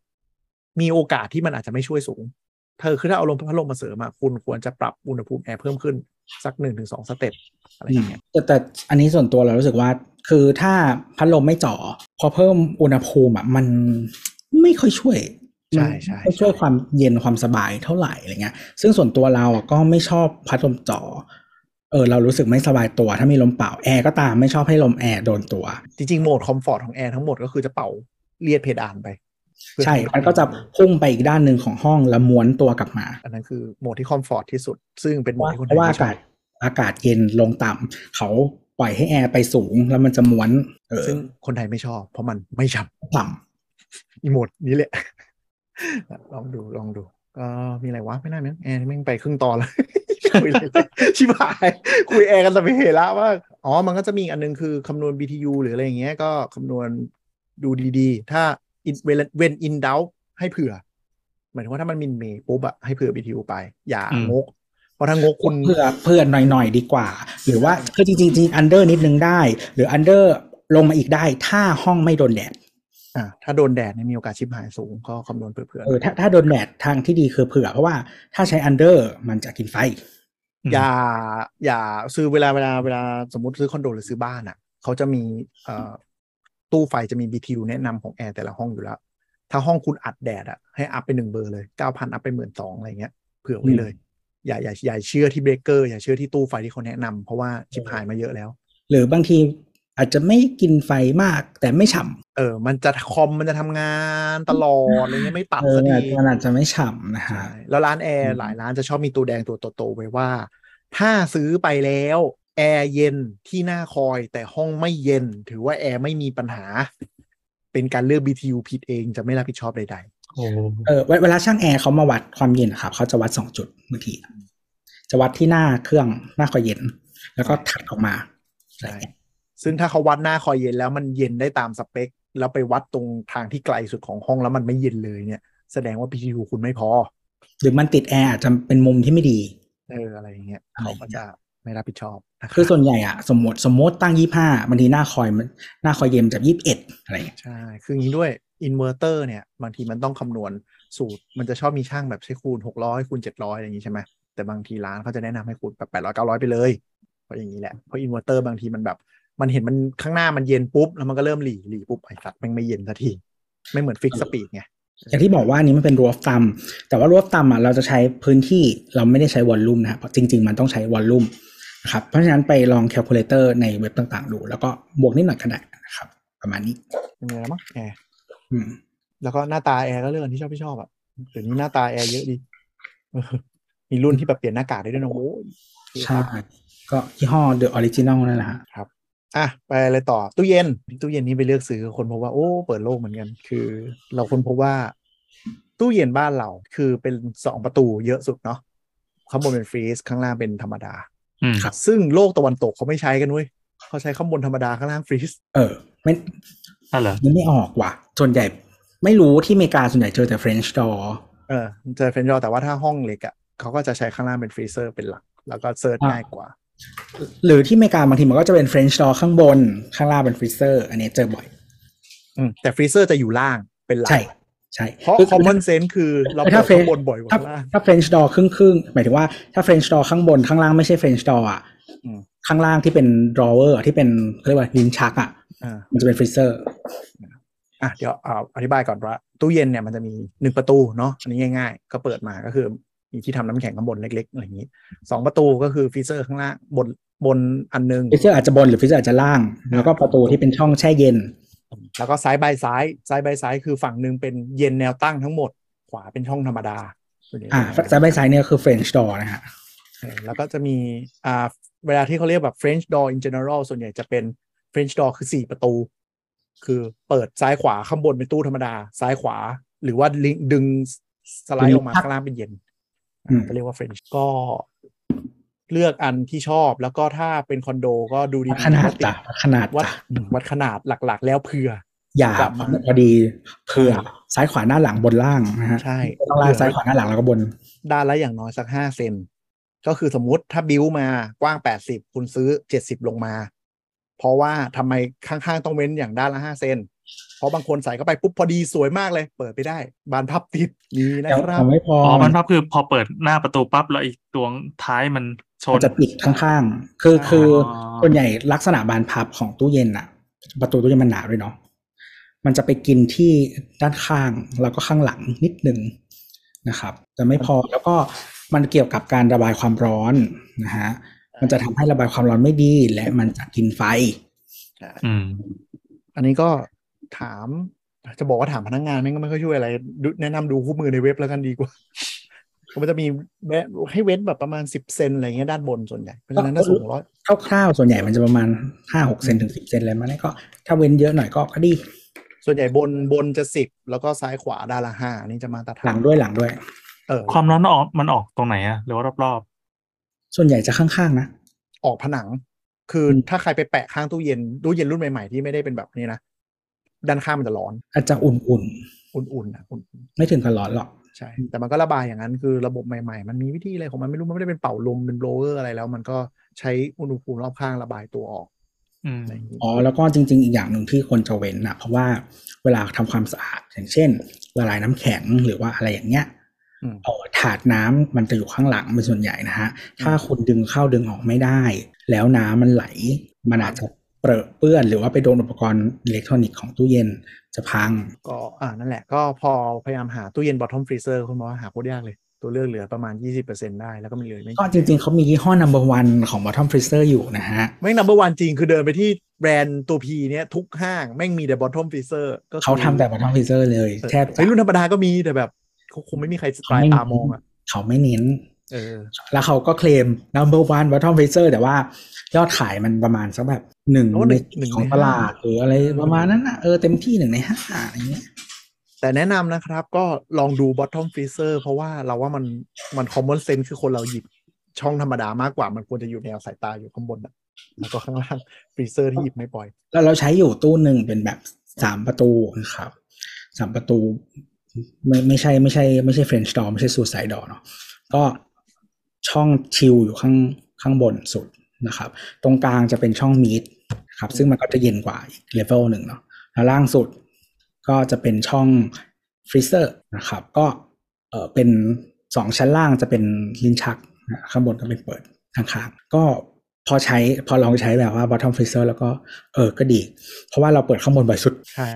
S4: มีโอกาสที่มันอาจจะไม่ช่วยสูง เธอคือถ้าเอาลมพัดลมมาเสริมอะคุณควรจะปรับอุณหภูมิแอร์เพิ่มขึ้นสักหนึ่งถึงสองสเต็ปอะไรอย่างเงี้ย
S2: แต่แต่อันนี้ส่วนตัวเรารู้สึกว่า คือถ้าพัดลมไม่เจ่อพอเพิ่มอุณหภูมิอ่ะมันไม่ค่อยช่วย
S4: ใช่ใช่
S2: มันไม่ค่อยช่วยความเย็นความสบายเท่าไหร่อะไรเงี้ย ซึ่งส่วนตัวเราอ่ะก็ไม่ชอบพัดลมเจ่อเออเรารู้สึกไม่สบายตัว ถ้ามีลมเป่าแอร์ก็ตามไม่ชอบให้ลมแอร์โดนตัว
S4: จริงๆโหมดคอมฟอร์ตของแอร์ทั้งหมดก็คือจะเป่าเลียดเพดานไปเพื่อ
S2: ใช่ มันก็จะพุ่งไปอีกด้านหนึ่งของห้องแล้วม้วนตัวกลับมา
S4: อันนั้นคือโหมดที่คอมฟอร์ตที่สุด ซึ่งเป็นโหมดที่คน
S2: เพ
S4: ไทย
S2: ราะว่า
S4: ไม่ชอก
S2: อาาศ
S4: บ
S2: อากาศเย็นลงต่ำเขาปล่อยให้แอร์ไปสูงแล้วมันจะม้วนเออ
S4: ซึ่งคนไทยไม่ชอบ เพราะมันไม่ชับ
S2: ต่ำ
S4: อีโมดนี้แหละ (laughs) ลองดูลองดูก็มีอะไรวะไม่น่ามั้งแอร์นี่แม่งไปครึ่งตอนแล้ว (laughs) คุยเลยชิบ (laughs) หาย คุยแอร์กันแต่ไม่เห็นละว่าอ๋อมันก็จะมีอีกอันนึงคือคำนวณ BTU หรืออะไรอย่างเงี้ยก็คำนวณดูดีๆ ถ้า in- when- when in doubt ให้เผื่อ หมายถึงว่าถ้ามันมินเมย์ปุ๊บอะให้เผื่อ BTU ไป อย่า
S3: อืม
S4: งก เพราะถ้างกคุณ
S2: เพื่อเพื่อหน่อยๆดีกว่า หรือว่าคือจริงๆจริงอันเดอร์นิดนึงได้ หรืออันเดอร์ลงมาอีกได้ ถ้าห้องไม่โดนแดด
S4: อ่าถ้าโดนแดดเนี่ยมีโอกาสชิบหายสูงก็คำนวณเผื่อ
S2: เออถ้าถ้าโดนแดดทางที่ดีคือเผื่อ เพราะว่าถ้าใช้อันเดอร์มันจะกินไฟ
S3: อืม
S4: ๆอย่าอย่าซื้อเวลาเวลาเวลาสมมติซื้อคอนโดหรือซื้อบ้านอะ เขาจะมีเอ่อตู้ไฟจะมี BTU แนะนำของแอร์แต่ละห้องอยู่แล้ว ถ้าห้องคุณอัดแดดอะให้อัพไปหนึ่งเบอร์เลยเก้าพันอัพไปหมื่นสองอะไรเงี้ยเผื่อไว้เลย อย่าอย่าอย่าเชื่อที่เบรกเกอร์อย่าเชื่อที่ตู้ไฟที่เขาแนะนำเพราะว่าชิบหายมาเยอะแล้ว
S2: หรือบางทีอาจจะไม่กินไฟมากแต่ไม่ฉ่
S4: เออ มันจะคอมมันจะทำงานตลอดอะไรเงี้ยไม่
S2: ำ
S4: ตัด
S2: เออ
S4: สัก
S2: อาจ
S4: ที
S2: จะมันอาจจะไม่ฉ่ำนะฮะ
S4: ใช่แล้วร้านแอ
S2: อื
S4: ร์
S2: ม
S4: หลายร้านจะชอบมีตัวแดงตัวโตๆไว้ว่า ถ้าซื้อไปแล้วแอร์เย็นที่หน้าคอยแต่ห้องไม่เย็น ถือว่าแอร์ไม่มีปัญหา เป็นการเลือก BTU ผิดเองจะไม่รับผิดชอบใดๆ
S3: โอ้
S2: เออเวเวลาช่างแอร์เขามาวัดความเย็นนะครับเขาจะวัดสองจุดบางทีจะวัดที่หน้าเครื่องหน้าคอยเย็น แล้วก็ถัดออกมา
S4: ใช่ ซึ่งถ้าเขาวัดหน้าคอยเย็นแล้วมันเย็นได้ตามสเปค แล้วไปวัดตรงทางที่ไกลสุดของห้องแล้วมันไม่เย็นเลยเนี่ย แสดงว่า PTU คุณไม่พอ
S2: หรือมันติดแอร์อาจจะเป็นมุมที่ไม่ดี
S4: เอออะไรอย่างเงี้ย
S2: อะไรอ
S4: เขา
S2: ย่างเงี้ย
S4: ก็จะไม่รับผิดชอบนะรับ
S2: คือส่วนใหญ่อะสมมติสมมติตั้งยี่ห้าบางทีหน้าคอยมันหน้าคอยเย็นจากยี่สิบเอ็ดอะไรอย่างเงี้ย
S4: ใช่ คืออย่างนี้ด้วยอินเวอร์เตอร์เนี่ย บางทีมันต้องคำนวณสูตร มันจะชอบมีช่างแบบใช้คูณ 600คูณ700อะไรอย่างนี้ใช่ไหมแต่บางทีร้านเขาจะแนะนำให้คูณแบบ800 900 ไปเลยเพราะอย่างนี้แหละเพราะอินเวอร์เตอร์บางทีมันแบบ มันเห็นมันข้างหน้ามันเย็นปุ๊บแล้วมันก็เริ่มหลีหลีปุ๊บไอ้สัตว์แมันไม่เย็นสักทีไม่เหมือนฟิกสปีดไง
S2: อย่างที่บอกว่าอันนี้มันเป็นรัวตัมแต่ว่ารัวตัมอะเราจะใช้พื้นที่เราไม่ได้ใช้วอลลุ่มนะครับเพราะจริง ๆ มันต้องใช้วอลลุ่มนะครับเพราะฉะนั้นไปลองแคลคูลเลเตอร์ในเว็บต่างๆ ดู แล้วก็บวกนิดหน่อยก็ได้นะครับ ประมาณนี้
S4: เป็นไงแล้วมั้งแอร์
S2: อืม
S4: แล้วก็หน้าตาแอร์ก็เรื่องที่ชอบที่ชอบอ่ะเดี๋ยวนี้หน้าตาแอร์เยอะดีเออ (laughs) มีรุ่นที่แบบเปลี่ยนหน้ากากได้ด้วยนะโว้ย
S2: ใช่ก็ยี่ห้อ The Original นั่นแหละฮะ
S4: อ่ะไปอะไรต่อ ตู้เย็นตู้เย็นนี้ไปเลือกซื้อคนพบว่าโอ้เปิดโลกเหมือนกัน คือ เราคนพบว่า ตู้เย็นบ้านเราคือเป็นสองประตูเยอะสุดเนาะข้างบนเป็นฟรีซข้างล่างเป็นธรรมดา
S3: อืม
S2: ครับ
S4: ซึ่งโลกตะวันตกเขาไม่ใช้กันเว้ยเขาใช้ข้างบนธรรมดาข้างล่างฟรีซ
S2: เออไม่
S3: นั่นเหรอ
S2: นึกไม่ออกว่ะ ส่วนใหญ่ไม่รู้ที่อเมริกาส่วนใหญ่เจอแต่ French door
S4: เออเจอเฟรนจ์แต่ว่าถ้าห้องเล็กอะ่ะเขาก็จะใช้ข้างล่างเป็นฟรีเซอร์เป็นหลัก แล้วก็เซิร์ชง่ายกว่า
S2: หรือที่อเมริกาบางทีมันก็จะเป็น French door ข้างบนข้างล่างเป็น freezer อันนี้เจอบ่อย
S4: อืมแต่ฟรีเซอร์จะอยู่ล่างเป็นหลัก
S2: ใช่ใช่
S4: เพราะ
S2: คือ
S4: common sense คือเราเปิ
S2: ถ้า
S4: ด
S2: เฟร
S4: ข้าน งบนบ่อยกว่า
S2: ถ้า
S4: ข้างล่าง
S2: ถ้า French door ครึ่งครึ่งๆหมายถึงว่าถ้า French door ข้างบนข้างล่างไม่ใช่ French door อ่ะ
S4: อืม
S2: ข้างล่างที่เป็น drawer อะที่เป็นเขาเรียกว่าลิ้นชักอ่ะ
S4: อ่า
S2: มันจะเป็น freezer
S4: อ่ะเดี๋ยวเอาอธิบายก่อนว่าตู้เย็นเนี่ยมันจะมีหนึ่งประตูเนาะอันนี้ง่าย ๆ ก็เปิดมาก็คือมีที่ทำน้ำแข็งข้างบนเล็กๆอะไรอย่างนี้สองประตูก็คือฟรีเซอร์ข้างล่างบนบนอันหนึง
S2: freezer อาจจะบนหรือ freezer อาจจะล่าง แล้วก็ประตูที่เป็นช่องแช่เย็น
S4: แล้วก็ซ้ายใบซ้ายซ้ายใบซ้ายคือฝั่งหนึ่งเป็นเย็นแนวตั้งทั้งหมด ขวาเป็นช่องธรรมดาส่วนใหญ่
S2: อ่าซ้ายไปซ้ายเนี่ยคือ French door นะฮะ
S4: เออแล้วก็จะมีอ่าเวลาที่เขาเรียกแบบ French door in general ส่วนใหญ่จะเป็น French door คือสี่ประตู คือเปิดซ้ายขวาข้างบนเป็นตู้ธรรมดา ซ้ายขวา หรือว่าลิงดึงสไลด์ออกมาข้างล่างเป็นเย็น
S2: อืม
S4: ก็เรียกว่าเฟรนช์ก็เลือกอันที่ชอบแล้วก็ถ้าเป็นคอนโดก็ดูดี
S2: วัด
S4: ๆ
S2: ขนาด
S4: ว่ติ
S2: จ้ะวัดขนาด
S4: วัด
S2: จ้ะ
S4: อืมวัดขนาดหลักๆ แล้วเผื่อ
S2: อย่าก
S4: ลับมา
S2: พอดีเผื่อซ้ายขวาหน้าหลังบนล่างนะฮะ
S4: ใช่
S2: ไม่ต้องล่างซ้ายขวาหน้าหลังแล้วก็บน
S4: ด้านละอย่างน้อยสักห้าเซนก็คือสมมติถ้าบิวมากว้างแปดสิบคุณซื้อเจ็ดสิบลงมา เพราะว่าทำไมข้างๆต้องเว้นอย่างด้านละห้าเซนเพราะบางคนใส่เข้าไปปุ๊บพอดีสวยมากเลย เปิดไปได้ บานพับติดมีนะ
S2: แต่
S4: ครับ
S2: ทำไม่พอ
S3: อ๋อ
S2: มั
S3: มัน
S2: น
S3: ภาพคือพอเปิดหน้าประตูปั๊บแล้วอีกตัวท้ายมันชน
S2: จะปิดข้างๆ คือ
S4: อ๋อ
S2: คือส่วนใหญ่ลักษณะบานพับของตู้เย็นอะประตูตู้เย็นมันหนาด้วยเนาะมันจะไปกินที่ด้านข้างแล้วก็ข้างหลังนิดหนึ่งนะครับ จะไม่พอแล้วก็มันเกี่ยวกับการระบายความร้อนนะฮะมันจะทำให้ระบายความร้อนไม่ดี และมันจะกินไฟ
S3: อืม
S4: อันนี้ก็ถามจะบอกว่าถามพนักงานแม่งก็ไม่ค่อยช่วยอะไรดูแนะนำดูคู่มือในเว็บแล้วกันดีกว่า (laughs) มันจะมีแวะให้เว้นแบบประมาณสิบเซนอะไรเงี้ยด้านบนส่วนใหญ่เพราะฉะนั้นถ้าสูงร้อย
S2: คร่าวๆ ส่วนใหญ่มันจะประมาณห้าหกเซนถึงสิบเซนอะไรมาเนี่ยก็ ถ้าเว้นเยอะหน่อยก็ก็ดี
S4: ส่วนใหญ่บนบนจะสิบแล้วก็ซ้ายขวาด้านละห้านี่จะมาตรฐาน
S2: หลังด้วยหลังด้วย
S4: เออ
S3: ความร้อนมันออกมันออกตรงไหนอะหรือว่ารอบ
S2: ส่วนใหญ่จะข้างๆนะ
S4: ออกผนัง คืออ
S2: ม
S4: ถ้าใครไปแปะข้างตู้เย็นตู้เย็นรุ่นใหม่ๆที่ไม่ได้เป็นแบบนี้นะ ด้านข้างมันจะร้อน
S2: อาจจะอุ่น
S4: อุ่นๆนะอุ่น
S2: ๆ ไม่ถึงกับร้อนหรอก
S4: ๆใช่ แต่มันก็ระบายอย่างนั้นคือระบบใหม่ๆ มันมีวิธีอะไรของมันไม่รู้มันไม่ได้เป็นเป่าลมเป็นโบรเวอร์อะไรแล้ว มันก็ใช้อุณหภูมิรอบข้างระบายตัวออก
S3: ๆ อืม
S4: อะไรอย่างนี้
S2: อ๋อ แล้วก็จริง ๆ อีกอย่างหนึ่งที่คนจะเว้นนะเพราะว่าเวลาทำความสะอาด อย่างเช่นละลายน้ำแข็งหรือว่าอะไรอย่างเงี้ย
S4: ม
S2: เออถาดน้ำมันจะอยู่ข้างหลังเป็นส่วนใหญ่นะฮะ ถ้าคุณดึงเข้าดึงออกไม่ได้ แล้วน้ำมันไหล มันอาจจะเปรอะเปื้อน หรือว่าไปโดนอุปกรณ์อิเล็กทรอนิกส์ของตู้เย็นจะพัง
S4: ก็อ่านั่นแหละ ก็พอพยายามหาตู้เย็นบอททอมฟรีเซอร์คุณหมอว่าหาโคตรยากเลย ตัวเลือกเหลือประมาณ 20%ได้แล้วก็มันเหลือไม่
S2: ก็จริงๆ เขามียี่ห้อ number one ของ bottom freezer อยู่นะฮะ
S4: แม่ง number one จริง คือเดินไปที่แบรนด์ตัวพีเนี้ยทุกห้าง แม่งมีแต่ bottom freezer ก็คือ
S2: เขาทำแบบ bottom freezer เลยแทบจะ
S4: เฮ้ยรุ่นธรรมดาก็มีแต่แบบเขาคงไม่มีใครสไตล์ตามองอ่ะ
S2: เขาไม่เน้น
S4: เออ
S2: แล้วเขาก็เคลม number one bottom freezer แต่ว่ายอดขายมันประมาณสักแบบหนึ่งในของตลาดหรืออะไรประมาณนั้นนะเออเต็มที่หนึ่งในห้าอะไรเงี้ย
S4: แต่แนะนำนะครับก็ลองดู bottom freezer เพราะว่าเราว่ามันมัน common sense คือคนเราหยิบช่องธรรมดามากกว่ามันควรจะอยู่แนวสายตาอยู่ข้างบนอะแล้วก็ข้างล่าง freezer ที่หยิบไม่ปล่อย
S2: แล้วเราใช้อยู่ตู้หนึ่งเป็นแบบสามประตูนะครับสามประตู ไม่ไม่ใช่ไม่ใช่ ไม่ใช่ French door ไม่ใช่ suicide door เนาะก็ช่องชิลอยู่ข้างข้างบนสุดนะครับ ตรงกลางจะเป็นช่องมีดครับ ซึ่งมันก็จะเย็นกว่าอีกเลเวลหนึ่งเนาะแล้วล่างสุดก็จะเป็นช่องฟรีเซอร์นะครับ ก็เออเป็นสองชั้นล่างจะเป็นลิ้นชักนะข้างบนก็เป็นเปิดข้างๆก็พอใช้พอลองใช้แบบว่า bottom freezer แล้วก็เออก็ดี เพราะว่าเราเปิดข้างบนบ่อยสุด
S4: ใช่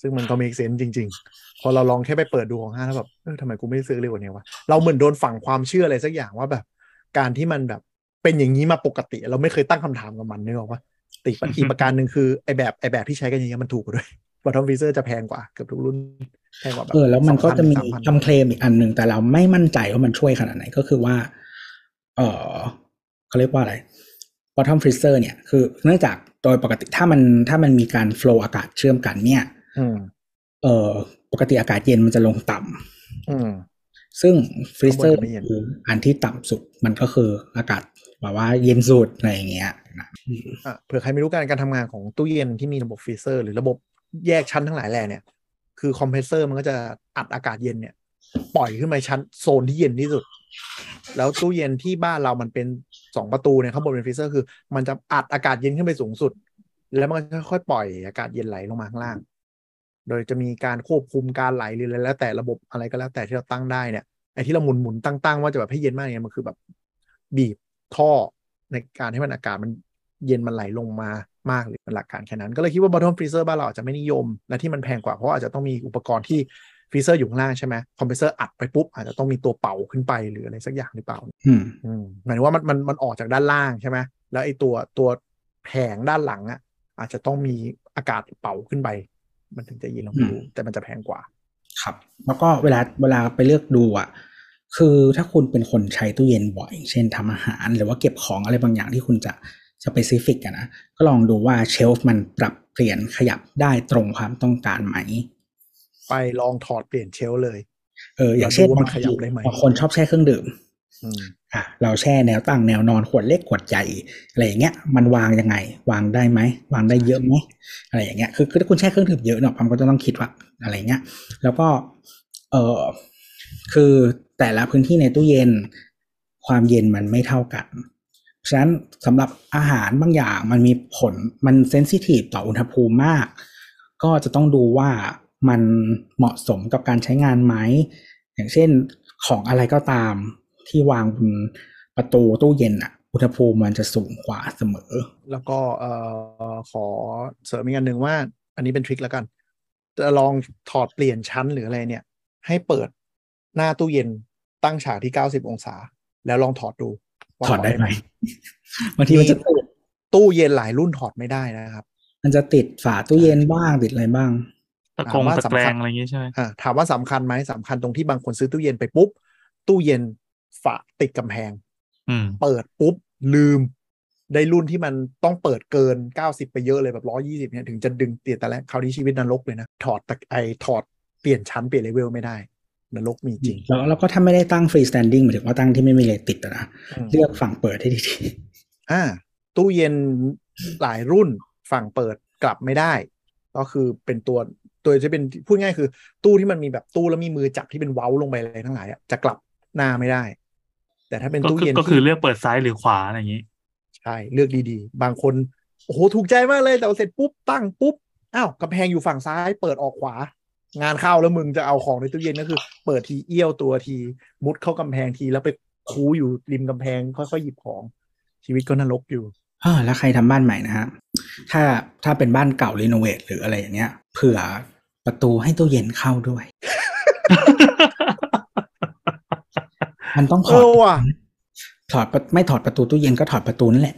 S4: ซึ่งมันก็ make sense จริง ๆ พอเราลองแค่ไปเปิดดูของห้างแล้วแบบ เออทำไมกูไม่ซื้อเร็วกว่านี้วะ เราเหมือนโดนฝังความเชื่ออะไรสักอย่างว่าแบบ การที่มันแบบเป็นอย่างนี้มาปกติ เราไม่เคยตั้งคำถามกับมันนึกออกปะติปะอีกประการหนึ่งคือไอแบบไอแบบที่ใช้กันอย่างเงี้ยมันถูกกว่าด้วยบอททอมฟิเซอร์จะแพงกว่าเกือบทุกรุ่นแพงกว่าบบ
S2: เออแล้วมันก็จะมี
S4: 2,000
S2: คำเคลมอีกอันหนึ่งแต่เราไม่มั่นใจว่ามันช่วยขนาดไหนก็คือว่า เออเขาเรียกว่าอะไร bottom freezer เนี่ย คือเนื่องจากโดยปกติถ้ามันถ้ามันมีการ flow อากาศเชื่อมกันเนี่ย
S4: 3,000อืม
S2: เอ่อปกติอากาศเย็นมันจะลงต่ำ
S4: อืม
S2: ซึ่งฟรีเซอร์
S4: ข้างบนจะไม่เย็น
S2: คืออันที่ต่ำสุดมันก็คืออากาศแบบว่าเย็นสุดอะไรอย่างเงี้ยนะอืม
S4: อ่ะเผื่อใครไม่รู้การการทำงานของตู้เย็นที่มีระบบฟรีเซอร์หรือระบบแยกชั้นทั้งหลายแหล่เนี่ย คือคอมเพรสเซอร์มันก็จะอัดอากาศเย็นเนี่ย ปล่อยขึ้นไปชั้นโซนที่เย็นที่สุด แล้วตู้เย็นที่บ้านเรามันเป็นสองประตูเนี่ยข้างบนเป็นฟรีเซอร์คือ มันจะอัดอากาศเย็นขึ้นไปสูงสุด แล้วมันก็ค่อยๆปล่อยอากาศเย็นไหลลงมาข้างล่าง โดยจะมีการควบคุมการไหลหรืออะไรแล้ว แต่ระบบอะไรก็แล้วแต่ที่เราตั้งได้เนี่ยไอ้ที่เราหมุนหมุนๆตั้งๆว่าจะแบบให้เย็นมากเนี่ยมันคือแบบบีบท่อในการให้มันอากาศมัน เย็นมันไหลลงมามากหรือเป็นหลักการแค่นั้น ก็เลยคิดว่า bottom freezer บ้านเราอาจจะไม่นิยม และที่มันแพงกว่า เพราะอาจจะต้องมีอุปกรณ์ที่ฟรีเซอร์อยู่ข้างล่างใช่ไหมคอมเพรสเซอร์อัดไปปุ๊บ อาจจะต้องมีตัวเป่าขึ้นไปหรืออะไรสักอย่างหรือเปล่า
S2: อืม
S4: อืมหมายถึงว่ามันมันมันออกจากด้านล่างใช่ไหมแล้วไอ้ตัวตัวแผงด้านหลังอ่ะ อาจจะต้องมีอากาศเป่าขึ้นไป มันถึงจะเย็นลงไปดู
S2: อืม
S4: แต่มันจะแพงกว่า
S2: ครับ แล้วก็เวลาเวลาไปเลือกดูอ่ะ คือถ้าคุณเป็นคนใช้ตู้เย็นบ่อย เช่นทำอาหาร หรือว่าเก็บของอะไรบางอย่างที่คุณจะจะไปซิฟิกอะนะ ก็ลองดูว่าเชลฟ์มันปรับเปลี่ยนขยับได้ตรงความต้องการไหม
S4: ไปลองถอดเปลี่ยนเชลฟ์เลย
S2: เอออย่างเช่น
S4: เราดูว่ามั
S2: บาน ง
S4: ขยับได้ไหม
S2: บางคนชอบแช่เครื่องดื่ม
S4: อืม
S2: อ่ะเราแช่แนวตั้งแนวนอนขวดเล็กขวดใหญ่อะไรอย่างเงี้ยมันวางยังไง วางได้ไหมวางได้เยอะไหมอะไรอย่างเงี้ยคือคือถ้าคุณแช่เครื่องดื่มเยอะเนาะมันก็จะต้องคิดว่าอะไรเงี้ยแล้วก็เออคือแต่ละพื้นที่ในตู้เย็น ความเย็นมันไม่เท่ากันฉะนั้นสำหรับอาหารบางอย่างมันมีผลมันเซนซิทีฟต่ออุณหภูมิมาก ก็จะต้องดูว่ามันเหมาะสมกับการใช้งานไหม อย่างเช่นของอะไรก็ตามที่วางบนประตูตู้เย็นอ่ะ อุณหภูมิมันจะสูงกว่าเสมอ
S4: แล้วก็เอ่อขอเสริมอีกอันหนึ่งว่า อันนี้เป็นทริคแล้วกัน จะลองถอดเปลี่ยนชั้นหรืออะไรเนี่ย ให้เปิดหน้าตู้เย็นตั้งฉากที่ 90 องศา แล้วลองถอดดูว่า
S2: ถอดได้ไหมบางทีมัน (laughs) จะติด
S4: ตู้เย็นหลายรุ่นถอดไม่ได้นะครับ
S2: มันจะติดฝาตู้เย็นบ้างติดอะไรบ้าง
S3: ตะกง
S4: ถามว่า
S3: ตะแกร
S4: สำคั
S3: ง
S4: ญ
S3: อะไรอย่างงี้ใช่ไหม
S4: อ่าถามว่าสำคัญไหมสำคัญตรงที่บางคนซื้อตู้เย็นไปปุ๊บ ตู้เย็นฝาติดกำแพง
S3: อืม
S4: เปิดปุ๊บ ลืม ได้รุ่นที่มันต้องเปิดเกิน 90 ไปเยอะเลยแบบ 120เนี่ยถึงจะดึงเตียแต่แรกคราวนี้ชีวิตนรกเลยนะ ถอดตะไอถอดเปลี่ยนชั้นเปลี่ยนเลเวลไม่ได้ นรกมีจริง
S2: แล้วแล้วก็ถ้าไม่ได้ตั้งฟรีสแตนดิ้งหมายถึงว่าตั้งที่ไม่มีเลยติดอะนะ
S4: อืม
S2: เลือกฝั่งเปิดให้ดี
S4: อ่าตู้เย็นหลายรุ่นฝั่งเปิดกลับไม่ได้ ก็คือเป็นตัวตัวจะเป็นพูดง่ายคือ ตู้ที่มันมีแบบตู้แล้วมีมือจับที่เป็นเว้าลงไปอะไรทั้งหลายอะจะกลับหน้าไม่ได้ แต่ถ้าเป็น
S3: ก็
S4: ตู้
S3: คือ
S4: เย็น
S3: ก็คือ
S4: ที่
S3: เลือกเปิดซ้ายหรือขวาอะไรอย่างนี้ (laughs)
S4: ใช่เลือกดีๆ บางคนโอ้โหถูกใจมากเลยแต่ว่าเสร็จปุ๊บตั้งปุ๊บอ้าวกำแพงอยู่ฝั่งซ้าย เปิดออกขวา งานเข้าแล้วมึงจะเอาของในตู้เย็นก็คือ เปิดทีเอี้ยวตัวที มุดเข้ากำแพงทีแล้วไปคูอยู่ริมกำแพงค่อยๆหยิบของ ชีวิตก็นรกอยู่
S2: ๆเอ (laughs) อแล้วใครทำบ้านใหม่นะฮะถ้าถ้าเป็นบ้านเก่ารีโนเวทหรืออะไรอย่างเงี้ย เผื่อประตูให้ตู้เย็นเข้าด้วย มันต้องถอด
S4: เออว่ะ
S2: ถอดประไม่ถอดประตูตู้เย็นก็ถอดประตูนั่นแหละ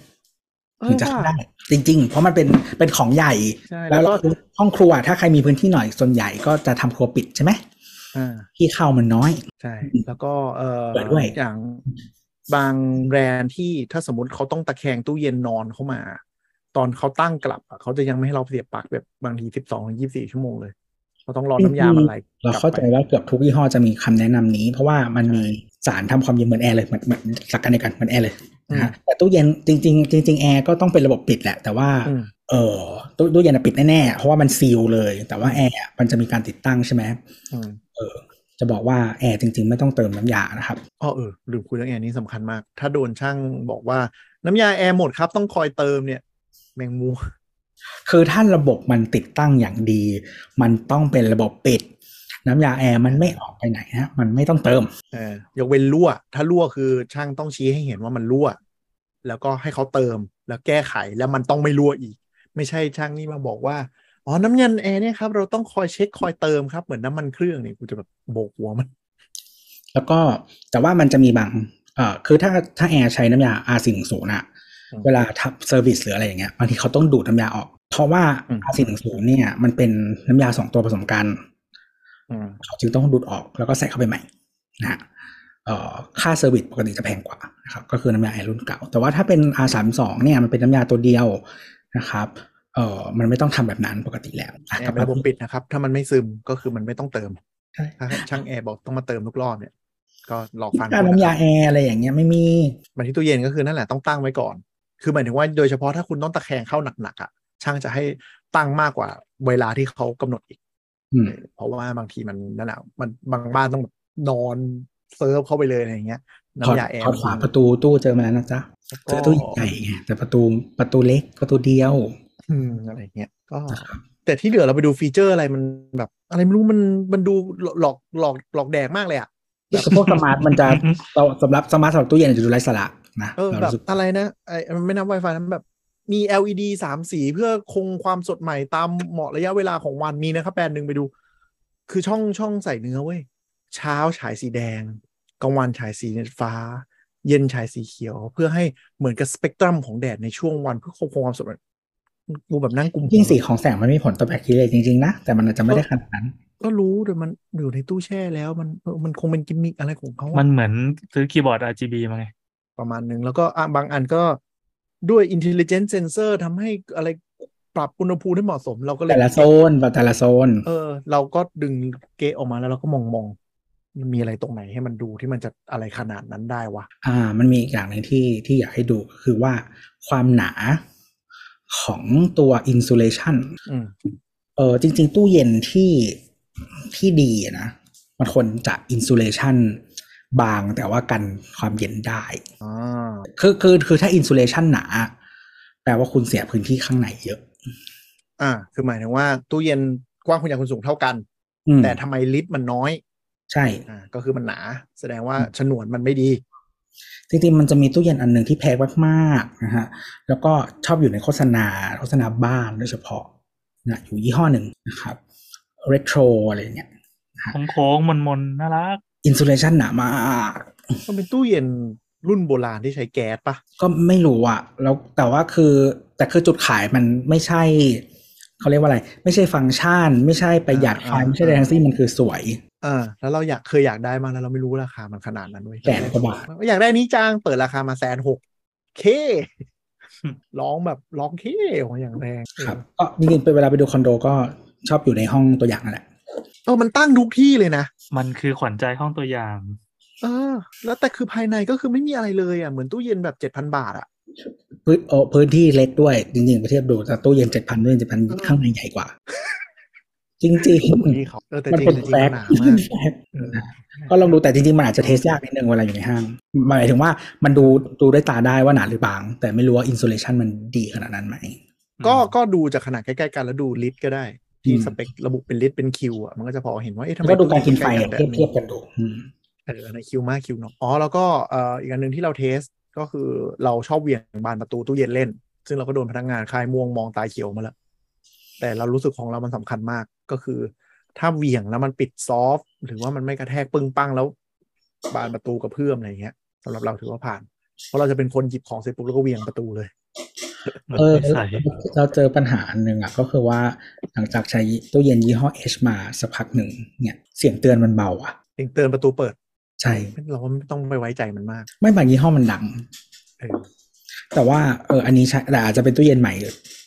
S2: ถึงจะเข้าได้จริง ๆ เพราะมันเป็นเป็นของใหญ่
S4: ใช่
S2: แล้
S4: แล้ว ว
S2: เรา
S4: ก็
S2: ห้องครัวถ้าใครมีพื้นที่หน่อยส่วนใหญ่ก็จะทำครัวปิดใช่ไหม
S4: อ่า
S2: ที่เข้ามันน้อย
S4: ใช่ แล้วก็เออ
S2: เปิดด้วย
S4: อย่างบางแบรนด์ที่ถ้าสมมติเขาต้องตะแคงตู้เย็นนอนเข้ามา ตอนเขาตั้งกลับอะเขาจะยังไม่ให้เราเสียบปลั๊กแบบบางทีสิบสองถึงยี่สิบสี่ชั่วโมงเลยเขาต้องรอน้ำยามันไหล
S2: เรา
S4: กลับ
S2: เข้าใจ
S4: ไป
S2: ว่าเกือบทุกยี่ห้อจะมีคำแนะนำนี้ เพราะว่ามันมีสารทำความเย็นเหมือนแอร์เลยเหมือนเหมือนหลักการในการเหมือนแอร์เลยนะฮะแต่ตู้เย็นจริง ๆ จริง ๆ แอร์ก็ต้องเป็นระบบปิดแหละ แต่ว่า
S4: อืม
S2: เออตู้ตู้เย็นอะปิดแน่ๆเพราะว่ามันซีลเลย แต่ว่าแอร์อะมันจะมีการติดตั้งใช่ไหม
S4: อืม
S2: จะบอกว่าแอร์จริง ๆ ไม่ต้องเติมน้ำยานะครับ
S4: อ๋อเออลืมคุยเรื่องแอร์นี่สำคัญมาก ถ้าโดนช่างบอกว่าน้ำยาแอร์หมดครับต้องคอยเติมเนี่ย แมงมุม
S2: คือถ้าระบบมันติดตั้งอย่างดี มันต้องเป็นระบบปิด น้ำยาแอร์มันไม่ออกไปไหนนะมันไม่ต้องเติม
S4: เออยกเว้นรั่ว ถ้ารั่วคือช่างต้องชี้ให้เห็นว่ามันรั่ว แล้วก็ให้เขาเติมแล้วแก้ไขแล้วมันต้องไม่รั่วอีก ไม่ใช่ช่างนี่มาบอกว่าอ๋อน้ำยันแอร์เนี่ยครับเราต้องคอยเช็คคอยเติมครับเหมือนน้ำมันเครื่องเนี่ยกูจะแบบโบกหัวมัน
S2: แล้วก็แต่ว่ามันจะมีบางเอ่อคือถ้าถ้าแอร์ใช้น้ำยา R 4 0อะ
S4: อืม
S2: เวลาทับเซอร์วิสหรืออะไรอย่างเงี้ยบางทีเขาต้องดูดน้ำยาออก เพราะว่า
S4: อืม
S2: R 4 0เนี่ยมันเป็นน้ำยาสองตัวผสมกัน
S4: อืม
S2: เขาจึงต้องดูดออกแล้วก็ใส่เข้าไปใหม่นะฮะเอ่อค่าเซอร์วิสปกติจะแพงกว่านะครับก็คือน้ำยาแอร์รุ่นเก่า แต่ว่าถ้าเป็น R 3 2เนี่ยมันเป็นน้ำยาตัวเดียวนะครับ เออมันไม่ต้องทำแบบนั้นปกติแล้วอ่ะ
S4: แอก
S2: ลับ
S4: ร์
S2: มา
S4: เป็นระบบปิดนะครับ ถ้ามันไม่ซึมก็คือมันไม่ต้องเติม
S2: ใช่
S4: ถ้าช่างแอร์บอกต้องมาเติมทุกรอบเนี่ย ก็หลอกฟัง
S2: การ
S4: ดู
S2: น้ำ
S4: นะค
S2: ยา
S4: รับ
S2: แอร์อะไรอย่างเงี้ยไม่มี
S4: มันที่ตู้เย็นก็คือนั่นแหละต้องตั้งไว้ก่อน คือหมายถึงว่าโดยเฉพาะถ้าคุณต้องตะแคงเข้าหนักๆอ่ะ ช่างจะให้ตั้งมากกว่าเวลาที่เขากำหนดอีก
S2: อืม
S4: เออเพราะว่าบางทีมันนั่นแหละมันบางบ้านต้องแบบนอนเซิร์ฟเข้าไปเลยอะไรอย่างเงี้ย
S2: ถอด
S4: น้ำยาแอร์
S2: ถอดฝาประตูตู้เจอมาแล้วนะจ๊ะเจอตู้ใหญ่ไงแต่ประตูประตูเล็กประตูเดียว
S4: อืมอะไรอย่างเงี้ยก็
S2: นะครับ
S4: แต่ที่เหลือเราไปดูฟีเจอร์อะไรมันแบบ อะไรไม่รู้มันมันดูหลอกหลอกหลอกแดกมากเลยอ่ะ
S2: แต่พวกสมาร์ท
S4: (laughs)
S2: มันจะเราสำหรับสมาร์ทสำหรับตู้เย็นอาจจะดูไร้สาระนะ
S4: เออ
S2: เรา
S4: แบบ
S2: รู้สึก
S4: อะไรนะไอ้มันไม่นับ Wi-Fi นะแบบมี LED สามสีเพื่อคงความสดใหม่ตามเหมาะระยะเวลาของวันมีนะครับแบรนด์หนึ่งไปดู คือช่องช่องใส่เนื้อเว้ยเช้าฉายสีแดงกลางวันฉายสีฟ้า เย็นฉายสีเขียว เพื่อให้เหมือนกับสเปกตรัมของแดดในช่วงวันเพื่อควบคุมความสดใหม่กูแบบนั่งกลุ่ม
S2: จริงสีของแสงมันมีผลต่อแบคทีเรียจริงๆนะแต่มันอาจจะไม่ได้ขนาดนั้น
S4: ก็รู้แต่มันอยู่ในตู้แช่แล้วมันเออมันคงเป็นกิมมิคอะไรของเขาอะ
S3: มันเหมือนซื้อคีย์บอร์ด RGB มาไง
S4: ประมาณหนึ่งแล้วก็อ่ะบางอันก็ด้วย intelligent sensor ทำให้อะไรปรับอุณหภูมิให้เหมาะสม เราก็เลย
S2: แต่ละโซนแบบแต่ละโซน
S4: เออ เราก็ดึงเกะออกมาแล้วเราก็มองมองมันมีอะไรตรงไหนให้มันดูที่มันจะอะไรขนาดนั้นได้วะ
S2: อ่า มันมีอีกอย่างหนึ่งที่ที่อยากให้ดูก็คือว่าความหนาของตัวอินซูเลชัน
S4: อืม
S2: เออจริง ๆ ตู้เย็นที่ที่ดีนะมันควรจะอินซูเลชันบางแต่ว่ากันความเย็นได้
S4: อ่า
S2: คือคือคือถ้าอินซูเลชันหนา แปลว่าคุณเสียพื้นที่ข้างในเยอะ
S4: อ่า คือหมายถึงว่าตู้เย็นกว้างคุณอยางคุณสูงเท่ากัน
S2: อืม
S4: แต่ทำไมลิตรมันน้อย
S2: ใช่
S4: อ่า ก็คือมันหนา แสดงว่าฉนวนมันไม่ดี
S2: จริงๆ มันจะมีตู้เย็นอันหนึ่งที่แพงมากๆนะฮะแล้วก็ชอบอยู่ในโฆษณาโฆษณาบ้านโดยเฉพาะนะอยู่ยี่ห้อหนึ่งนะครับเรโทรอะไรอย่างเงี้ย
S3: โค้งๆมนๆน่ารัก
S2: อินซูเลชันหนามาก
S4: มันเป็นตู้เย็นรุ่นโบราณที่ใช้แก๊สปะ
S2: ก็ไม่รู้อะแล้วแต่ว่าคือแต่คือจุดขายมันไม่ใช่ เขาเรียกว่าอะไร ไม่ใช่ฟังก์ชัน ไม่ใช่ประหยัดไฟไม่ใช่อะไรทั้งสิ้นมันคือสวย
S4: อ่า แล้วเราอยากเคยอยากได้มากแล้วเราไม่รู้ราคามันขนาดนั้นเว้ย
S2: แสนกว่าบาท
S4: อยากได้นี้จังเปิดราคามาแสนหก
S2: (laughs)
S4: เค
S3: อืม
S4: ร้องแบบร้องเคออกมาอย่างแรง
S2: ครับก็จริงๆเป็นเวลาไปดูคอนโดก็ชอบอยู่ในห้องตัวอย่างนั่นแหละ
S4: เออมันตั้งทุกที่เลยนะ
S3: มันคือขวัญใจห้องตัวอย่าง
S4: เออ แล้วแต่คือภายในก็คือไม่มีอะไรเลยอ่ะเหมือนตู้เย็นแบบเจ็ดพันบาทอ่ะ
S2: พื้นเออพื้นที่เล็กด้วย จริงๆไปเทียบดูแต่ตู้เย็นเจ็ดพันด้วยเจ็ดพันข้างในใหญ่กว่า จริง
S4: นี่เขาเออแต่
S2: ๆ มันเป็น
S4: จริงจริง
S2: แฟก
S4: ห
S2: ต์
S4: นามากเออ
S2: ก็ลองดูแต่จริงๆ มันอาจจะเทสยากนิดนึงเวลาอยู่ในห้างหมายถึงว่ามันดูดูด้วยตาได้ว่าหนาหรือบาง แต่ไม่รู้ว่าอิน u ูเลชันมันดีขนาดนั้นไหม
S4: ก็ก็ดูจากขนาดใกล้ๆกันแล้วดูลิตรก็ได้ ที่
S2: อืม
S4: สเปคระบุเป็นลิตรเป็นคิวอ่ะมันก็จะพอเห็นว่าเอ๊ะทำไม
S2: ก็ดูการกินไฟ
S4: ใล้
S2: อะ
S4: ๆ
S2: เทียบเทีย
S4: แบบนี้
S2: บกันดูอืม
S4: เออในคิวมากคิวน้อยอ๋อแล้วก็เอ่ออีกอันหนึ่งที่เราเทสก็คือเราชอบเหวี่ยงบานประตูตู้เย็นเล่น ซึ่งเราก็โดนพนักงานคายม่วงมองตาเขียวมาแล้ว แต่เรารู้สึกของเรามันสำคัญมากก็คือ ถ้าเหวี่ยงแล้วมันปิดซอฟต์หรือว่ามันไม่กระแทกปึ้งปังแล้ว บานประตูกระเพื่อมอะไรอย่างเงี้ยสำหรับเราถือว่าผ่าน เพราะเราจะเป็นคนหยิบของเสร็จปุ๊บแล้วก็เหวี่ยงประตูเลย
S2: เออ
S3: ใส่
S2: เราเจอปัญหาอันหนึ่งอ่ะก็คือว่าหลังจากใช้ตู้เย็นยี่ห้อ H มาสักพักหนึ่งเนี่ย เสียงเตือนมันเบาอ่ะ
S4: ติงเตือนประตูเปิด
S2: ใช่
S4: เราว่าไม่ต้องไปไว้ใจมันมาก
S2: ไม่บางยี่ห้อมันดัง
S4: เออ
S2: แต่ว่าเอออันนี้ใช้แต่อาจจะเป็นตู้เย็นใหม่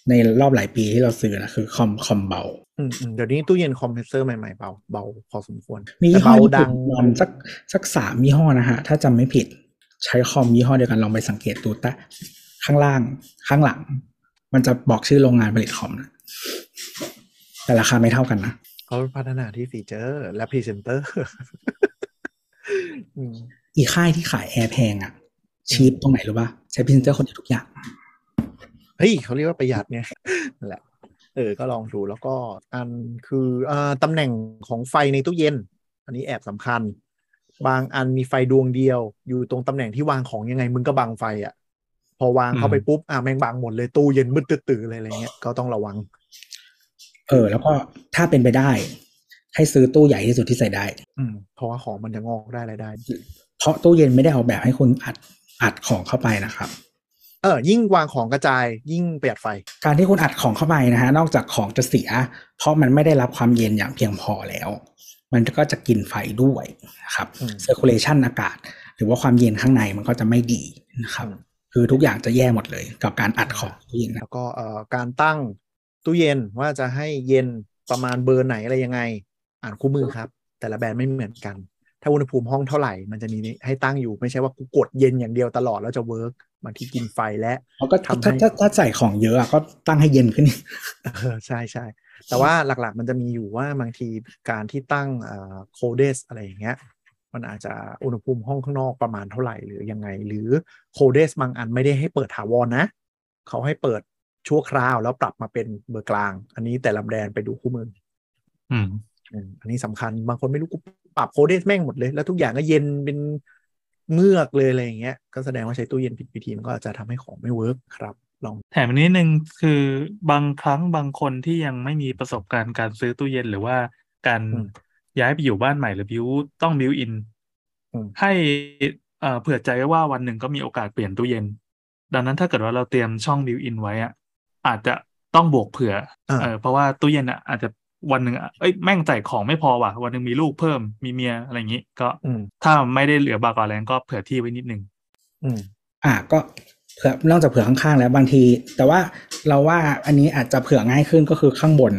S2: ในรอบหลายปีที่เราซื้อนะคือคอมคอมเบา
S4: อืมอืมเดี๋ยวนี้ตู้เย็นคอมเพรสเซอร์ใหม่ๆเบาเบาพอสมควร
S2: มี
S4: แต่
S2: ยี่ห้อ
S4: เบา
S2: ญี่
S4: ดั
S2: ปุ่
S4: ง
S2: นมันสักสักสามยี่ห้อนะฮะ ถ้าจำไม่ผิด ใช้คอมยี่ห้อเดียวกันลองไปสังเกตดูแต่ข้างล่างข้างหลัง มันจะบอกชื่อโรงงานผลิตคอมนะแต่ราคาไม่เท่ากันนะ
S4: เขาพัฒนาที่ฟีเจอร์และพรีเซนเตอร์ (laughs) อืม
S2: อีค่ายที่ขายแอร์แพงอะชีพตรงไหนรู้ป่ะใช้พรีเซนเตอร์คนเดียวทุกอย่าง
S4: เฮ้ยเขาเรียกว่าประหยัดเนี่ย (laughs) นั่นแหละ เออ ก็ลองดูแล้วก็อันคืออ่าตำแหน่งของไฟในตู้เย็น อันนี้แอบสำคัญ บางอันมีไฟดวงเดียว อยู่ตรงตำแหน่งที่วางของยังไง มึงก็บังไฟอ่ะ พอวางเข้าไปปุ๊บอ่ะแมงบังหมดเลยตู้เย็นมืดตื้อๆเลยอะไรเงี้ยก็ต้องระวัง
S2: เออ แล้วก็ถ้าเป็นไปได้ ให้ซื้อตู้ใหญ่ที่สุดที่ใส่ได้
S4: อืมเพราะว่าของมันจะงอกได้อะไรได้
S2: เพราะตู้เย็นไม่ได้ออกแบบให้คุณอัดอัดของเข้าไปนะครับ
S4: เออ ยิ่งวางของกระจาย ยิ่งประหยัดไฟ
S2: การที่คุณอัดของเข้าไปนะฮะนอกจากของจะเสีย เพราะมันไม่ได้รับความเย็นอย่างเพียงพอแล้ว มันก็จะกินไฟด้วยนะครับ
S4: อืม
S2: เซอร์คูลเลชันอากาศ หรือว่าความเย็นข้างในมันก็จะไม่ดีนะครับ
S4: อืม
S2: คือทุกอย่างจะแย่หมดเลย กับการอัดของตู้เย็นนะ
S4: แล้วก็เอ่อการตั้ง ตู้เย็นว่าจะให้เย็นประมาณเบอร์ไหนอะไรยังไง อ่านคู่มือครับ แต่ละแบรนด์ไม่เหมือนกัน ถ้าอุณหภูมิห้องเท่าไหร่มันจะมีให้ตั้งอยู่ไม่ใช่ว่ากูกดเย็นอย่างเดียวตลอดแล้วจะเวิร์กบางทีกินไฟและ
S2: เขาก็
S4: ทำให้
S2: ถ้าถ้าถ้าใส่ของเยอะอะก็ตั้งให้เย็นขึ้น
S4: เออ (laughs) ใช่ใช่แต่ว่าหลักๆมันจะมีอยู่ว่าบางทีการที่ตั้งเอ่อโคเดสอะไรอย่างเงี้ยมันอาจจะอุณหภูมิห้องข้างนอกประมาณเท่าไหร่หรือยังไง หรือโคเดสบางอันไม่ได้ให้เปิดถาวรนะ เขาให้เปิดชั่วคราวแล้วปรับมาเป็นเบอร์กลาง อันนี้แต่ละแบรนด์ไปดูคู่มือ
S3: อืม
S4: อืมอันนี้สำคัญบางคนไม่รู้กูปรับโคเดสแม่งหมดเลย แล้วทุกอย่างก็เย็นเป็นเมือกเลยอะไรอย่างเงี้ยก็แสดงว่าใช้ตู้เย็นผิดวิธีมันก็อาจจะทำให้ของไม่เวิร์กครับลอง
S3: แถมอันนี้หนึ่งคือบางครั้งบางคนที่ยังไม่มีประสบการณ์การซื้อตู้เย็น หรือว่าการย้ายไปอยู่บ้านใหม่หรือบิวต้องบิวอิน ให้เอ่อเผื่อใจไว้ว่าวันหนึ่งก็มีโอกาสเปลี่ยนตู้เย็น ดังนั้นถ้าเกิดว่าเราเตรียมช่องบิวอินไว้อะอาจจะต้องบวกเผื่ออา เออเพราะว่าตู้เย็นอ่ะอาจจะวันหนึ่งอะเอ้ยแม่งใส่ของไม่พอว่ะ วันหนึ่งมีลูกเพิ่มมีเมียอะไรอย่างนี้ ก็
S4: อืม
S3: ถ้าไม่ได้เหลือบากกว่าแรงก็เผื่อที่ไว้นิดนึง
S4: อืม
S2: อ่ะก็เผื่อนอกจากเผื่อข้างๆแล้วบางที แต่ว่าเราว่าอันนี้อาจจะเผื่อง่ายขึ้นก็คือข้างบน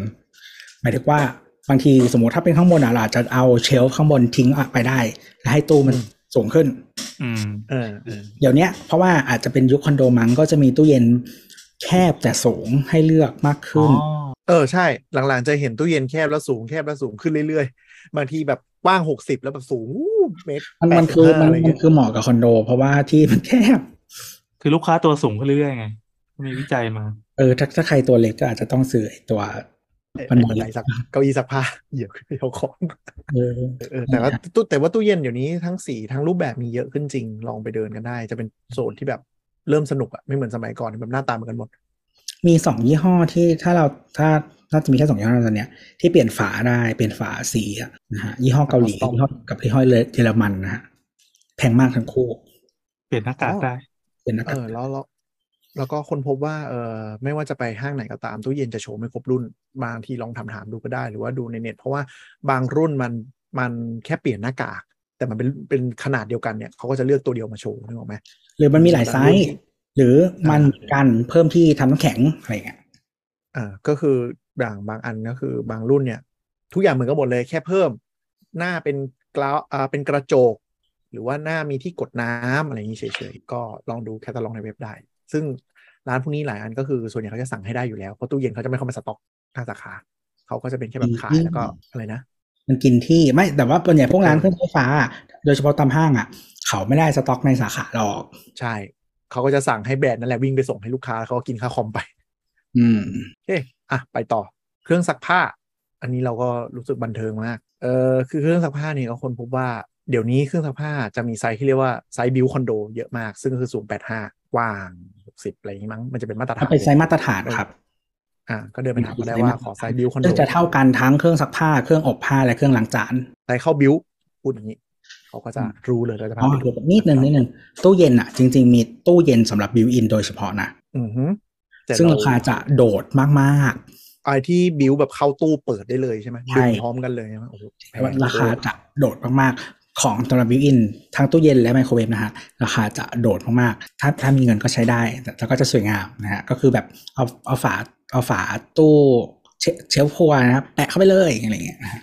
S2: หมายถึงว่าบางทีสมมติถ้าเป็นข้างบนอ่ะเราอาจจะเอาเชลฟ์ข้างบนทิ้งอ่ะไปได้แล้วให้ตู้มัน
S4: อืม
S2: สูงขึ้น
S3: อืม
S4: เออเออ
S2: เดี๋ยวเนี้ยเพราะว่าอาจจะเป็นยุคคอนโดมังก็จะมีตู้เย็นแคบแต่สูงให้เลือกมาก
S3: อ๋
S2: ขึ้
S3: อน
S4: เออใช่ หลังๆจะเห็นตู้เย็นแคบแล้วสูงแคบแล้วสูงขึ้นเรื่อยๆบางทีแบบกว้างหกสิบแล้วแบบสูงอู้เมตร
S2: มันมัน
S4: 85
S2: คือมันะ
S4: ไร
S2: มั
S4: เงี้
S2: น
S4: ย
S2: คือเหมาะกับคอนโด เพราะว่าที่มันแคบ
S3: คือลูกค้าตัวสูงขึ้นเรื่อยๆไงมีวิจัยมา
S2: เออถ้าถ้าใครตัวเล็กก็อาจจะต้องซื้อไอ้ตัวมัน
S4: ไอ้บันไดสักเก้าอี้สักผ้าเหยียบเหยียบของ
S2: เออ
S4: เออแต่ว่าตู้แต่ว่าตู้เย็นเดี๋ยวนี้ทั้งสีทั้งรูปแบบมีเยอะขึ้นจริง ลองไปเดินกันได้ จะเป็นโซนที่แบบเริ่มสนุกอะไม่เหมือนสมัยก่อนแบบหน้าตาเหมือนกันหมด
S2: มีสองยี่ห้อที่ถ้าเราถ้าน่าจะมีแค่สองยี่ห้อตอนเนี้ยที่เปลี่ยนฝาได้เปลี่ยนฝาสีอะนะฮะยี่ห้อเกาหลี
S4: อ๋อ
S2: ยี่ห้อกับยี่ห้อเยอรมันนะฮะแพงมากทั้งคู่
S3: เปลี่ยนหน้ากากได้
S2: เป็นนะค
S4: เอ
S2: รับ
S4: อแล้วแล้วแล้วก็คนพบว่าเออไม่ว่าจะไปห้างไหนก็ตามตู้เย็นจะโชว์ไม่ครบรุ่น บางทีลองถามถามๆดูก็ได้หรือว่าดูในเน็ต เพราะว่าบางรุ่นมันมันแค่เปลี่ยนหน้ากาก แต่มันเป็นเป็นขนาดเดียวกันเนี่ยเขาก็จะเลือกตัวเดียวมาโชว์นึกออกไหม
S2: หรือมันมีหลายไซส์หรือมันเหมือนกันเพิ่มที่ทำน้ำแข็งอะไรเงี้ย
S4: อ่าก็คืออย่างบางอันก็คือบางรุ่นเนี่ย ทุกอย่างเหมือนกันหมดเลยแค่เพิ่ม หน้าเป็นกลาวอ่าเป็นกระจก หรือว่าหน้ามีที่กดน้ำอะไรอย่างนี้เฉยๆ ก็ลองดูแคตตาล็อกในเว็บได้ ซึ่งร้านพวกนี้หลายอันก็คือส่วนใหญ่เขาจะสั่งให้ได้อยู่แล้ว เพราะตู้เย็นเขาจะไม่เข้ามาสต็อกทางสาขาเขาก็จะเป็นแค่แบบขายแล้วก็อะไรนะ
S2: มันกินที่ไม่แต่ว่าส่วนใหญ่พวกร้านเครื่องใช้ไฟฟ้า โดยเฉพาะตามห้างอ่ะ เขาไม่ได้สต็อกในสาขาหรอก
S4: ใช่เขาก็จะสั่งให้แบรนด์นั่นแหละวิ่งไปส่งให้ลูกค้าแล้วเขาก็กินค่าคอมไป
S2: อืม
S4: โอเคอ่ะ ไปต่อ เครื่องซักผ้า อันนี้เราก็รู้สึกบันเทิงมาก เออคือเครื่องซักผ้าเนี่ยก็คนพบว่าเดี๋ยวนี้เครื่องซักผ้าจะมีไซส์ที่เรียกว่าไซส์บิวคอนโดเยอะมาก ซึ่งก็คือสูง85กว้าง60อะไรอย่างนี้มั้ง มันจะเป็นมาตรฐา
S2: ถ้าน เป็นไซส์มาตรฐานครับ
S4: อ่ะก็เดินไปถามเขาได้ว่าขอไซส์บิวคอนโด
S2: ซึ่งจะเท่ากันทั้งเครื่องซักผ้าเครื่องอบผ้าและเครื่องล้างจาน
S4: ไซส์เข้าบิวพูดอย่างนี้เขาก็จะรู้เลยเราจะพา
S2: อ๋อ
S4: ไป
S2: เดี๋ยวนิดนึงนิดนึงตู้เย็นอ่ะ จริง ๆ มีตู้เย็นสำหรับบิวอินโดยเฉพาะนะ
S4: อือฮึแต่
S2: ซึ่งราคาจะโดดมาก
S4: ไอที่บิวแบบเข้าตู้เปิดได้เลยใช่ไหมดึงพร้อมกันเลยใช่ไหมโอ้โห
S2: ๆแต่ว่าราคาจะโดดมากๆ ของสำหรับบิวอินทั้งตู้เย็นและไมโครเวฟนะฮะ ราคาจะโดดมากๆ ถ้าถ้ามีเงินก็ใช้ได้แต่แต่ก็จะสวยงามนะฮะ ก็คือแบบเอาเอาฝาเอาฝาตู้เชเชลฟ์ครัวนะครับแปะเข้าไปเลยอะไรอย่างเงี้ยนะฮะ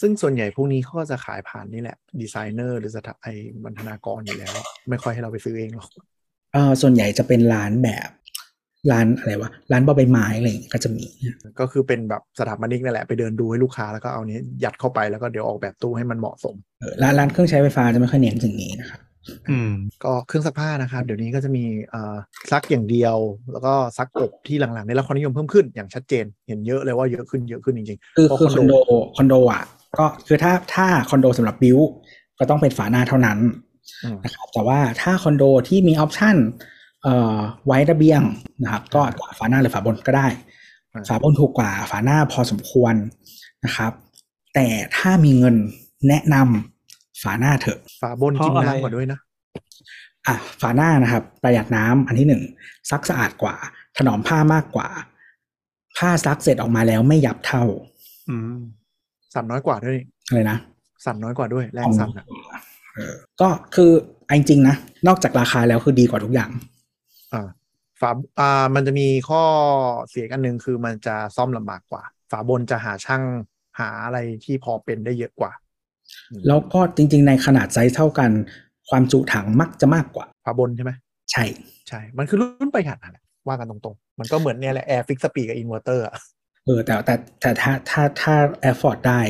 S4: ซึ่งส่วนใหญ่พวกนี้เขาก็จะขายผ่านนี่แหละดีไซเนอร์หรือสถาไอ้บรรณากรอยู่แล้ว ไม่ค่อยให้เราไปซื้อเองหรอก
S2: เออส่วนใหญ่จะเป็นร้านแบบร้านอะไรวะร้านบอใบไม้อะไรอย่างเงี้ยก็จะมี
S4: ก็คือเป็นแบบสถาปนิกนั่นแหละไปเดินดูให้ลูกค้าแล้วก็เอาเนี้ยยัดเข้าไปแล้วก็เดี๋ยวออกแบบตู้ให้มันเหมาะสม
S2: เออร้านร้านเครื่องใช้ไฟฟ้าจะไม่ค่อยเน้นสิ่งนี้นะครับ
S3: อืม
S4: ก็เครื่องซักผ้านะครับ เดี๋ยวนี้ก็จะมีเอ่อซักอย่างเดียว แล้วก็ซักอบที่หลังๆได้รับความนิยมเพิ่มขึ้นอย่างชัดเจน เห็นเยอะเลยว่าเยอะขึ้นเยอะขึ้นจริง
S2: คือ
S4: เพราะ
S2: คือคอ
S4: คอน น
S2: โด
S4: โด
S2: คอนโดอ่ะก็คือถ้าถ้าคอนโดสำหรับบิวก็ต้องเป็นฝาหน้าเท่านั้น
S4: ๆอืม
S2: นะครับแต่ว่าถ้าคอนโดที่มีออปชันเอ่อไว้ระเบียงนะครับก็ฝาหน้าหรือฝาบนก็ได้ ฝาบนถูกกว่าฝาหน้าพอสมควรนะครับ แต่ถ้ามีเงินแนะนำฝาหน้าเถอะ
S4: ฝาบน
S3: เพราะ
S4: จริง
S3: อะไร
S4: น้ำกว่าด้วยนะ
S2: อ่ะฝาหน้านะครับ ประหยัดน้ำอันที่หนึ่งซักสะอาดกว่า ถนอมผ้ามากกว่า ผ้าซักเสร็จออกมาแล้วไม่ยับเท่า
S3: อืม
S4: สั่นน้อยกว่าด้วยนี่
S2: อะไรนะ
S4: สั่นน้อยกว่าด้วยแรงสั่นอะ
S2: เออก็คือเอาจริงๆนะ นอกจากราคาแล้วคือดีกว่าทุกอย่าง
S4: อ่า ฝาอ่ามันจะมีข้อเสียกันหนึ่งคือมันจะซ่อมลำบากกว่า ฝาบนจะหาช่างหาอะไรที่พอเป็นได้เยอะกว่า
S2: แล้วก็จริง ๆ ในขนาดไซส์เท่ากัน ความจุถังมักจะมากกว่า
S4: ฝาบนใช่ไหม
S2: ใช่
S4: ใช่ มันคือรุ่นประหยัดนั่นแหละว่ากันตรงๆ มันก็เหมือนเนี่ยแหละแอร์ฟิกสปีกับอินเวอร์เตอร์อะ
S2: เออแต่แต่แต่ถ้าถ้าถ้าแอร์ฟอร์ดได้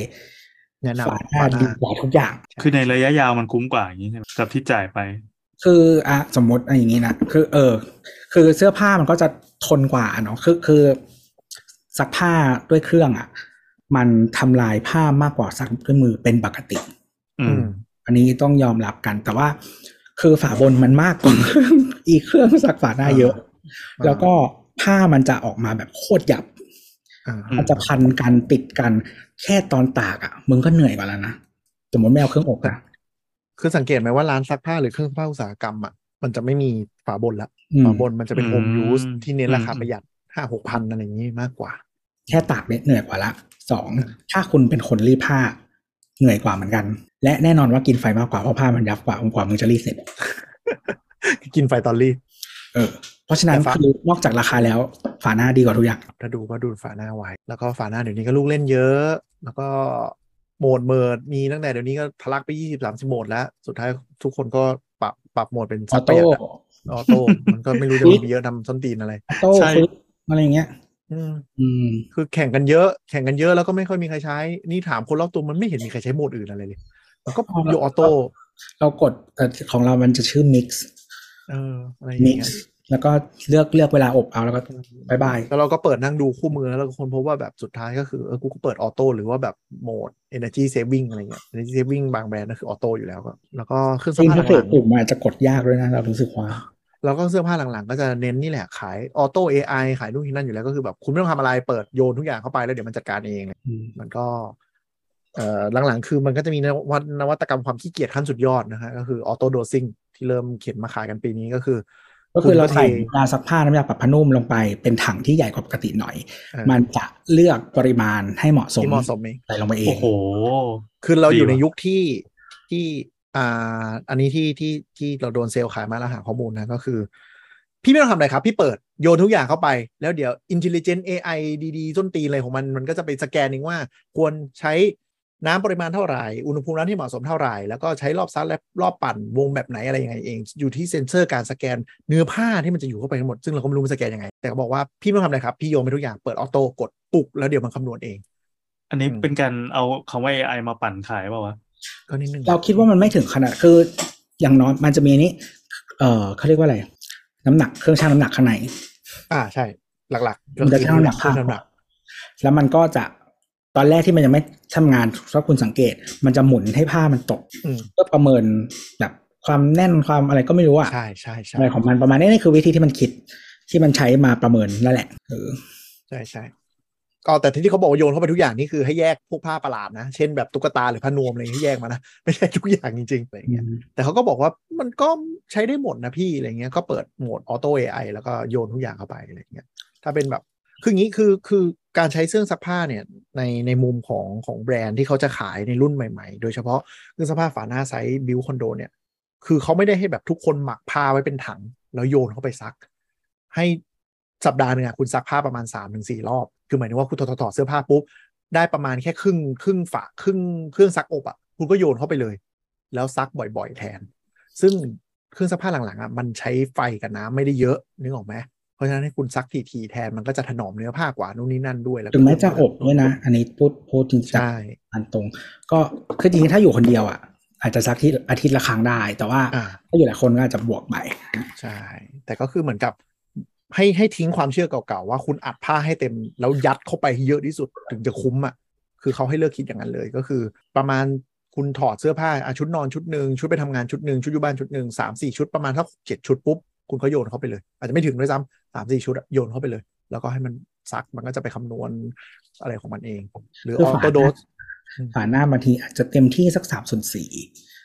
S4: แนะนำ
S2: ฝาหน้า
S4: ฝาหน้า
S2: ดีกว่าทุกอย่าง
S3: คือในระยะยาวมันคุ้มกว่าอย่างนี้ใช่ไหมกับที่จ่ายไป
S2: คืออ่ะสมมติอะไรอย่างนี้นะคือ เออ คือเสื้อผ้ามันก็จะทนกว่าเนาะคือคือซักผ้าด้วยเครื่องอ่ะ มันทำลายผ้ามากกว่าซักด้วยมือเป็นปกติ
S3: อืม
S2: อันนี้ต้องยอมรับกันแต่ว่า คือฝาบนมันมากกว่า (laughs) เครื่องอีกเครื่องซักฝาหน้าเยอะ
S4: อ่า
S2: แล้วก็ผ้ามันจะออกมาแบบโคตรหยับ
S4: อ่า
S2: มันจะพันกันติดกันแค่ตอนตากอ่ะ มึงก็เหนื่อยกว่าแล้วนะสมมติไม่เอาเครื่องอบนะ
S4: คือสังเกตไหมว่าร้านซักผ้าหรือเครื่องซักผ้าอุตสาหกรรมอ่ะมันจะไม่มีฝาบนละ
S2: อืม
S4: ฝาบนมันจะเป็น
S3: อืม
S4: โฮมยูสที่เน้นราคา
S3: อืม
S4: ประหยัดห้าหกพันอะไรอย่างนี้มากกว่า
S2: แค่ตากเนี่ยเหนื่อยกว่าละสองถ้าคุณเป็นคนรีดผ้า เหนื่อยกว่าเหมือนกัน และแน่นอนว่ากินไฟมากกว่าเพราะผ้ามันยับกว่าอกว่ามึงจะรีดเสร็จ
S4: กินไฟตอนรีด
S2: เออ เพราะฉะนั้น
S4: แต่ฝา
S2: คือนอกจากราคาแล้วฝาหน้าดีกว่าทุกอย่าง
S4: ถ้าดูก็ดูดฝาหน้าไว้ แล้วก็ฝาหน้าเดี๋ยวนี้ก็ลูกเล่นเยอะ แล้วก็โหมดเมิดมีตั้งแต่เดี๋ยวนี้ก็ทะลักไปยี่สิบสามสิบโหมดแล้ว สุดท้ายทุกคนก็ปรับปรับโหมดเป็น
S2: อ
S4: ซั
S2: อก
S4: ประ
S2: โต้
S4: หยัดอะออโต้มันก็ไม่รู้จะมีเยอะทำส้นตีนอะไร
S2: ออโต้
S3: ใช่
S2: ฟึ๊บอะไรอย่างเงี้ย
S4: อืม
S2: อืม
S4: คือแข่งกันเยอะ แข่งกันเยอะแล้วก็ไม่ค่อยมีใครใช้ นี่ถามคนรอบตัวมันไม่เห็นมีใครใช้โหมดอื่นอะไรเลย มันก็
S2: อ๋อแล้ว
S4: โยออโต้
S2: เรากดเอ่อของเรามันจะชื่อ mix
S4: เอออะไรอย่าง
S2: mix
S4: เงี้ย
S2: แล้วก็เลือกเลือกเวลาอบเอาแล้วก็บายบาย
S4: แล้วเราก็เปิดนั่งดูคู่มือแล้วเราก็คนพบว่าแบบสุดท้ายก็คือเออกูก็เปิดออโต้หรือว่าแบบโหมด energy saving อะไรเงี้ย energy saving บางแบรนด์ก็คือออโต้อยู่แล้วก็แล้วก็เครื่อง
S2: จ
S4: เสื้
S2: ริ
S4: อง ผ้า
S2: ถ้า
S4: ห
S2: เกิด
S4: ลัง
S2: กลุ่มมันอาจจะกดยากด้วยนะ เรารู้สึกว่า
S4: ๆแล้วก็เสื้อผ้าหลังๆ ก็จะเน้นนี่แหละขายออโต้ AI ขายนู่นนี่นั่นอยู่แล้วก็คือแบบคุณไม่ต้องทำอะไรเปิดโยนทุกอย่างเข้าไปแล้วเดี๋ยวมันจัดการเอง
S2: อืม
S4: มันก็เอ่อหลังๆ คือมันก็จะมีนวัตนวัตกรรมความขี้เกียจขั้นสุดยอดนะฮะก็คือออโต d o ดซิ่งที่เริ่มเขียนมาขายกันปีนี้ก็คือ
S2: ก็คือเรา
S4: ณ
S2: ใส่
S4: ท
S2: ยาซักผ้าน้ำยาปรับผ้านุ่มลงไปเป็นถังที่ใหญ่กว่าปกติหน่อย
S4: เอ่อ
S2: มันจะเลือกปริมาณให้เหมาะสม
S4: ที่เหมาะสมเอง
S2: ใส่ลงไปเอ
S3: โอ้
S2: ง
S3: โห
S4: คือเราอยู่
S3: ดีว่ะ
S4: ในยุคที่ที่อ่าอันนี้ที่ที่ที่เราโดนเซลล์ขายมาแล้วหาข้อมูลนะก็คือ พี่ไม่ต้องทำอะไรครับ พี่เปิดโยนทุกอย่างเข้าไป แล้วเดี๋ยว Intelligent AI ดีๆต้นตีนอะไรของมัน มันก็จะไปสแกนเองว่า ควรใช้น้ำปริมาณเท่าไหร่ อุณหภูมิน้ำที่เหมาะสมเท่าไหร่ แล้วก็ใช้รอบซัดและรอบปั่นวงแบบไหนอะไรยังไงเอง อยู่ที่เซ็นเซอร์การสแกนเนื้อผ้าที่มันจะอยู่เข้าไปทั้งหมด ซึ่งเราก็ไม่รู้มันสแกนยังไง แต่ก็บอกว่าพี่ไม่ต้องทำอะไรครับ พี่โยนไปทุกอย่างเปิดออโต้กดปุ๊กแล้วเดี๋ยวมันคำนวณเอง
S3: อันนี้
S4: อืม
S3: เป็นการเอาคำว่า AI มาปั่นขายเปล่าวะ
S4: ก็นิดนึง
S2: เราคิดว่ามันไม่ถึงขนาดคืออย่างน้อยมันจะมีอันนี้ เออเขาเรียกว่าอะไร น้ำหนักเครื่องชั่งน้ำหนักข้างใน
S4: อ่าใช่หลักๆ
S2: มันจะชั่งน้ำหนัก
S4: คือ
S2: ผ้า
S4: น้ำหนัก
S2: แล้วมันก็จะตอนแรกที่มันยังไม่ทำงานถ้าคุณสังเกต มันจะหมุนให้ผ้ามันตก
S4: อืม
S2: เพื่อประเมินแบบความแน่นความอะไรก็ไม่รู้อะ
S4: ใช่ใช่ใช่
S2: อะไรของมันประมาณนี้นี่คือวิธีที่มันคิดที่มันใช้มาประเมินนั่นแหละเออ
S4: ใช่ใช่ก็แต่ที่เขาบอกว่าโยนเข้าไปทุกอย่างนี่คือให้แยกพวกผ้าประหลาดนะ เช่นแบบตุ๊กตาหรือผ้านวมอะไรให้แยกมานะ ไม่ใช่ทุกอย่างจริงๆอะไรอย่างเงี้ยแต่เขาก็บอกว่ามันก็ใช้ได้หมดนะพี่อะไรเงี้ยก็เปิดโหมดออโต้เอไอแล้วก็โยนทุกอย่างเข้าไปอะไรเงี้ยถ้าเป็นแบบคืออย่างงี้คือคือการใช้เครื่องซักผ้าเนี่ยในในมุมของของแบรนด์ที่เขาจะขายในรุ่นใหม่ๆ โดยเฉพาะเครื่องซักผ้าฝาหน้าไซส์บิวคอนโดเนี่ย คือเขาไม่ได้ให้แบบทุกคนหมักผ้าไว้เป็นถัง แล้วโยนเข้าไปซัก ให้สัปดาห์หนึ่งอะคุณซักผ้าประมาณ3าถึงสรอบ คือหมายถึงว่าคุณถอดถอดถอดเสื้อผ้าปุ๊บ ได้ประมาณแค่ครึ่งครึ่งฝาครึ่งเครื่องซักอบอะคุณก็โยนเข้าไปเลย แล้วซักบ่อยๆ แทน ซึ่งเครื่องซักผ้าหลังๆอะมันใช้ไฟกับน้ำไม่ได้เยอะนึกออกไหมเพราะฉะนั้นให้คุณซักทีๆแทนมันก็จะถนอมเนื้อผ้ากว่านู่นนี่นั่นด้วยแล้วก็
S2: ถึงแม้จะอบด้วยนะ อันนี้พูดพูดจริงจัง
S4: ใช่
S2: อันตรง ก็คือจริงๆถ้าอยู่คนเดียวอ่ะ อาจจะซักที่อาทิตย์ละครั้งได้ แต่ว่า
S4: อ่า
S2: ถ้าอยู่หลายคนก็อาจจะบวกไป
S4: ใช่ แต่ก็คือเหมือนกับ ให้ให้ทิ้งความเชื่อเก่าๆ ว่าคุณอัดผ้าให้เต็มแล้วยัดเข้าไปให้เยอะที่สุดถึงจะคุ้มอ่ะ คือเขาให้เลิกคิดอย่างนั้นเลยก็คือ ประมาณคุณถอดเสื้อผ้าอะชุดนอนชุดหนึ่งชุดไปทำงานชุดหนึ่งชุดอยู่บ้านชุดหนึ่งสามสี่ชุดประมาณถ้าเจ็ดชุดปุ๊บ คุณก็โยนเข้าไปเลย อาจจะไม่ถึงด้วยซ้ำสามสี่ชุดอะโยนเข้าไปเลย แล้วก็ให้มันซักมันก็จะไปคำนวณอะไรของมันเอง หรืออ
S2: คือ
S4: อ
S2: ฝา
S4: โต
S2: ห
S4: โด
S2: น้า
S4: ส
S2: ฝาหน้าบางทีอาจจะเต็มที่สักสามส่วนสี่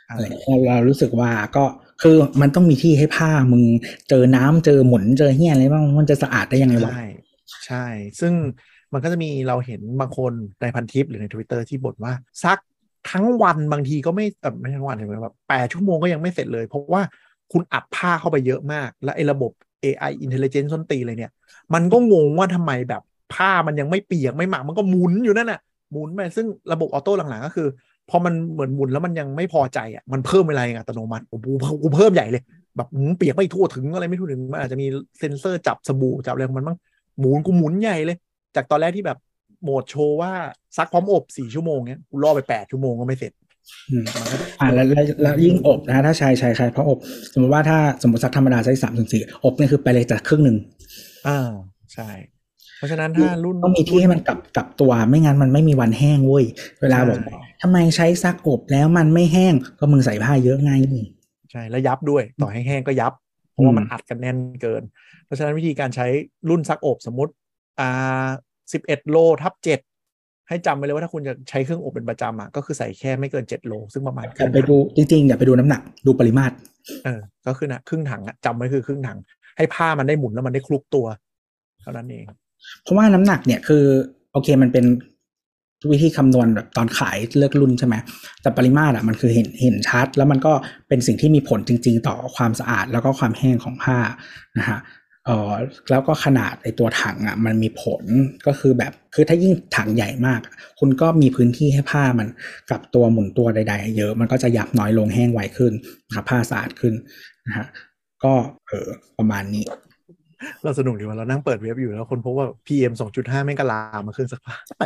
S4: อะ
S2: อะไร ไรเรารู้สึกว่าก็คือมันต้องมีที่ให้ผ้ามึงเจอน้ำเจอหมุนเจอเหี้ยอะไรบ้างมันจะสะอาดได้ยังไงวะ
S4: ใช่ใช่ ซึ่งมันก็จะมีเราเห็นบางคนในพันทิปหรือในทวิตเตอร์ที่บ่นว่าซักทั้งวันบางทีก็ไม่เออไม่ใช่ทั้งวันถึงแบบแปดชั่วโมงก็ยังไม่เสร็จเลย เพราะว่าคุณอัดผ้าเข้าไปเยอะมาก และไอ้ระบบ AI intelligence ส้นตีนเลยเนี่ย มันก็งงว่าทำไมแบบผ้ามันยังไม่เปียกไม่หมักมันก็หมุนอยู่นั่นน่ะหมุนไปซึ่งระบบออโต้หลังๆก็คือ พอมันเหมือนหมุนแล้วมันยังไม่พอใจอ่ะมันเพิ่มเวลาเองอัตโนมัติโอ้โหกูเพิ่มใหญ่เลย แบบหืมเปียกไม่ทั่วถึงอะไรไม่ทั่วถึงมันอาจจะมีเซ็นเซอร์จับสบู่จับอะไรของมันบ้างหมุนกูหมุนใหญ่เลย จากตอนแรกที่แบบโหมดโชว์ว่าซักพร้อมอบสี่ชั่วโมงเนี้ยกูล่อไปแปดชั่วโมงก็ไม่เสร็จ
S2: อืมอ่าแล้วแล้วแล้วยิ่งอบนะฮะถ้าใช้ใช้ใช้เพราะอบ สมมติว่าถ้าสมมติซักธรรมดาใช้สามถึงสี่อบเนี่ยคือไปเลยจากครึ่งหนึ่ง
S4: อ่าใช่ เพราะฉะนั้นถ้ารุ่น
S2: ต้องมีที่ให้มันกลับกลับตัวไม่งั้นมันไม่มีวันแห้งเว้ยเวลาบอก
S4: ใช่
S2: ทำไมใช้ซักอบแล้วมันไม่แห้งก็มึงใส่ผ้าเยอะไง
S4: ใช่แล้วยับด้วยต่อให้แห้งก็ยับ เพราะว่ามันอัดกันแน่นเกิน เพราะฉะนั้นวิธีการใช้รุ่นซักอบสมมติอ่าสิบเอ็ดโลทับเจ็ดให้จำไว้เลยว่าถ้าคุณจะใช้เครื่องอบเป็นประจำอ่ะก็คือใส่แค่ไม่เกินเจ็ดโลซึ่งประมาณค
S2: แต่
S4: รึ่ง
S2: ไปดูจริงๆอย่าไปดูน้ำหนักดูปริมาตร
S4: เออก็คือนะครึ่งถังอ่ะจำไว้คือครึ่งถัง ให้ผ้ามันได้หมุนแล้วมันได้คลุกตัว เท่านั้นเอง
S2: เพราะว่าน้ำหนักเนี่ยคือโอเคมันเป็นวิธีคำนวณแบบตอนขายเลือกรุ่นใช่ไหมแต่ปริมาตรอะมันคือเห็นเห็นชัด แล้วมันก็เป็นสิ่งที่มีผลจริง ๆ ต่อความสะอาดแล้วก็ความแห้งของผ้านะฮะเออแล้วก็ขนาดไอตัวถังอ่ะมันมีผลก็คือแบบคือถ้ายิ่งถังใหญ่มาก คุณก็มีพื้นที่ให้ผ้ามันกลับตัวหมุนตัวใดๆเยอะมันก็จะยับน้อยลงแห้งไวขึ้นนะครับผ้าสะอาดขึ้นนะฮะก็เออประมาณนี้
S4: เราสนุกดีว่าเรานั่งเปิดเว็บอยู่แล้วคนพบว่า PM 2.5แม่งกะลามมาเครื่องซัก (laughs) ผ้าไป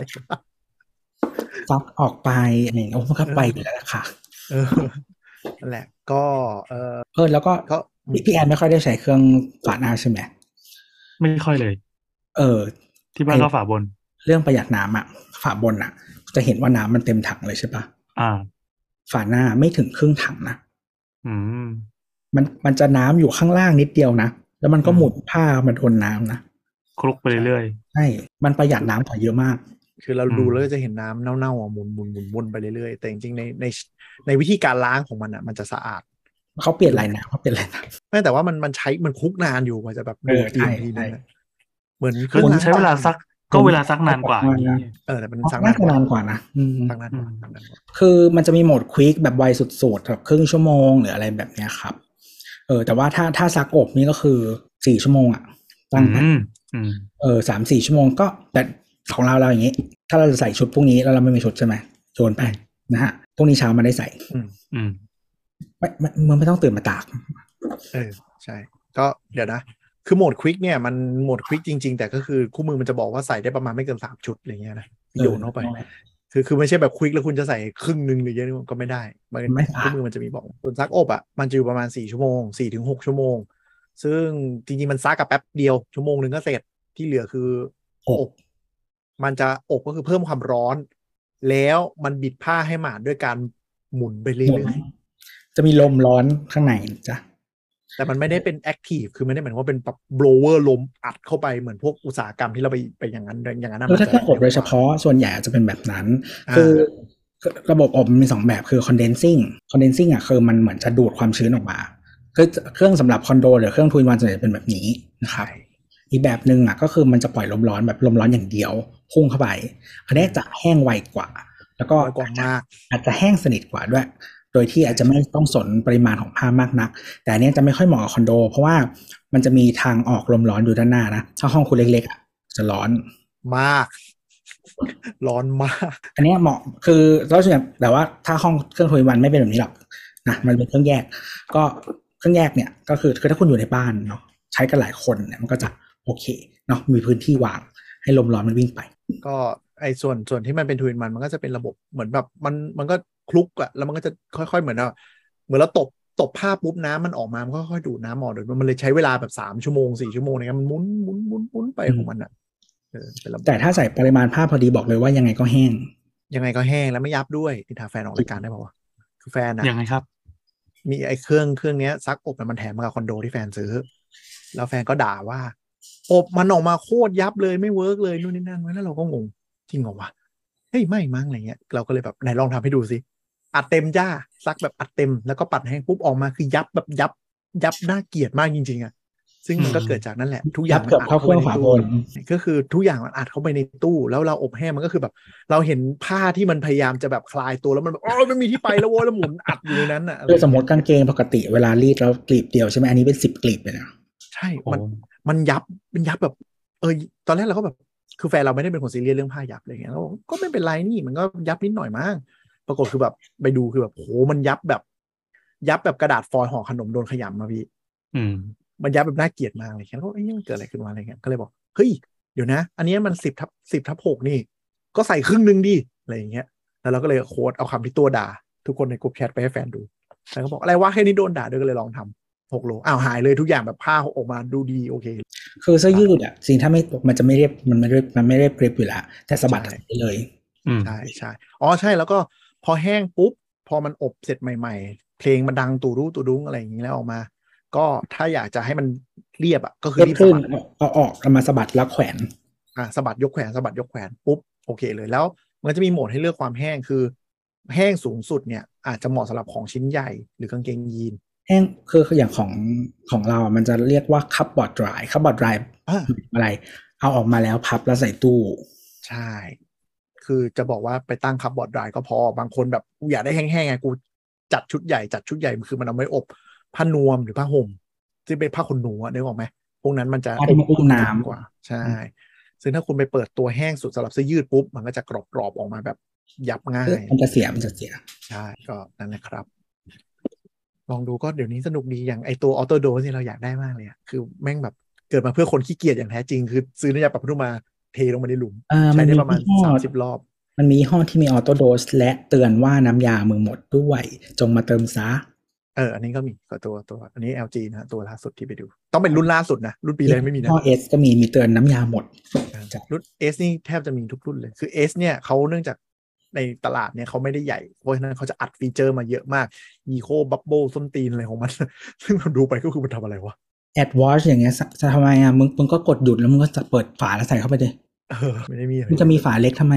S2: ซักออกไปอะไรอย่างเงี้ยโอ้มันก็ไปอยู่แล้วล่ะค่ะ
S4: เออนั่นแหละก็ เออ
S2: เออแล้วก็
S4: ก็
S2: พี่พี่แอนไม่ค่อยได้ใช้เครื่องฝาหน้าใช่ไหม
S3: ไม่ค่อยเลย
S2: เออ
S3: ที่บ้าน
S2: ไอ้
S3: ก็ฝาบน
S2: เรื่องประหยัดน้ำอะฝาบนอะจะเห็นว่าน้ำมันเต็มถังเลยใช่ปะ
S3: อ่า
S2: ฝาหน้าไม่ถึงครึ่งถังนะ
S3: อืม
S2: มันมันจะน้ำอยู่ข้างล่างนิดเดียวนะแล้วมันก็หมุนผ้ามันทนน้ำนะ
S3: คลุกไปเรื่อย
S2: ใช่มันประหยัดน้ำกว่าเยอะมาก
S4: คือเราดูแล้วก็จะเห็นน้ำเน่าๆอ่ะหมุนหมุนหมุนวนไปเรื่อยๆ แต่จริงๆในในในวิธีการล้างของมันอ่ะมันจะสะอาด
S2: เขาเปลี่ยนลายน้ำเขาเปลี่ยนลายน้
S4: ไม่แต่ว่ามันมันใช้มันคุกนานอยู่กว่าจะแบบ
S2: เอ
S4: ดู
S2: อ
S4: ดี
S2: ใช่
S4: ทีนึงอะเหมือน
S3: ๆคือ
S4: ล้ง
S3: ใช้เวลาซักก็เวลาซักนานกว่าอย่างงี้
S4: เออแต่มันซัก
S2: ำ
S4: นา
S2: น่าน
S4: กว่าน
S2: จะานกว่านะอืม
S4: ซักนานกว่า
S3: อืม
S4: ซักนานกว่า
S2: คือมันจะมีโหมดควิกแบบไวสุดๆแบบครึ่งชั่วโมงหรืออะไรแบบเนี้ยครับเออแต่ว่าถ้าถ้าซักอบนี่ก็คือสี่ชั่วโมงอะตั้งแต่
S3: อืมอืม
S2: เออสามสี่ชั่วโมงก็แต่ของเราเราอย่างนี้ ถ้าเราจะใส่ชุดพวกนี้แล้วเราไม่มีชุดใช่ไหมโยนไปนะฮะพวกนี้เช้ามาได้ใส่
S3: อืม
S2: ไม่ไม่มึงไม่ต้องตื่นมาตาก
S4: เออใช่ ก็เดี๋ยวนะ คือโหมดควิกเนี่ยมันโหมดควิกจริง ๆ แต่ก็คือคู่มือมันจะบอกว่าใส่ได้ประมาณไม่เกินสามชุดอะไรเงี้ยนะโยนเข้าไป คือคือไม่ใช่แบบควิกแล้วคุณจะใส่ครึ่งหนึ่งหรือเยอะนี่ก็ไม่ได้มัน
S2: ไม่ได้
S4: คู่มือมันจะมีบอกส่วนซักอบอ่ะมันจะอยู่ประมาณสี่ชั่วโมงสี่ถึงหกชั่วโมง ซึ่งจริงๆมันซักกับแป๊บเดียวชั่วโมงหนึ่งก็เสร็จที่เหลือคือ
S2: อบ
S4: มันจะอบก็คือเพิ่มความร้อน แล้วมันบิดผ้าให้หมาดด้วยการหมุนไปเรื่
S2: หมุน
S4: อย
S2: จะมีลมร้อนข้างในจ้ะ
S4: ๆแต่มันไม่ได้เป็นแอคทีฟคือไม่ได้เหมือนว่าเป็นแบบ blower ลมอัดเข้าไปเหมือนพวกอุตสาหกรรมที่เราไปไปอย่างนั้นอย่างนั้นนะ
S2: แล้วถ้าเครื่องอบโดยเฉ
S4: า
S2: พาะส่วนใหญ่อาจจะเป็นแบบนั้น
S4: อ่า
S2: คือคือระบบอบมันมีสองแบบคือ condensing condensing อ่ะคือมันเหมือนจะดูดความชื้นออกมาคือเครื่องสำหรับคอนโดหรือเครื่องทูนวันส่วนใหญ่จะเป็นแบบนี้นะครับ อีกแบบหนึ่งอ่ะก็คือมันจะปล่อยลมร้อนแบบลมร้อนอย่างเดียว พุ่งเข้าไป อันนี้จะแห้งไวกว่า แล้วก็
S4: ไวกว่ามาก
S2: อาจจะแห้งสนิทกว่าด้วย โดยที่อาจจะไม่ต้องสนปริมาณของผ้ามากนัก แต่อันเนี้ยจะไม่ค่อยเหมาะกับคอนโด เพราะว่ามันจะมีทางออกลมร้อนอยู่ด้านหน้านะ ถ้าห้องคุณเล็กๆอ่ะจะร้อน
S4: มาก (laughs) ร้อนมาก
S2: อันเนี้ยเหมาะคือเราส่วนใหญ่แต่ว่าถ้าห้องเครื่องโทรอินวันไม่เป็นแบบนี้หรอกนะมันเป็นเครื่องแยก ก็เครื่องแยกเนี่ยก็คือคือถ้าคุณอยู่ในบ้านเนาะใช้กันหลายคนเนี่ยมันก็จะโอเคเนาะมีพื้นที่วางให้ลมร้อนมันวิ่งไป
S4: ก็ไอ้ส่วนส่วนที่มันเป็นทวินมันมันก็จะเป็นระบบเหมือนแบบมันมันก็คลุกอะแล้วมันก็จะค่อยๆเหมือนว่าเหมือนเราตบตบผ้าปุ๊บน้ำมันออกมามันก็ค่อยๆดูดน้ำออกเดี๋ยวมันเลยใช้เวลาแบบสามชั่วโมงสี่ชั่วโมงในการมันหมุนหมุนหมุนหมุนไปของมันอะเออเป็นระบบ
S2: แต่ถ้าใส่ปริมาณผ้าพอดีบอกเลยว่ายังไงก็แห้ง
S4: ยังไงก็แห้งแล้วไม่ยับด้วยที่ทาแฟนออกรายการได้ป่าวะคือแฟนอะ
S3: ยังไงครับ
S4: มีไอ้เครื่องเครื่องเนี้ยซักอบเนี่ยมันแถมมากับคอนโดที่แฟนซื้อ แล้วแฟนก็ด่าว่า อบมันออกมาโคตรยับเลยไม่เวิร์กเลยนู่นนี่นั่นแล้วเราก็งงจริงเหรอวะเฮ้ยไม่มั้งอะไรเงี้ยเราก็เลยแบบไหนลองทำให้ดูสิอัดเต็มจ้าซักแบบอัดเต็มแล้วก็ปัดแห้งปุ๊บออกมาคือยับแบบยับ ยับน่าเกลียดมากจริงๆอะซึ่งมันก็
S3: อืม
S4: เกิดจากนั่นแหละ ทุกอย่าง
S2: ยับเกือบเข้าเครื่องขวาบน
S4: ก็คือทุกอย่างมันอัดเข้าไปในตู้แล้วเราอบแห้งมันก็คือแบบ เราเห็นผ้าที่มันพยายามจะแบบคลายตัวแล้วมันแบบอ๋อไม่มีที่ไปแล้วโว้ยแล้วหมุนอัดอยู่ในนั้นอะ
S2: คือสมมติกางเกงปกติเวลารีดแล้วกลีบเดียวใช่ไหมอันนี้เป็นสิบกลีบเลยนะ
S4: ใช ช่
S3: โอ้
S4: มัน มันยับมันยับแบบ เออตอนแรกเราก็แบบคือแฟนเราไม่ได้เป็นคนซีเรียสเรื่องผ้ายับอะไรเงี้ยเราบอกก็ไม่เป็นไรนี่มันก็ยับนิดหน่อยมั้งปรากฏคือแบบไปดูคือแบบโหมันยับแบบ ยับแบบกระดาษฟอยล์ห่อขนมโดนขยำมาพี่
S3: อืม
S4: มันยับแบบน่าเกลียดมากเลยแค่แล้วไอ้ยนี่มันเกิดอะไรขึ้นวะอะไรเงี้ยก็เลยบอกเฮ้ยเดี๋ยวนะ อันเนี้ยมันสิบทับสิบทับหกนี่ ก็ใส่ครึ่งหนึ่งดิอะไรอย่างเงี้ยแล้วเราก็เลยโค้ดเอาคำที่ตัวด่า ทุกคนในกลุ่มแชทไปให้แฟนดูแล้วก็บอกอะไรวะแค่นี้โดนด่าด้วยก็เลยลองทำหกโลอ้าวหายเลยทุกอย่างแบบผ้าออกมาดูดีโอเค
S2: คือเสื้อยืดอ่ะสิ่งถ้าไม่มันจะไม่เรียบมันไม่เรียบมันไม่เรียบกริบอยู่แล้วแต่สะบัด
S4: ใช่
S2: ได้เลย
S3: อืม
S4: ใช่ใช่อ๋อใช่แล้วก็พอแห้งปุ๊บ พอมันอบเสร็จใหม่ ๆ เพลงมันดังตูรู้ตูดุ้งอะไรอย่างนี้แล้วออกมา ก็ถ้าอยากจะให้มันเรียบอ่ะก็คือ
S2: เรียบ
S4: รีบสะ
S2: ขึ้น
S4: บัด
S2: เอาออกเอามาสะบัดแล้วแขวน
S4: อ่ะสะบัดยกแขวนสะบัดยกแขวนปุ๊บโอเคเลยแล้ว มันก็จะมีโหมดให้เลือกความแห้งคือ แห้งสูงสุดเนี่ยอาจจะเหมาะสำหรับของชิ้นใหญ่หรือกางเกงยีน
S2: แห้งคืออย่างของของเราอ่ะมันจะเรียกว่าคับบอดดรายคับบอดดราย
S4: อ่า
S2: อะไร เอาออกมาแล้วพับแล้วใส่ตู้
S4: ใช่ คือจะบอกว่าไปตั้งคับบอร์ดดรายก็พอบางคนแบบกูอยากได้แห้งๆไงกูจัดชุดใหญ่จัดชุดใหญ่คือมันเอาไว้อบผ้านวมหรือผ้าห่มที่เป็นผ้าขนหนูอะนึกออกไหมพวกนั้นมันจะ
S2: ผ้าที่มันอุ้มน้ำ
S4: กว่า ใช่ ซึ่งถ้าคุณไปเปิดตัวแห้งสุดสำหรับเสื้อยืดปุ๊บมันก็จะกรอบๆออกมาแบบยับง่าย
S2: มันจะเสียมันจะเสีย
S4: ใช่ก็นั่นแหละครับ ลองดูก็เดี๋ยวนี้สนุกดีอย่างไอตัวออโตโดสเนี่ยเราอยากได้มากเลยอะคือแม่งแบบเกิดมาเพื่อคนขี้เกียจอย่างแท้จริง คือซื้อน้ำยาปรับผ้านุ่มมาเทลงมาในหลุม
S2: เออ
S4: ใช้
S2: มัน
S4: ได้
S2: มี
S4: ประมาณ
S2: ยี่ห้อ
S4: สามสิบรอบ
S2: มันมียี่ห้อที่มีออโตโดส และเตือนว่าน้ำยามึงหมดด้วย จงมาเติมซะ
S4: เออ อันนี้ก็มีก็ตัวตัว อันนี้ LG นะฮะตัวล่าสุดที่ไปดู ต้องเป็นรุ่นล่าสุดนะ รุ่นปีแรกไม่มีนะ
S2: ยี่ห้อเอสก็มีมีเตือนน้ำยาหมด จ้ะ
S4: รุ่น S นี่แทบจะมีทุกรุ่นเลย คือ S เนี่ยเขาเนื่องจากในตลาดเนี่ยเขาไม่ได้ใหญ่ เพราะฉะนั้นเขาจะอัดฟีเจอร์มาเยอะมากอีโคบับเบิลส้นตีนอะไรของมัน (laughs) ซึ่งเราดูไปก็คือมันทำอะไรวะ (laughs)
S2: แอดวอชอย่างเงี้ยจะจะทำไมอ่ะมึงมึงก็กดหยุดแล้วมึงก็จะเปิดฝาแล้วใส่เข้าไปดิ
S4: เออไม่ได้มีอะไร
S2: มึงจะมีฝาเล็กทำไม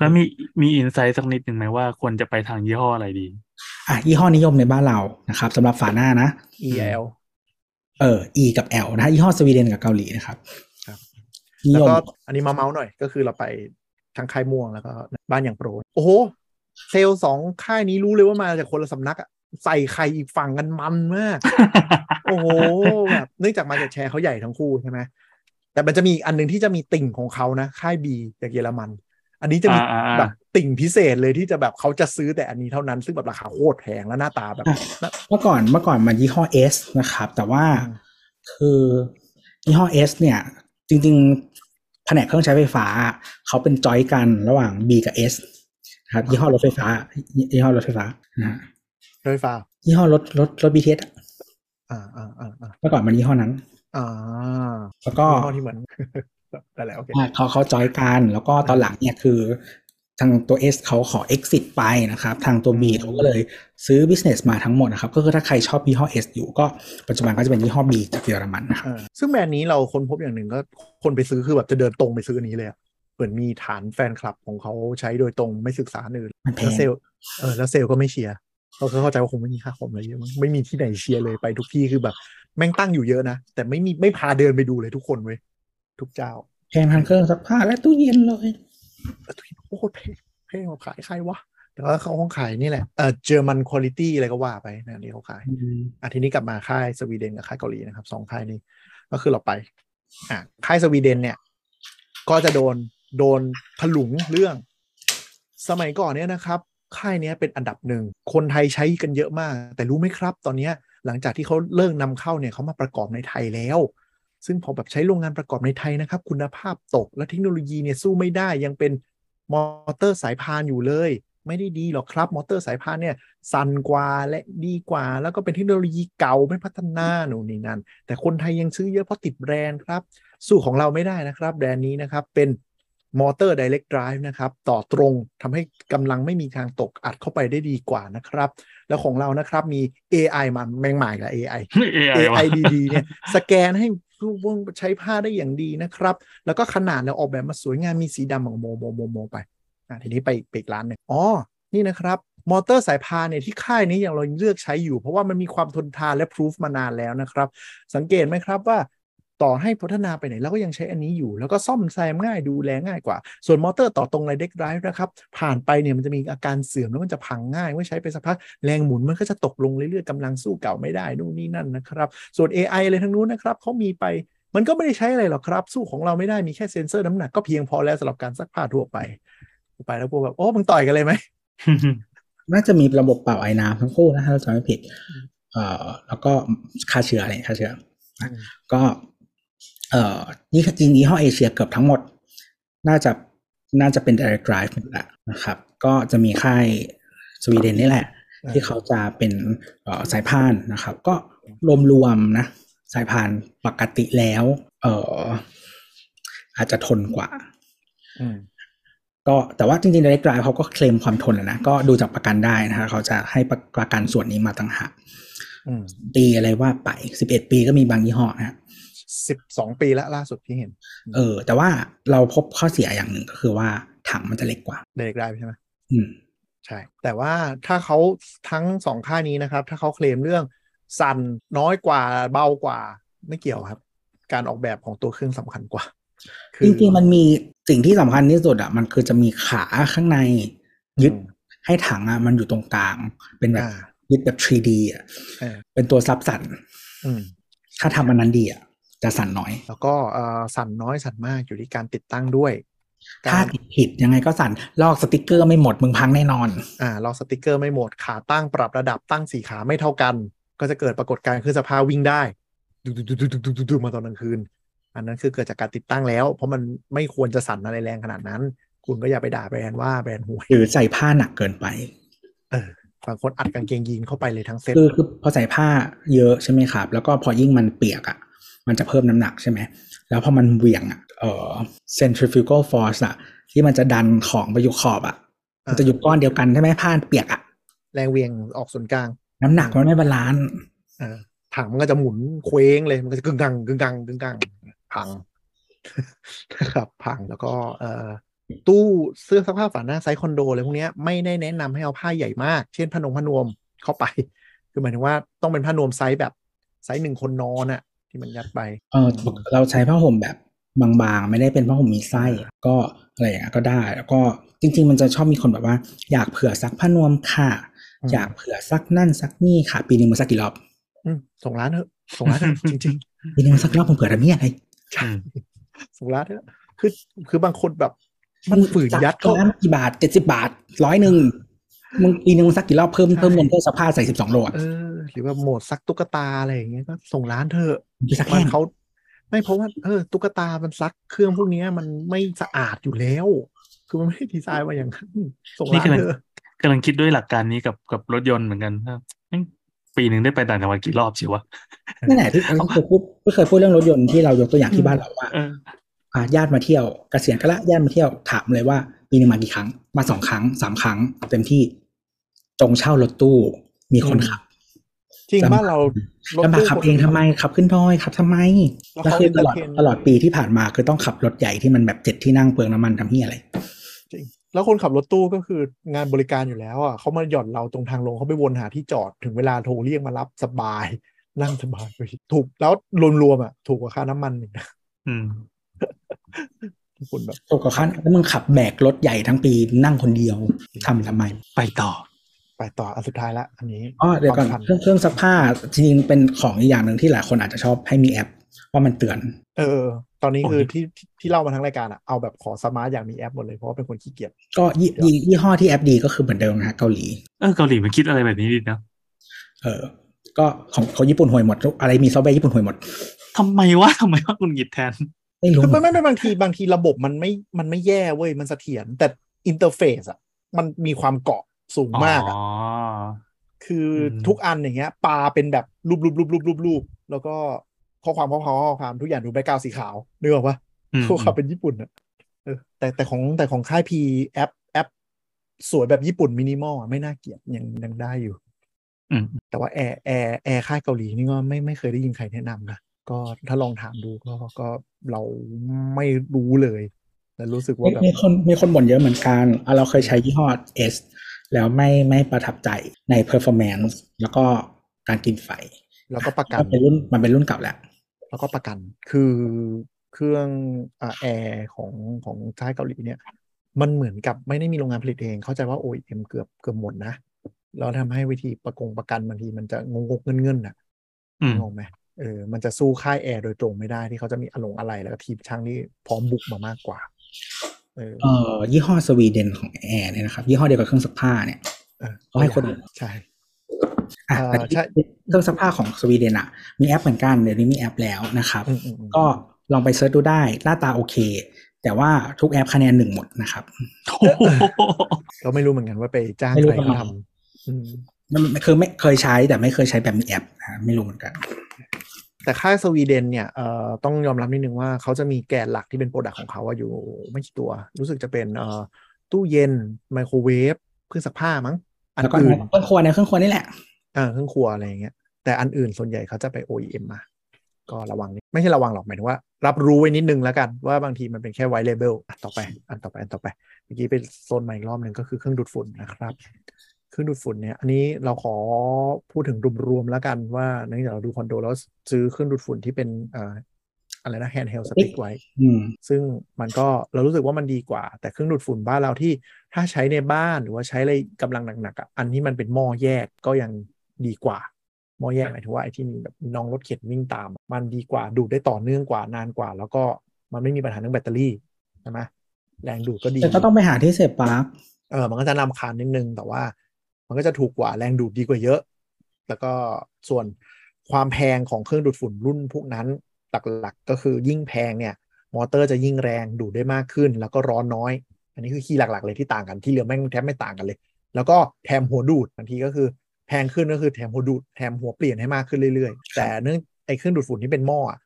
S3: แล้วมีมีอินไซต์สักนิดหนึ่งไหมว่าควรจะไปทางยี่ห้ออะไรดี (laughs)
S2: อ่ะยี่ห้อนิยมในบ้านเรานะครับสำหรับฝาหน้านะ
S4: EL
S2: เออ E กับ L นะฮะยี่ห้อสวีเดนกับเกาหลีนะครับ
S4: ครับ
S2: นิ
S4: แล้ว
S2: ยม
S4: ก็อันนี้มาเมาส์หน่อยก็คือเราไปทางค่ายม่วงแล้วก็บ้านอย่างโปร โอ้โห เซลล์สองค่ายนี้รู้เลยว่ามาจากคนละสำนักอะใส่ใครอีกฝั่งกันมันมาก โอ้โหแบบเนื่องจากมาจากแชร์เขาใหญ่ทั้งคู่ใช่ไหมแต่มันจะมีอีกอันหนึ่งที่จะมีติ่งของเขานะ ค่ายบีจากเยอรมัน อันนี้จะมี
S3: อ่าอ่า
S4: แบบติ่งพิเศษเลยที่จะแบบเขาจะซื้อแต่อันนี้เท่านั้นซึ่งแบบราคาโคตรแพงและหน้าตาแบบ
S2: เมื่อก่อนเมื่อก่อนมันยี่ห้อ S นะครับ แต่ว่า
S4: อืม
S2: คือยี่ห้อ S เนี่ย จริงๆแผนกเครื่องใช้ไฟฟ้า เขาเป็นจอยกันระหว่าง B กับ S นะครับยี่ห้อรถไฟฟ้า ยี่ห้อรถไฟฟ้านะฮะ
S4: รถไฟฟ้า
S2: ยี่ห้อรถรถรถ BTS อะ
S4: อ่าอ่าอ่าอ่า
S2: เมื่อก่อนมันยี่ห้อนั้น
S4: อ่า
S2: แล้วก็
S4: ยี่ห้อที่เหมือน (laughs) นั่นแหละโอเค
S2: อ่ะเขาเขาจอยกันแล้วก็ตอนหลังเนี่ยคือทางตัว S เขาขอ exit ไปนะครับ ทางตัว B
S4: อืม
S2: เขาก็เลยซื้อ business มาทั้งหมดนะครับ ก็คือถ้าใครชอบยี่ห้อ S อยู่ก็ปัจจุบันก็จะเป็นยี่ห้อ B จากเยอรมันนะครับ
S4: เออซึ่งแบรนด์นี้เราค้นพบอย่างหนึ่งก็คนไปซื้อคือแบบจะเดินตรงไปซื้ออันนี้เลยอะเหมือนมีฐานแฟนคลับของเขาใช้โดยตรงไม่ศึกษาอันอื่น
S2: มันแพ
S4: แล้ว
S2: ง
S4: เซลล์เออแล้วเซลล์ก็ไม่เชียร์เราก็เข้าใจว่าคงไม่มีค่าคอมอะไรเยอะมั้งไม่มีที่ไหนเชียร์เลยไปทุกที่คือแบบแม่งตั้งอยู่เยอะนะ แต่ไม่มีไม่พาเดินไปดูเลยทุกคนเว้ยทุกเจ้า
S2: แพงทางเครื่องซักผ้าและตู้เย็นเลย
S4: แล้วทุกทีโอ้โหเพลงเพลงเขาขายใครวะแต่ว่าเขาคงขายนี่แหละเออเจอมันคุณภาพอะไรก็ว่าไปนะอันนี่เขาขาย อาทีนี้กลับมาค่ายสวีเดนกับค่ายเกาหลีนะครับสองค่ายนี้ ก็คือเราไป อ่ะค่ายสวีเดนเนี่ย ก็จะโดนโดนถลุงเรื่อง สมัยก่อนเนี่ยนะครับ ค่ายเนี้ยเป็นอันดับหนึ่ง คนไทยใช้กันเยอะมาก แต่รู้ไหมครับ ตอนเนี้ยหลังจากที่เขาเลิกนำเข้าเนี่ยเขามาประกอบในไทยแล้ว ซึ่งพอแบบใช้โรงงานประกอบในไทยนะครับ คุณภาพตกและเทคโนโลยีเนี่ยสู้ไม่ได้ยังเป็นมอเตอร์สายพานอยู่เลย ไม่ได้ดีหรอกครับ มอเตอร์สายพานเนี่ย สั้นกว่าและดีกว่า แล้วก็เป็นเทคโนโลยีเก่าไม่พัฒนาหนูนนี่นั่น แต่คนไทยยังซื้อเยอะเพราะติดแบรนด์ครับ สู้ของเราไม่ได้นะครับ แบรนด์นี้นะครับ เป็นมอเตอร์ direct drive นะครับ ต่อตรงทำให้กำลังไม่มีทางตกอัดเข้าไปได้ดีกว่านะครับ แล้วของเรานะครับมี AI มาแมงหมายละ AI
S3: เอไอ
S4: AI ดีๆเนี่ยสแกนให้ผู้วงใช้ผ้าได้อย่างดีนะครับ แล้วก็ขนาดเราออกแบบมาสวยงามมีสีดำของโมโมโมโมไปอ่ะทีนี้ไปไปอีกร้านหนึ่งอ๋อ นี่นะครับ มอเตอร์สายพานเนี่ยที่ค่ายนี้อย่างเราเลือกใช้อยู่ เพราะว่ามันมีความทนทานและพิสูจมานานแล้วนะครับ สังเกตไหมครับว่า ต่อให้พัฒนาไปไหนเราก็ยังใช้อันนี้อยู่ แล้วก็ซ่อมแซมง่ายดูแลง่ายกว่า ส่วนมอเตอร์ต่อตรงไรเด็กไดรฟ์นะครับ ผ่านไปเนี่ยมันจะมีอาการเสื่อมแล้วมันจะพังง่าย เมื่อใช้ไปสักพักแรงหมุนมันก็จะตกลงเรื่อยๆกำลังสู้เก่าไม่ได้นู่นนี่นั่นนะครับ ส่วน AI อะไรทั้งนู้นนะครับเขามีไปมันก็ไม่ได้ใช้อะไรหรอกครับ สู้ของเราไม่ได้มีแค่เซ็นเซอร์น้ำหนักก็เพียงพอแล้วสำหรับการซักผ้าทั่วไปไปแล้วพวกแบบโอ้มึงต่อยกันเลยไหม
S2: น่าจะมีระบบเป่าไอ้น้ำทั้งคู่นะถ้าเราจำไม่ผิด เอ่อ แล้วก็ฆ่าเชื้ออะไรฆ่าเชื้ออ
S4: ม
S2: ก็ เอ่อนี่จริงๆยี่ห้อเอเชียเกือบทั้งหมด น่าจะน่าจะเป็น direct drive หมดแล้วนะครับ ก็จะมีค่ายสวีเดนนี่แหละ ที่เขาจะเป็นเอ่อสายพานนะครับ ก็รวมๆนะ สายพานปกติแล้ว เอ่อ อาจจะทนกว่า
S4: อืม
S2: ก็แต่ว่าจริงๆ direct drive เขาก็เคลมความทนแล้วนะ ก็ดูจากประกันได้นะคะเขาจะให้ประกันส่วนนี้มาต่างหาก
S4: อืม
S2: ปีอะไรว่าไป 11 ปีก็มีบางยี่ห้อนะฮะ
S4: สิบสองปีละล่าสุดที่เห็น
S2: เออ แต่ว่าเราพบข้อเสียอย่างหนึ่งก็คือว่าถังมันจะเล็กกว่า
S4: เด็กได้ใช่ไหม
S2: อืม
S4: ใช่ แต่ว่าถ้าเขาทั้งสองค่ายนี้นะครับ ถ้าเขาเคลมเรื่องสั่นน้อยกว่าเบากว่า ไม่เกี่ยวครับ การออกแบบของตัวเครื่องสำคัญกว่า คื
S2: จริงๆ มันมีสิ่งที่สำคัญที่สุดอ่ะ มันคือจะมีขาข้างในยึดให้ถังอ่ะมันอยู่ตรงกลาง เป็นแบบ
S4: อ่า
S2: ยึดแบบ 3D อ่ะ
S4: เออ
S2: เป็นตัวซับสั่น
S4: อืม
S2: ถ้าทำอันนั้นดีอ่ะจะสั่นน้อย
S4: แล้วก็เอ่อสั่นน้อยสั่นมากอยู่ที่การติดตั้งด้วย
S2: ถ้าก
S4: า
S2: ติดผิดยังไงก็สั่นลอกสติกเกอร์ไม่หมดมึงพังแน่นอน
S4: อ่าเราสติกเกอร์ไม่หมดขาตั้งปรับระดับตั้งสีขาไม่เท่ากัน ก็จะเกิดปรากฏการณ์คือสภาวิ่งได้ดุดุดุดุดุดุดุมาตอนกลางคืน อันนั้นคือเกิดจากการติดตั้งแล้ว เพราะมันไม่ควรจะสั่นอะไรแรงขนาดนั้น คุณก็อย่าไปด่าแบรนด์ว่าแบรนด์ห่วย
S2: หรือใส่ผ้าหนักเกินไป
S4: บางคนอัดกางเกงยีนเข้าไปเลยทั้งเซ็ต
S2: คือคือพอใส่ผ้าเยอะใช่ไหมครับ แล้วก็พอยิ่งมันเปียกอ่ะ มันจะเพิ่มน้ำหนักใช่ไหม แล้วพอมันเหวี่ยงอ่ะเออ centrifugal force อ่ะ ที่มันจะดันของไปอยู่ขอบอ่ะ มันจะอยู่ก้อนเดียวกันใช่ไหมผ้าเปียกอ่ะ
S4: แรงเหวียงออกส่วนกลาง
S2: น้ำหนักมันไม่บาลานซ์
S4: อ่าถังมันก็จะหมุนเคว้งเลย มันก็จะกึ่งกังกึ่งกังกึ่งกังพัง นะครับพังแล้วก็เอ่อตู้เสื้อซักผ้าฝาหน้าไซส์คอนโดอะไรพวกเนี้ยไม่ได้แนะนำให้เอาผ้าใหญ่มาก เช่นผ้านงผ้านวมเข้าไป คือหมายถึงว่าต้องเป็นผ้านวมไซส์แบบไซส์หนึ่งคนนอนอะที่มันยัดไป
S2: เออเราใช้ผ้าห่มแบบบางๆ ไม่ได้เป็นผ้าห่มมีไส้ ก็อะไรอย่างเงี้ยก็ได้ แล้วก็จริง ๆ มันจะชอบมีคนแบบว่า อยากเผื่อซักผ้านวมค่ะ
S4: อืม
S2: อยากเผื่อซักนั่นซักนี่ค่ะ ปีหนึงมันซักกี่รอบ
S4: อืมส่งร้านเถอะส่งร้านเถอะจริง ๆ
S2: ปีหนึงมันซักรอบมันเผื่อทำเนี่ยอะไร
S4: สุราเถอะคือคือบางคนแบบ มันฝืนยัดเข้า
S2: ร้านกี่บาทเจ็ดสิบาทร้อยหนึ่งมึงปีหนึงมึงสักกี่รอบเพิ่ม
S4: ใช่
S2: เพิ่มเงินเพิ่มสภาพใส่สิบสองโลอะ
S4: เออ หรือว่าโหมดซักตุ๊กตาอะไรอย่างเงี้ยก็ส่งร้านเถอะ
S2: ไปสัก
S4: มั
S2: แห้
S4: น
S2: ง
S4: เขาไม่เพราะว่าเออตุ๊กตามันซักเครื่องพวกเนี้ยมันไม่สะอาดอยู่แล้ว คือมันไม่ได้ดีไซน์มาอย่างนั้นส่งร้านเถอะ
S3: กำลังคิดด้วยหลักการนี้กับกับรถยนต์เหมือนกันครับแม่งปีหนึ่งได้ไปต่างจังหวัดกี่รอบสิวะ
S2: นั่นแหละที่เราเคยพูดไม่เคยพูดเรื่องรถยนต์ที่เรายกตัวอย่างที่บ้านเราว่า
S3: เออ
S2: อ่ะญาติมาเที่ยวเกษียณก็ละญาติมาเที่ยวถามเลยว่าปีหนึงมากี่ครั้ง มาสองครั้งสามครั้งเต็มที่จงเช่ารถตู้มีคนขับ
S4: จริงบ้านเรารถ
S2: จะมา
S4: ตู้
S2: ขับเองทำไมขับขึ้นดอยขับทำไม
S4: แล้ว
S2: ก็
S4: เขา
S2: คือตลอด
S4: เนเตอร์เทน
S2: ตลอดปีที่ผ่านมาคือต้องขับรถใหญ่ที่มันแบบเจ็ดที่นั่งเปลืองน้ำมันทำเหียอะไร
S4: แล้วคนขับรถตู้ก็คืองานบริการอยู่แล้วอ่ะเขามาหย่อนเราตรงทางลงเขาไปวนหาที่จอดถึงเวลาโทรเรียกมารับสบายนั่งสบายไปถูกแล้วรวมๆอ่ะถูกกว่าค่าน้ำมันอีกนะ
S3: อืม
S4: ทุกคนแบบ
S2: ตกกับขั้นแล้วมึงขับแบกรถใหญ่ทั้งปีนั่งคนเดียวทำทำไม
S3: ไปต่อ
S4: ไปต่ออันสุดท้ายละอันนี้
S2: อ๋อเดี๋ยวก่อน
S4: ความ
S2: เค
S4: สั
S2: รื่องเครื่องซักผ้าจริงๆเป็นของอีกอย่างหนึ่งที่หลายคนอาจจะชอบให้มีแอป ว่ามันเตือน
S4: เออ ตอนนี้คือ
S3: โอ้ย
S4: ที่ที่ที่เล่ามาทั้งรายการอะเอาแบบขอสมาร์ทอย่างมีแอปหมดเลย เพราะว่าเป็นคนขี้เกียจ
S2: ก็ยี่ยี่ยี่ห้อที่แอปดีก็คือเหมือนเดิมนะฮะเกาหลี
S3: เออเกาหลีมันคิดอะไรแบบนี้ดีนะ
S2: เออ ก็ของของญี่ปุ่นห่วยหมด อะไรมีซอฟต์แวร์ญี่ปุ่นห่วยหมด
S3: ทำไมวะทำไมวะคุณหงิดแทน
S2: ไม่รู้
S4: คือไม่ไม่ไม่บางทีบางทีระบบมันไม่มันไม่แย่เว้ย มันเสถียรแต่อินเทอร์เฟซอะมันมีความเกาะสูงมากอะ
S3: อ๋อ
S4: คืออ
S3: ม
S4: ทุกอันอย่างเงี้ยปลาเป็นแบบรูปรูปรูปรูปรูปรูปแล้วก็ข้อความข้อความข้อความทุกอย่างดูแบ็กกราวสีขาวนึกออกปะ
S3: อืม
S4: พวกเขาเป็นญี่ปุ่นอะเออแต่แต่ของแต่ของค่ายพีแอปแอป สวยแบบญี่ปุ่นมินิมอลอะไม่น่าเกลียดยังยังได้อยู่
S3: อืม
S4: แต่ว่าแอร์แอร์แอร์ค่ายเกาหลีนี่ก็ไม่ไม่เคยได้ยินใครแนะนำนะก็ถ้าลองถามดูก็ก็เราไม่รู้เลยแต่รู้สึกว่า
S2: มี
S3: (laughs)
S4: แบบ
S2: มีคนมีคนบ่นเยอะเหมือนกันอ่ะเราเคยใช้ยี่ห้อ S แล้วไม่ไม่ประทับใจใน performance แล้วก็การกินไฟ
S4: แล้วก็ประกัน
S2: มันเป็นรุ่นมันเป็นรุ่นเก่าแหละ
S4: แล้วก็ประกันคือเครื่องอ่าแอร์ของของท้ายเกาหลีเนี่ย มันเหมือนกับไม่ได้มีโรงงานผลิตเอง เข้าใจว่า OEM เกือบเกือบหมดนะ แล้วทำให้วิธีประกงประกันบางทีมันจะงงกเงินเงินๆน่ะ
S3: อืม
S4: งงไหมเออมันจะสู้ค่ายแอร์โดยตรงไม่ได้ที่เขาจะมีอลงอะไรแล้วก็ทีมช่างที่พร้อมบุกมามากกว่าเออ
S2: เอ่อยี่ห้อสวีเดนของแอร์เนี่ยนะครับ ยี่ห้อเดียวกับเครื่องซักผ้าเนี่ย
S4: เออ
S2: เขาให้คนอื่น
S4: ใช่
S2: อ่ะ
S4: อ่า
S2: แต่ที่
S4: ใช่
S2: เครื่องซักผ้าของสวีเดนอ่ะ มีแอปเหมือนกันเดี๋ยวนี้มีแอปแล้วนะครับ
S4: อืมอืมอืม
S2: ก็ลองไปเซิร์ชดูได้หน้าตาโอเค แต่ว่าทุกแอปคะแนนหนึ่งหมดนะครับ
S3: โอ้โห
S4: เราไม่รู้เหมือนกันว่าไปจ้าง
S2: ไม่รู้
S4: ใคร
S2: ทำไม
S4: เขาทำอืม
S2: มันมันคือไม่เคยใช้แต่ไม่เคยใช้แบบมีแอปนะไม่รู้เหมือนกัน
S4: แต่ค่ายสวีเดนเนี่ยเอ่อต้องยอมรับนิดนึงว่าเขาจะมีแกนหลักที่เป็นโปรดักต์ของเขาอะอยู่ไม่กี่ตัว รู้สึกจะเป็นเอ่อตู้เย็น ไมโครเวฟเครื่องซักผ้ามั้ง อัน
S2: แล้วก็
S4: อื่น
S2: เครื่องครัวในเครื่องครัวนี่แหละ
S4: เออเครื่องครัวอะไรอย่างเงี้ยแต่อันอื่นส่วนใหญ่เขาจะไป OEM มา ก็ระวังนิดไม่ใช่ระวังหรอกหมายถึงว่า รับรู้ไว้นิดนึงแล้วกันว่าบางทีมันเป็นแค่ไวเลเบลต่อไปอันต่อไปอันต่อไปเมื่อกี้เป็นโซนใหม่อีกรอบหนึ่งก็คือเครื่องดูดฝุ่นนะครับ เครื่องดูดฝุ่นเนี่ยอันนี้เราขอพูดถึงรวมๆแล้วกันว่าเนื่องจากเราดูคอนโดแล้วซื้อเครื่องดูดฝุ่นที่เป็นเอ่ออะไรนะแฮนด์เฮลสติ๊กไว้
S2: อืม
S4: ซึ่งมันก็เรารู้สึกว่ามันดีกว่า แต่เครื่องดูดฝุ่นบ้านเราที่ถ้าใช้ในบ้านหรือว่าใช้อะไรกำลังหนักๆอ่ะอันที่มันเป็นหม้อแยกก็ยังดีกว่าหม้อแยกหมายถึงว่าไอ้ที่มีแบบน้องรถเข็นวิ่งตาม มันดีกว่าดูดได้ต่อเนื่องกว่านานกว่า แล้วก็มันไม่มีปัญหาเรื่องแบตเตอรี่ใช่ไหมแรงดูดก็ดี
S2: แต่ก็ต้องไปหาที่เสียบปลั๊ก
S4: เออมันก็จะนำคาญนิดนึง แต่ว่ามันก็จะถูกกว่าแรงดูดดีกว่าเยอะ แล้วก็ส่วนความแพงของเครื่องดูดฝุ่นรุ่นพวกนั้นหลักๆก็คือยิ่งแพงเนี่ย มอเตอร์จะยิ่งแรงดูดได้มากขึ้น แล้วก็ร้อนน้อย อันนี้คือคีย์หลักๆ เลยที่ต่างกันที่เหลือแม่งแทบไม่ต่างกันเลย แล้วก็แถมหัวดูดบางทีก็คือแพงขึ้นก็คือแถมหัวดูดแถมหัวเปลี่ยนให้มากขึ้นเรื่อยๆ แต่เนื่องไอ้เครื่องดูดฝุ่นที่เป็นหม้ออะ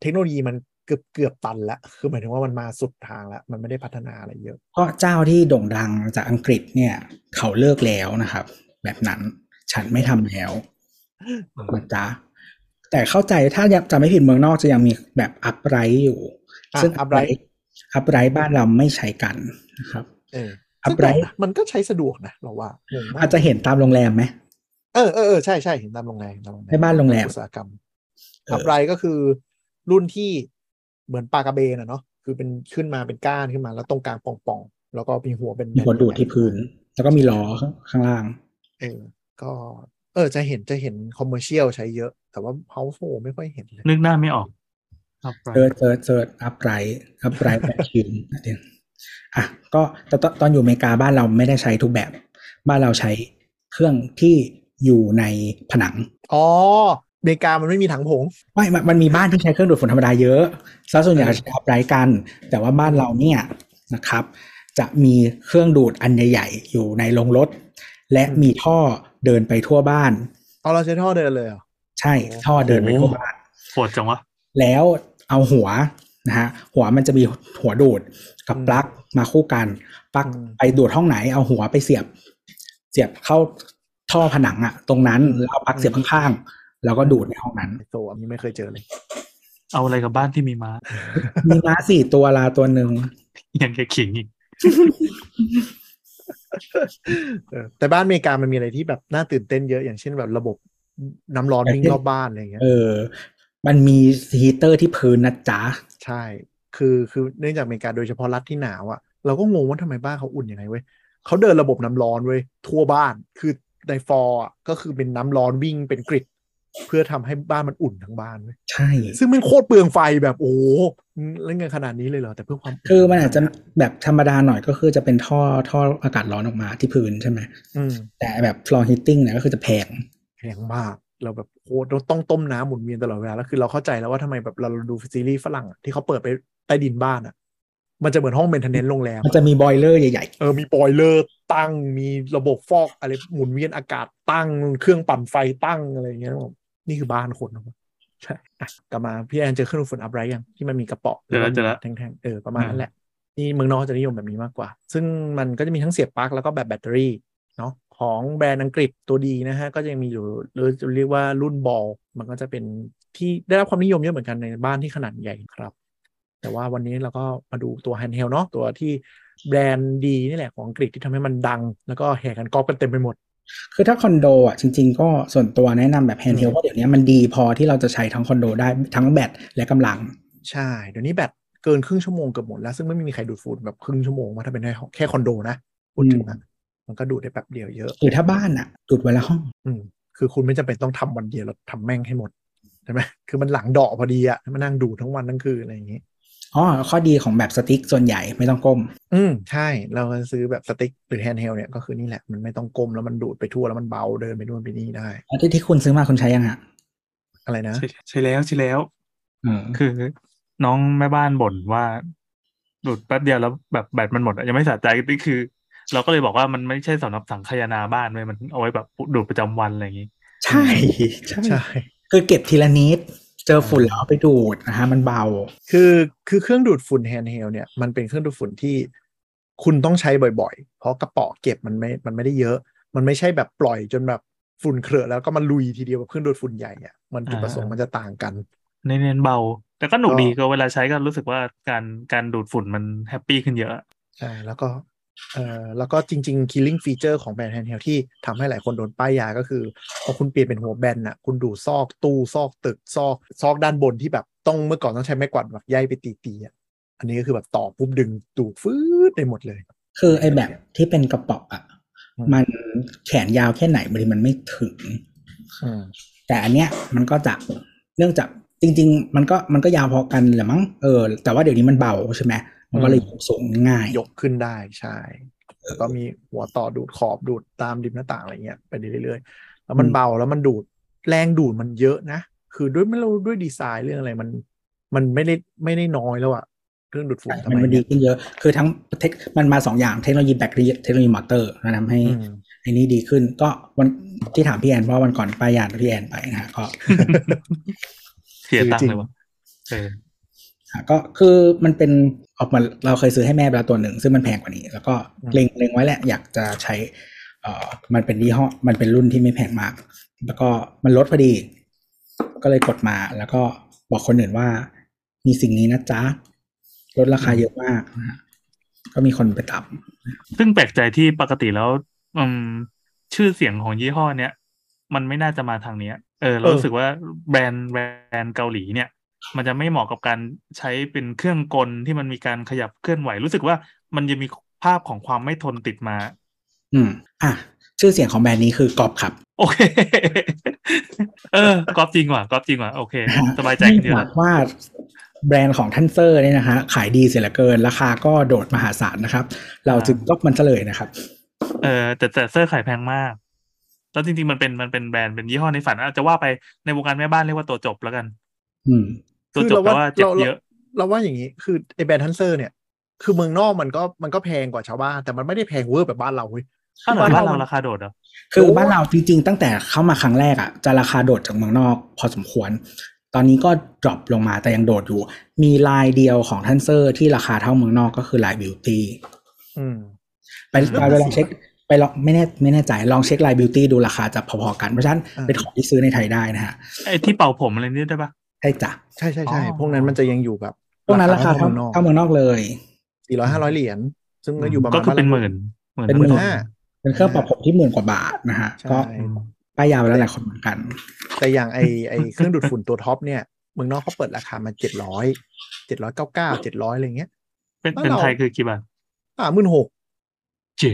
S4: เทคโนโลยีมันเกือบเกือบตันละคือหมายถึงว่ามันมาสุดทางละมันไม่ได้พัฒนาอะไรเยอะ
S2: ก็เจ้าที่โด่งดังจากอังกฤษเนี่ย เขาเลิกแล้วนะครับ แบบนั้นฉันไม่ทำแล้วนะจ๊ะแต่เข้าใจถ้าจะไม่ผิดเมืองนอกจะยังมีแบบอัพไรอยู่
S4: อ่ะ
S2: ซึ่ง
S4: upright
S2: อัพไรบ้านเราไม่ใช้กันนะครับ
S4: เออ
S2: อั
S4: ซึ่
S2: พ
S4: ง
S2: ไร
S4: แต่มันก็ใช้สะดวกนะเราว่างงมาก
S2: อาจจะเห็นตามโรงแรมไหม
S4: เออเออเออใช่ใช่เห็นตามโรงแรมตามโรงแรม
S2: ให้บ้านโรงแรม
S4: อุตสาหกรรม
S2: เออ
S4: อับไรก็คือรุ่นที่เหมือนปลากระเบนอะเนาะคือเป็นขึ้นมาเป็นก้านขึ้นมาแล้วตรงกลางป่องๆ แล้วก็มีหัวเป็น
S2: มีหัวดูดที่พื้น แล้วก็มีล้อข้างล่าง
S4: เออก็เออจะเห็นจะเห็นคอมเมอร์เชียลใช้เยอะ แต่ว่าเฮาส์โฟไม่ค่อยเห็นเลย
S3: นึกหน้าไม่ออกครับ
S2: เซิร์ชเซิร์ชเซิร์ชอัพไรอัพไรแบบคิวเดี๋ยวอ่ะก็แต่ตอนตอนอยู่อเมริกาบ้านเราไม่ได้ใช้ทุกแบบ บ้านเราใช้เครื่องที่อยู่ในผนัง
S4: อ๋ออเมริกามันไม่มีถังผง
S2: ไม่มันมันมีบ้านที่ใช้เครื่องดูดฝุ่นธรรมดาเยอะซะส่วนใหญ่ก็ใช้อัพไรกัน แต่ว่าบ้านเราเนี่ยนะครับ จะมีเครื่องดูดอันใหญ่ๆอยู่ในโรงรถ และมีท่อเดินไปทั่วบ้าน
S4: เอาเราใช้ท่อเดินเลยเหรอ
S2: ใช่
S4: โอ้
S2: ท่อเดินไปทั่วบ้าน
S3: โหดจังวะ
S2: แล้วเอาหัวนะฮะหัวมันจะมีหัวดูดกับ
S4: อืม
S2: ปลั๊กมาคู่กันปลั๊ก
S4: อืม
S2: ไปดูดห้องไหน เอาหัวไปเสียบ เสียบเข้าท่อผนังอะตรงนั้นแล้วเอาปลั๊กเสียบข้างๆแล้วก็ดูดในห้องนั้น
S4: ไอ้โตอันนี้ไม่เคยเจอเลย
S3: เอาอะไรกับบ้านที่มีม้า
S2: มีม้าสี่ตัวลาตัวหนึ่ง
S3: ยังแกขิงอีก
S4: เออแต่บ้านอเมริกามันมีอะไรที่แบบน่าตื่นเต้นเยอะอย่างเช่นแบบระบบน้ำร้อนวิ่งรอบบ้านอะไรอย่างเงี้ย
S2: เออ มันมีฮีเตอร์ที่พื้นนะจ๊ะ
S4: ใช่ คือคือเนื่องจากอเมริกาโดยเฉพาะรัฐที่หนาวอะ่ะ เราก็งงว่าทำไมบ้านเขาอุ่นยังไงเว้ยเขาเดินระบบน้ำร้อนเว้ยทั่วบ้าน คือในฟลอร์อะก็คือเป็นน้ำร้อนวิ่งเป็นกริด เพื่อทำให้บ้านมันอุ่นทั้งบ้านเว้ย
S2: ใช่
S4: ซึ่งมันโคตรเปลืองไฟแบบโอ้โหเล่นกันขนาดนี้เลยเหรอแต่เพื่อความ
S2: คือมันอาจจะแบบธรรมดาหน่อยก็คือจะเป็นท่อท่ออากาศร้อนออกมาที่พื้นใช่ไหม
S4: อืม
S2: แต่แบบฟลอร์ฮีตติ้งเนี่ยก็คือจะแพง
S4: แพงมาก เราแบบโอ้เราต้องต้มน้ำหมุนเวียนตลอดเวลาแล้วคือเราเข้าใจแล้วว่าทำไมแบบเราดูซีรีส์ฝรั่งอะที่เขาเปิดไปใต้ดินบ้านอะ่ะ มันจะเหมือนห้องเมนเทนเนนต์โรงแรม
S2: มัน
S4: อะ
S2: จะมีบอยเลอร์ใหญ่
S4: เออ มีบอยเลอร์ตั้ง มีระบบฟอกอะไรหมุนเวียนอากาศตั้ง เครื่องปั่นไฟตั้งอะไรอย่างเงี้ยผมนี่คือบ้านคนนะครับใช่อ่ะกลับมาพี่แอนเจอเครื่องดูดฝุ่นอัพไรยัง ที่มันมีกระเป๋อ
S3: เจอแล้วเจอแล้ว
S4: แท่งๆ เออ ประมาณนั้นแหละ นี่เมืองนอกจะนิยมแบบนี้มากกว่า ซึ่งมันก็จะมีทั้งเสียบปลั๊กแล้วก็แบบแบตเตอรี่เนาะของแบรนด์อังกฤษตัวดีนะฮะ ก็จะยังมีอยู่หรือจะเรียกว่ารุ่นบอลมันก็จะเป็นที่ได้รับความนิยมเยอะเหมือนกันในบ้านที่ขนาดใหญ่ครับ แต่ว่าวันนี้เราก็มาดูตัวแฮนด์เฮลเนาะตัวที่แบรนด์ดีนี่แหละของอังกฤษที่ทำให้มันดัง แล้วก็แห่กันก๊อปกันเต็มไปหมด
S2: คือถ้าคอนโดอ่ะจริง ๆ ก็ส่วนตัวแนะนำแบบแฮนด์เฮลเพราะเดี๋ยวนี้มันดีพอที่เราจะใช้ทั้งคอนโดได้ทั้งแบตและกำลัง
S4: ใช่ เดี๋ยวนี้แบตเกินครึ่งชั่วโมงเกือบหมดแล้วซึ่งไม่มีใครดูดฝุ่นแบบครึ่งชั่วโมงมาถ้าเป็นแค่แค่คอนโดนะพูดถึงนะมันก็ดูดได้แป๊บเดียวเยอะ
S2: หรือถ้าบ้านอ่ะดูดวันละห้อง
S4: อืมคือคุณไม่จำเป็นต้องทำวันเดียวแล้วทำแม่งให้หมดใช่ไหมคือมันหลังดอกพอดีอะมันนั่งดูทั้งวันทั้งคืนอะไรอย่างงี้
S2: อ๋อข้อดีของแบบสติ๊กส่วนใหญ่ไม่ต้องก้ม
S4: อืมใช่ เราซื้อแบบสติ๊กหรือแฮนด์เฮลเนี่ยก็คือนี่แหละ มันไม่ต้องก้มแล้วมันดูดไปทั่วแล้วมันเบาเดินไปนู่นไปนี่ได้
S2: แล้วที่ที่คุณซื้อมาคุณใช้ยังฮะ
S4: อะไรนะ
S3: ใช่ใช่แล้วใช่แล้ว
S2: เออ
S3: คือ น้องแม่บ้านบ่นว่าดูดแป๊บเดียวแล้วแบบแบตมันหมดอะยังไม่สะใจนี่คือ เราก็เลยบอกว่ามันไม่ใช่สำหรับสังคายนาบ้านเว้ยมันเอาไว้แบบดูดประจำวันอะไรอย่างนี้
S2: ใช่ใช่
S4: ใช่
S2: คือเก็บทีละนิด เจอฝุ่นแล้วเอาไปดูดนะฮะมันเบา
S4: คือคือเครื่องดูดฝุ่นแฮนด์เฮลเนี่ยมันเป็นเครื่องดูดฝุ่นที่คุณต้องใช้บ่อยๆ เพราะกระเป๋อเก็บมันไม่มันไม่ได้เยอะ มันไม่ใช่แบบปล่อยจนแบบฝุ่นเคลอะแล้วก็มาลุยทีเดียวแบบเครื่องดูดฝุ่นใหญ่อะมันจุดประสงค์มันจะต่างกัน
S3: เน้นๆเบา แต่ก็หนุก
S4: ก็
S3: ดีก็เวลาใช้ก็รู้สึกว่าการการดูดฝุ่นมันแฮปปี้ขึ้นเยอะ
S4: ใช่แล้วก็เอ่อแล้วก็จริง ๆ killing feature ของแบรนด์แฮนด์เฮลที่ทำให้หลายคนโดนป้ายยาก็คือ พอคุณเปลี่ยนเป็นหัวแบนน่ะ คุณดูดซอกตู้ซอกตึกซอกซอกด้านบนที่แบบต้องเมื่อก่อนต้องใช้ไม้กวาดแบบย่ายไปตีๆอ่ะอันนี้ก็คือแบบต่อปุ๊บดึงดูดฟื้ดได้หมดเลย
S2: คือไอ้แบบที่เป็นกระป๋องอ่ะ
S4: อืม
S2: มันแขนยาวแค่ไหนบางทีมันไม่ถึง
S4: อืม
S2: แต่อันเนี้ยมันก็จะเนื่องจากจริง ๆ มันก็มันก็ยาวพอกันแหละมั้งเออแต่ว่าเดี๋ยวนี้มันเบาใช่ไหมมันก็เลย
S4: อื
S2: ย
S4: ม
S2: กสูงง่าย
S4: ยกขึ้นได้ใช่แล้วก็มีหัวต่อดูดขอบดูดตามริมหน้าต่างอะไรเงี้ยไปเรื่อยๆ แล้วมันเบาแล้วมันดูดแรงดูดมันเยอะนะ คือด้วยไม่รู้ด้วยดีไซน์เรื่องอะไรมัน มันไม่ได้ไม่ได้น้อยแล้วอะเครื่องดูดฝุ่นทำ
S2: มัน
S4: ไม
S2: มันดีขึ้นเยอะ คือทั้งเทคมันมาสองอย่างเทคโนโลยีแบตเตอรี่เทคโนโลยีมอเตอร์นะทำให้
S4: อืม
S2: ไอ้นี้ดีขึ้น ก็วันที่ถามพี่แอนเพราะวันก่อนไปยานพี่แอนไปนะฮะก็
S3: เสียตังค์
S4: จริง
S3: เลยวะเออ
S2: อ่ะก็คือมันเป็นออกมาเราเคยซื้อให้แม่ไปแล้วตัวหนึ่ง ซึ่งมันแพงกว่านี้ แล้วก็
S4: อืม
S2: เล็งเล็งไว้แหละ อยากจะใช้เอ่อมันเป็นยี่ห้อมันเป็นรุ่นที่ไม่แพงมาก แล้วก็มันลดพอดี ก็เลยกดมาแล้วก็บอกคนอื่นว่า มีสิ่งนี้นะจ๊ะลดราคาเยอะมากนะฮะก็มีคนไปตับ
S3: ซึ่งแปลกใจที่ปกติแล้ว อืม ชื่อเสียงของยี่ห้อเนี้ยมันไม่น่าจะมาทางเนี้ย เออเรา
S4: เออ
S3: รู้สึกว่าแบรนด์แบรนด์เกาหลีเนี่ย มันจะไม่เหมาะกับการใช้เป็นเครื่องกลที่มันมีการขยับเคลื่อนไหว รู้สึกว่ามันจะมีภาพของความไม่ทนติดมา
S2: อืม อ่ะ ชื่อเสียงของแบรนด์นี้คือกอบครับ
S3: โอเค (laughs) เออกอปจริงว่ะกอปจริงว่ะโอเค สบายใจกันเย
S2: เนื่อง
S3: อะ
S2: จา
S3: ละ
S2: กว่าแบรนด์ของท่านเซอร์เนี่ยนะฮะขายดีเสียเหลือเกิน ราคาก็โดดมหาศาลนะครับ เราจึงต้องมันเฉลยนะครับ
S3: เออแต่แต่เสื้อขายแพงมาก แล้วจริง ๆ มันเป็นมันเป็นแบรนด์เป็นยี่ห้อในฝันอาจจะว่าไปในวงการแม่บ้านเรียกว่าตัวจบแล้วกัน
S2: อืม
S3: ตัวจบแปลว่าเจ็บเยอะ
S4: เราว่าอย่างนี้คือไอแบรนด์ทันเซอร์เนี่ย คือเมืองนอกมันก็มันก็แพงกว่าชาวบ้าน แต่มันไม่ได้แพงเวอร์แบบบ้านเราเว้ย
S3: ข้าวเหนียวบ้านเราราคาโดดเหรอ
S2: คือ
S4: โอ้
S2: บ้านเราจริงๆ ตั้งแต่เข้ามาครั้งแรกอะ่ะจะราคาโดดจากเมืองนอกพอสมควร ตอนนี้ก็ดรอปลงมาแต่ยังโดดอยู่ มีลายเดียวของท่านเซอร์ที่ราคาเท่าเมืองนอกก็คือลายบิวตี้
S4: อืม
S2: ไปไปลองเช็คไปลองไม่แน่ไม่แน่ใจลองเช็คลายบิวตี้ดูราคาจะพอๆกันเพราะฉะนั้น
S4: อ่า
S2: เป็นของที่ซื้อในไทยได้นะฮะ
S3: ไอ้ที่เป่าผมอะไรนี่ได้ปะ
S2: ใช่จ้ะ
S4: ใช่ใช่ใช่
S3: อ๋อ
S4: พวกนั้นมันจะยังอยู่แบบ
S2: พวกนั้นราคาเท่าเท่าเมืองนอกเลย
S4: สี่ร้อยห้าร้อยเหรียญซึ่งก็อยู่ประมาณ
S3: ก็คือเป็นหมื่นหมื่น
S2: เป็น
S3: ห
S2: หมื่
S3: มื่
S2: น
S3: น
S4: ห้า
S2: เป็นเครื่องปรับผมที่หมื่นกว่าบาทนะฮะ
S4: ใช่
S2: ก็ป้ายยาวไปแล้วหลายคนเหมือนกัน
S4: แต่อย่างไอไอเครื่องดูดฝุ่นตัวท็อปเนี่ยเมืองนอกเขาเปิดราคามาเจ็ดร้อยเจ็ดร้อยเก้าเก้าเจ็ดร้อยอะไรเงี้ย
S3: เป็นเป็น
S4: แล้วเรา
S3: ไทยคือกี่บาท
S4: อ่ามื่นหก
S3: เจ๊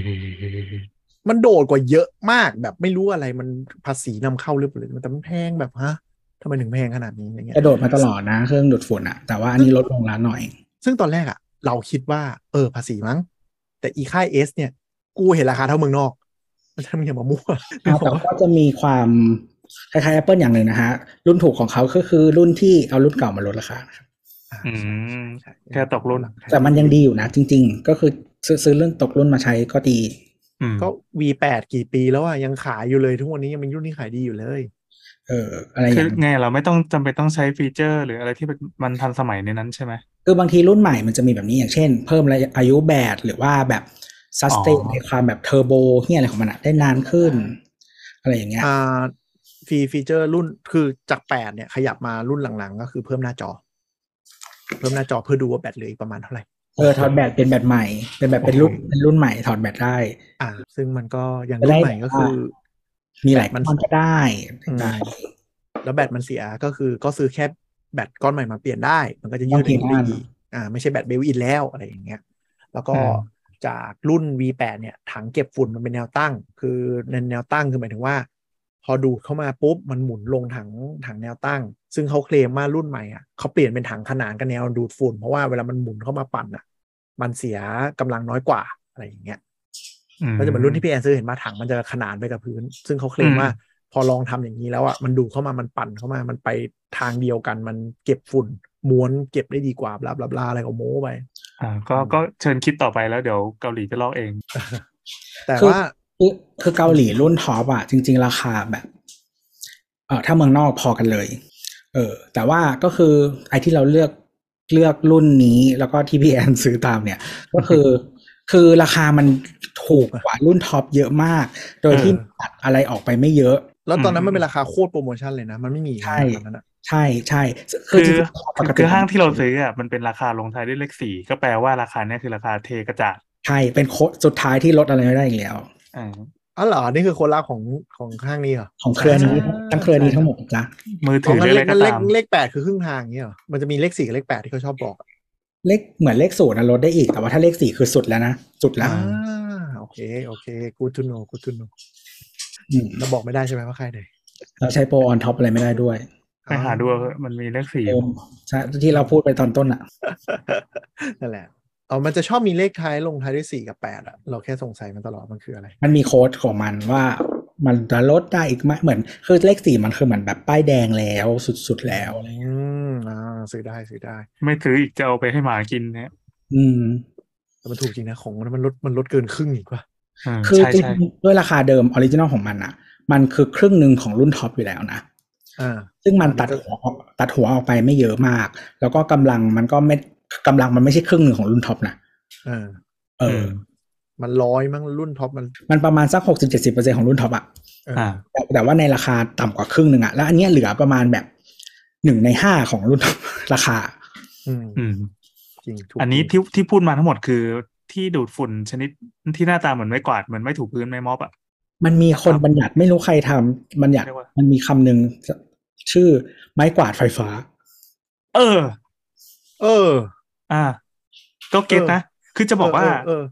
S4: มันโดดกว่าเยอะมากแบบไม่รู้อะไรมันภาษีนำเข้าหรือเปล่ามันแต่มันแพงแบบฮะทำไมถึงแพงขนาดนี้อะไรเงี้ย
S2: กระโดดมาตลอดนะเครื่องดูดฝุ่นอะแต่ว่าอันนี้ลดลงแล้วหน่อย
S4: ซึ่งตอนแรกอะเราคิดว่า เออ ภาษีมั้ง แต่อีค่ายเอสเนี่ย กูเห็นราคาเท่าเมืองนอกมันทำอย่างมามั่ว
S2: อ่าแต่ก็จะมีความคล้ายๆ Apple อย่างหนึ่งนะฮะ รุ่นถูกของเขาก็คือรุ่นที่เอารุ่นเก่ามาลดราคานะครับ
S4: อ่า
S3: อื
S4: ใช่
S3: ม
S4: ใช่
S3: แค่ตกรุ่น
S2: แต่มันยังดีอยู่นะจริงๆ ก็คือซื้อซื้อเรื่องตกรุ่นมาใช้ก็ดี
S3: อืม
S4: ก็ V8 กี่ปีแล้วอะยังขายอยู่เลยทุกวันนี้ยังเป็นรุ่นที่ขายดีอยู่เลย
S2: เอออะไรอ
S3: คื
S2: ย่า
S3: อง
S2: นั้น
S3: ไงเราไม่ต้องจำเป็นต้องใช้ฟีเจอร์ หรืออะไรที่มันมันทันสมัยในนั้นใช่ไหม
S2: คือบางทีรุ่นใหม่มันจะมีแบบนี้อย่างเช่น เพิ่มระยะอายุแบตหรือว่าแบบซัสเตน
S3: อ๋อ
S2: ในความแบบเทอร์โบเนี่ยอะไรของมันอะได้นานขึ้น อะไรอย่างเงี้ย
S4: อ่าฟีฟีเจอร์รุ่นคือจาก8เนี่ยขยับมารุ่นหลังๆ ก็คือเพิ่มหน้าจอ เพิ่มหน้าจอเพื่อดูว่าแบตเหลืออีกประมาณเท่าไหร่
S2: เออถอดแบตเป็นแบตใหม่ เป็นแบบเป็นรุ่นเป็นรุ่นใหม่ถอดแบตได้
S4: อ่า ซึ่งมันก็อย่าง
S2: จะ
S4: รุ่
S2: ได้
S4: นใหม่ก็คือ
S2: มีหลาย
S4: แบตมัน
S2: ก้อนก็ได้
S4: อืม
S2: ได้
S4: แล้วแบตมันเสียก็คือก็ซื้อแค่แบตก้อนใหม่มาเปลี่ยนได้ มันก็จะยืดอายุได้อีกอ่า ไม่ใช่แบตเบลอินแล้วอะไรอย่างเงี้ย แล้วก็
S3: อืม
S4: จากรุ่น V8 เนี่ย ถังเก็บฝุ่นมันเป็นแนวตั้ง คือในแนวตั้งคือหมายถึงว่า พอดูดเข้ามาปุ๊บมันหมุนลงถังถังแนวตั้ง ซึ่งเขาเคลมว่ารุ่นใหม่อ่ะเขาเปลี่ยนเป็นถังขนานกับแนวดูดฝุ่น เพราะว่าเวลามันหมุนเข้ามาปั่นอ่ะ มันเสียกำลังน้อยกว่าอะไรอย่างเงี้ย
S3: อืม
S4: ก็จะเป็นรุ่นที่พี่แอนซื้อเห็นมาถังมันจะขนานไปกับพื้น ซึ่งเขาเคลม
S3: อืม
S4: ว่า พอลองทำอย่างนี้แล้วอ่ะมันดูดเข้ามามันปั่นเข้ามามันไปทางเดียวกัน มันเก็บฝุ่นม้วนเก็บได้ดีกว่าบลาบลาบลาอะไรก็โม้ไป
S3: อ่าก็ก็เชิญคิดต่อไปแล้วเดี๋ยวเกาหลีจะลอกเอง
S4: แต่
S2: คือ
S4: ว่า
S2: คือคือเกาหลีรุ่นท็อปอ่ะจริง ๆ ราคาแบบ เออถ้าเมืองนอกพอกันเลย เออ แต่ว่าก็คือไอ้ที่เราเลือกเลือกรุ่นนี้แล้วก็ที่พี่แอน (laughs) ซื้อตามเนี่ย ก็คือ คือราคามันถูกกว่ารุ่นท็อปเยอะมาก โดยที่
S4: เออ
S2: ตัดอะไรออกไปไม่เยอะ
S4: แล้วตอนนั้น
S3: อืม
S4: มันเป็นราคาโคตรโปรโมชั่นเลยนะ มันไม่มี
S2: ใช่
S4: ตอนนั้นอะ
S2: ใช่ใช่
S3: คือ
S2: จริงๆปกติ
S3: คือห้างที่เราซื้ออ่ะมันเป็นราคาลงท้ายด้วยเลขสี่ก็แปลว่าราคาเนี้ยคือราคาเทกระจาด
S2: ใช่ เป็นโคดสุดท้ายที่ลดอะไรไม่ได้อีกแล้ว
S3: อ่า
S4: อ๋อเหรอ นี่คือโคนลาของของข้างนี้เหรอ
S2: ของเครือนี้
S4: อ่า
S2: ทั้งเครือนี้ทั้งหมดจ้ะ
S3: มือ
S4: ขอ
S3: ถื
S4: ง
S3: อ
S4: นั้น
S3: อะไร
S4: เลข
S3: ก็
S4: นั้นเลข
S3: ตาม
S4: เลขแปดคือครึ่งทางอย่างเงี้ยเหรอมันจะมีเลขสี่กับเลขแปดที่เขาชอบบอกอะ
S2: เลขเหมือนเลขศูนย์นะลดได้อีก แต่ว่าถ้าเลขสี่คือสุดแล้วนะ สุดแล้ว
S4: อ่าโอเคโอเคกูทูโนกูทูโน
S2: อืม
S4: เราบอกไม่ได้ใช่ไหมว่าใครไหน
S2: เราใช้โปรออนท็อปอะไรไม่ได้ด้วย
S3: ไปหาดูเถอะมันมีเลขสี่
S2: เออใช่ที่เราพูดไปตอนต้นอ่ะ
S4: นั่นแหละเออมันจะชอบมีเลขท้ายลงท้ายด้วยสี่กับแปดอะเราแค่สงสัยมันตลอดมันคืออะไร
S2: มันมีโค้ดของมันว่า มันจะลดได้อีกไหมเหมือน คือเลขสี่มันคือเหมือนแบบป้ายแดงแล้วสุดๆแล้ว
S4: อืมอ่าซื้อได้ซื้อได้
S3: ไม่ซื้ออีกจะเอาไปให้หมากินเนี่ย
S2: อืม
S4: แต่มันถูกจริงนะของมันมันลดมันลดเกินครึ่งอีกว่า
S3: อ่า
S2: คือ
S3: ใช่
S2: จริง
S3: ใช่
S2: ๆด้วยราคาเดิมออริจินอลของมันอ่ะ มันคือครึ่งหนึ่งของรุ่นท็อปอยู่แล้วนะ
S4: อ่า
S2: ซึ่งมันตัดหัวออกตัดหัวออกไปไม่เยอะมาก แล้วก็กำลังมันก็ไม่กำลังมันไม่ใช่ครึ่งหนึ่งของรุ่นท็อปนะ
S4: อ่า
S2: เอออ
S4: มันร้อยมั้งรุ่นท็อปมัน
S2: มันประมาณสักหกสิบเจ็ดสิบเปอร์เซ็นของรุ่นท็อปอะ
S4: เอออ
S3: อ่า
S2: แต่แต่ว่าในราคาต่ำกว่าครึ่งหนึ่งอะแล้วอันเนี้ยเหลือประมาณแบบหนึ่งในห้าของรุ่น (laughs) top ราคา
S4: อืม
S3: อืม
S4: จริงถูก
S3: อันนี้
S4: จริง
S3: ที่ที่พูดมาทั้งหมดคือที่ดูดฝุ่นชนิดที่หน้าตาเหมือนไม่กวาดเหมือนไม่ถูพื้นไม่มอบอ่ะ
S2: มันมีคนบัญญัติไม่รู้ใครทำบัญญัติ
S3: เรียกว่า
S2: มันมีคำหนึ่งชื่อไม้กวาดไฟฟ้า
S3: เออ
S4: เออ
S3: อ่า ก็เก็ตนะ คือจะบอกว่า
S4: เออ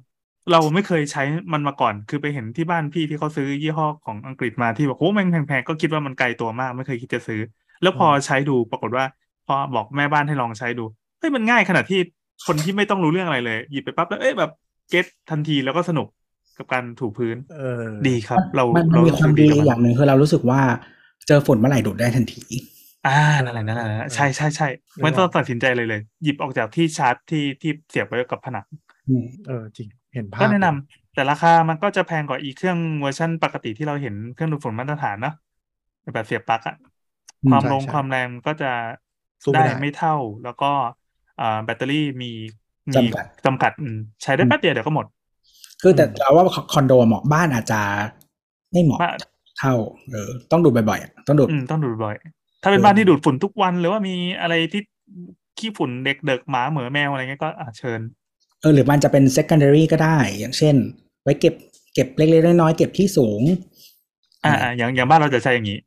S3: เราไม่เคยใช้มันมาก่อน คือไปเห็นที่บ้านพี่ที่เขาซื้อยี่ห้อของอังกฤษมาที่บอกโอ้แม่งแพงๆก็คิดว่ามันไกลตัวมาก ไม่เคยคิดจะซื้อ แล้วพอใช้ดูปรากฏว่า พอบอกแม่บ้านให้ลองใช้ดูเฮ้ยมันง่ายขนาดที่คนที่ไม่ต้องรู้เรื่องอะไรเลย หยิบไปปั๊บแล้วเอ้ยแบบเก็ตทันทีแล้วก็สนุกกับการถูพื้น
S4: เออ
S3: ดีครับ เรา
S2: มันมันมีควา
S3: เรารู้สึ
S2: ม
S3: ก
S2: ดี
S3: กับมัน
S2: อย่างหนึ่งคือเรารู้สึกว่าเจอฝุ่นเมื่อไหร่ดูดได้ทันที
S3: อ่านั่นแหละนั่นแหละนั่นแหละใช่ใช่ใช่ไม่ต้องตัดสินใจเลยเลย หยิบออกจากที่ชาร์จที่ที่เสียบไว้กับผนัง
S2: อืม
S4: เออจริงเห็นภาพ
S3: ก็แนะนำแต่ราคามันก็จะแพงกว่าอีเครื่องเวอร์ชันปกติที่เราเห็นเครื่องดูดฝุ่นมาตรฐานเนอะแบบเสียบปลั๊กอะ
S2: อืม
S3: ความลง
S4: ใช่ใช่
S3: ความแรงก็จะ
S4: สู้ไม่
S3: ได้
S4: ได้
S3: ไม่เท่า แล้วก็อ่าแบตเตอรี่มีมี
S2: จำกัด
S3: จำกัดอืมใช้ได้แป๊บเดียวเดี๋ยวก็หมด
S2: คือแต่เราว่าคอนโดเหมาะบ้านอาจจะไม่เหมาะ
S3: บ้าน
S2: เท่าเออต้องดูดบ่อยๆอะต้องดูด
S3: อืมต้องดูดบ่อย ถ้าเป็น
S2: เออ
S3: บ้านที่ดูดฝุ่นทุกวัน หรือว่ามีอะไรที่ขี้ฝุ่นเด็กเด็กหมาเหมือแมวอะไรเงี้ยก็อ่ะเชิญ
S2: เออหรือมันจะเป็น secondary ก็ได้ อย่างเช่น ไว้เก็บเก็บเล็กๆน้อยๆเก็บที่สูง
S3: อ่าอ่าอย่างอย่างบ้านเราจะใช้อย่างนี้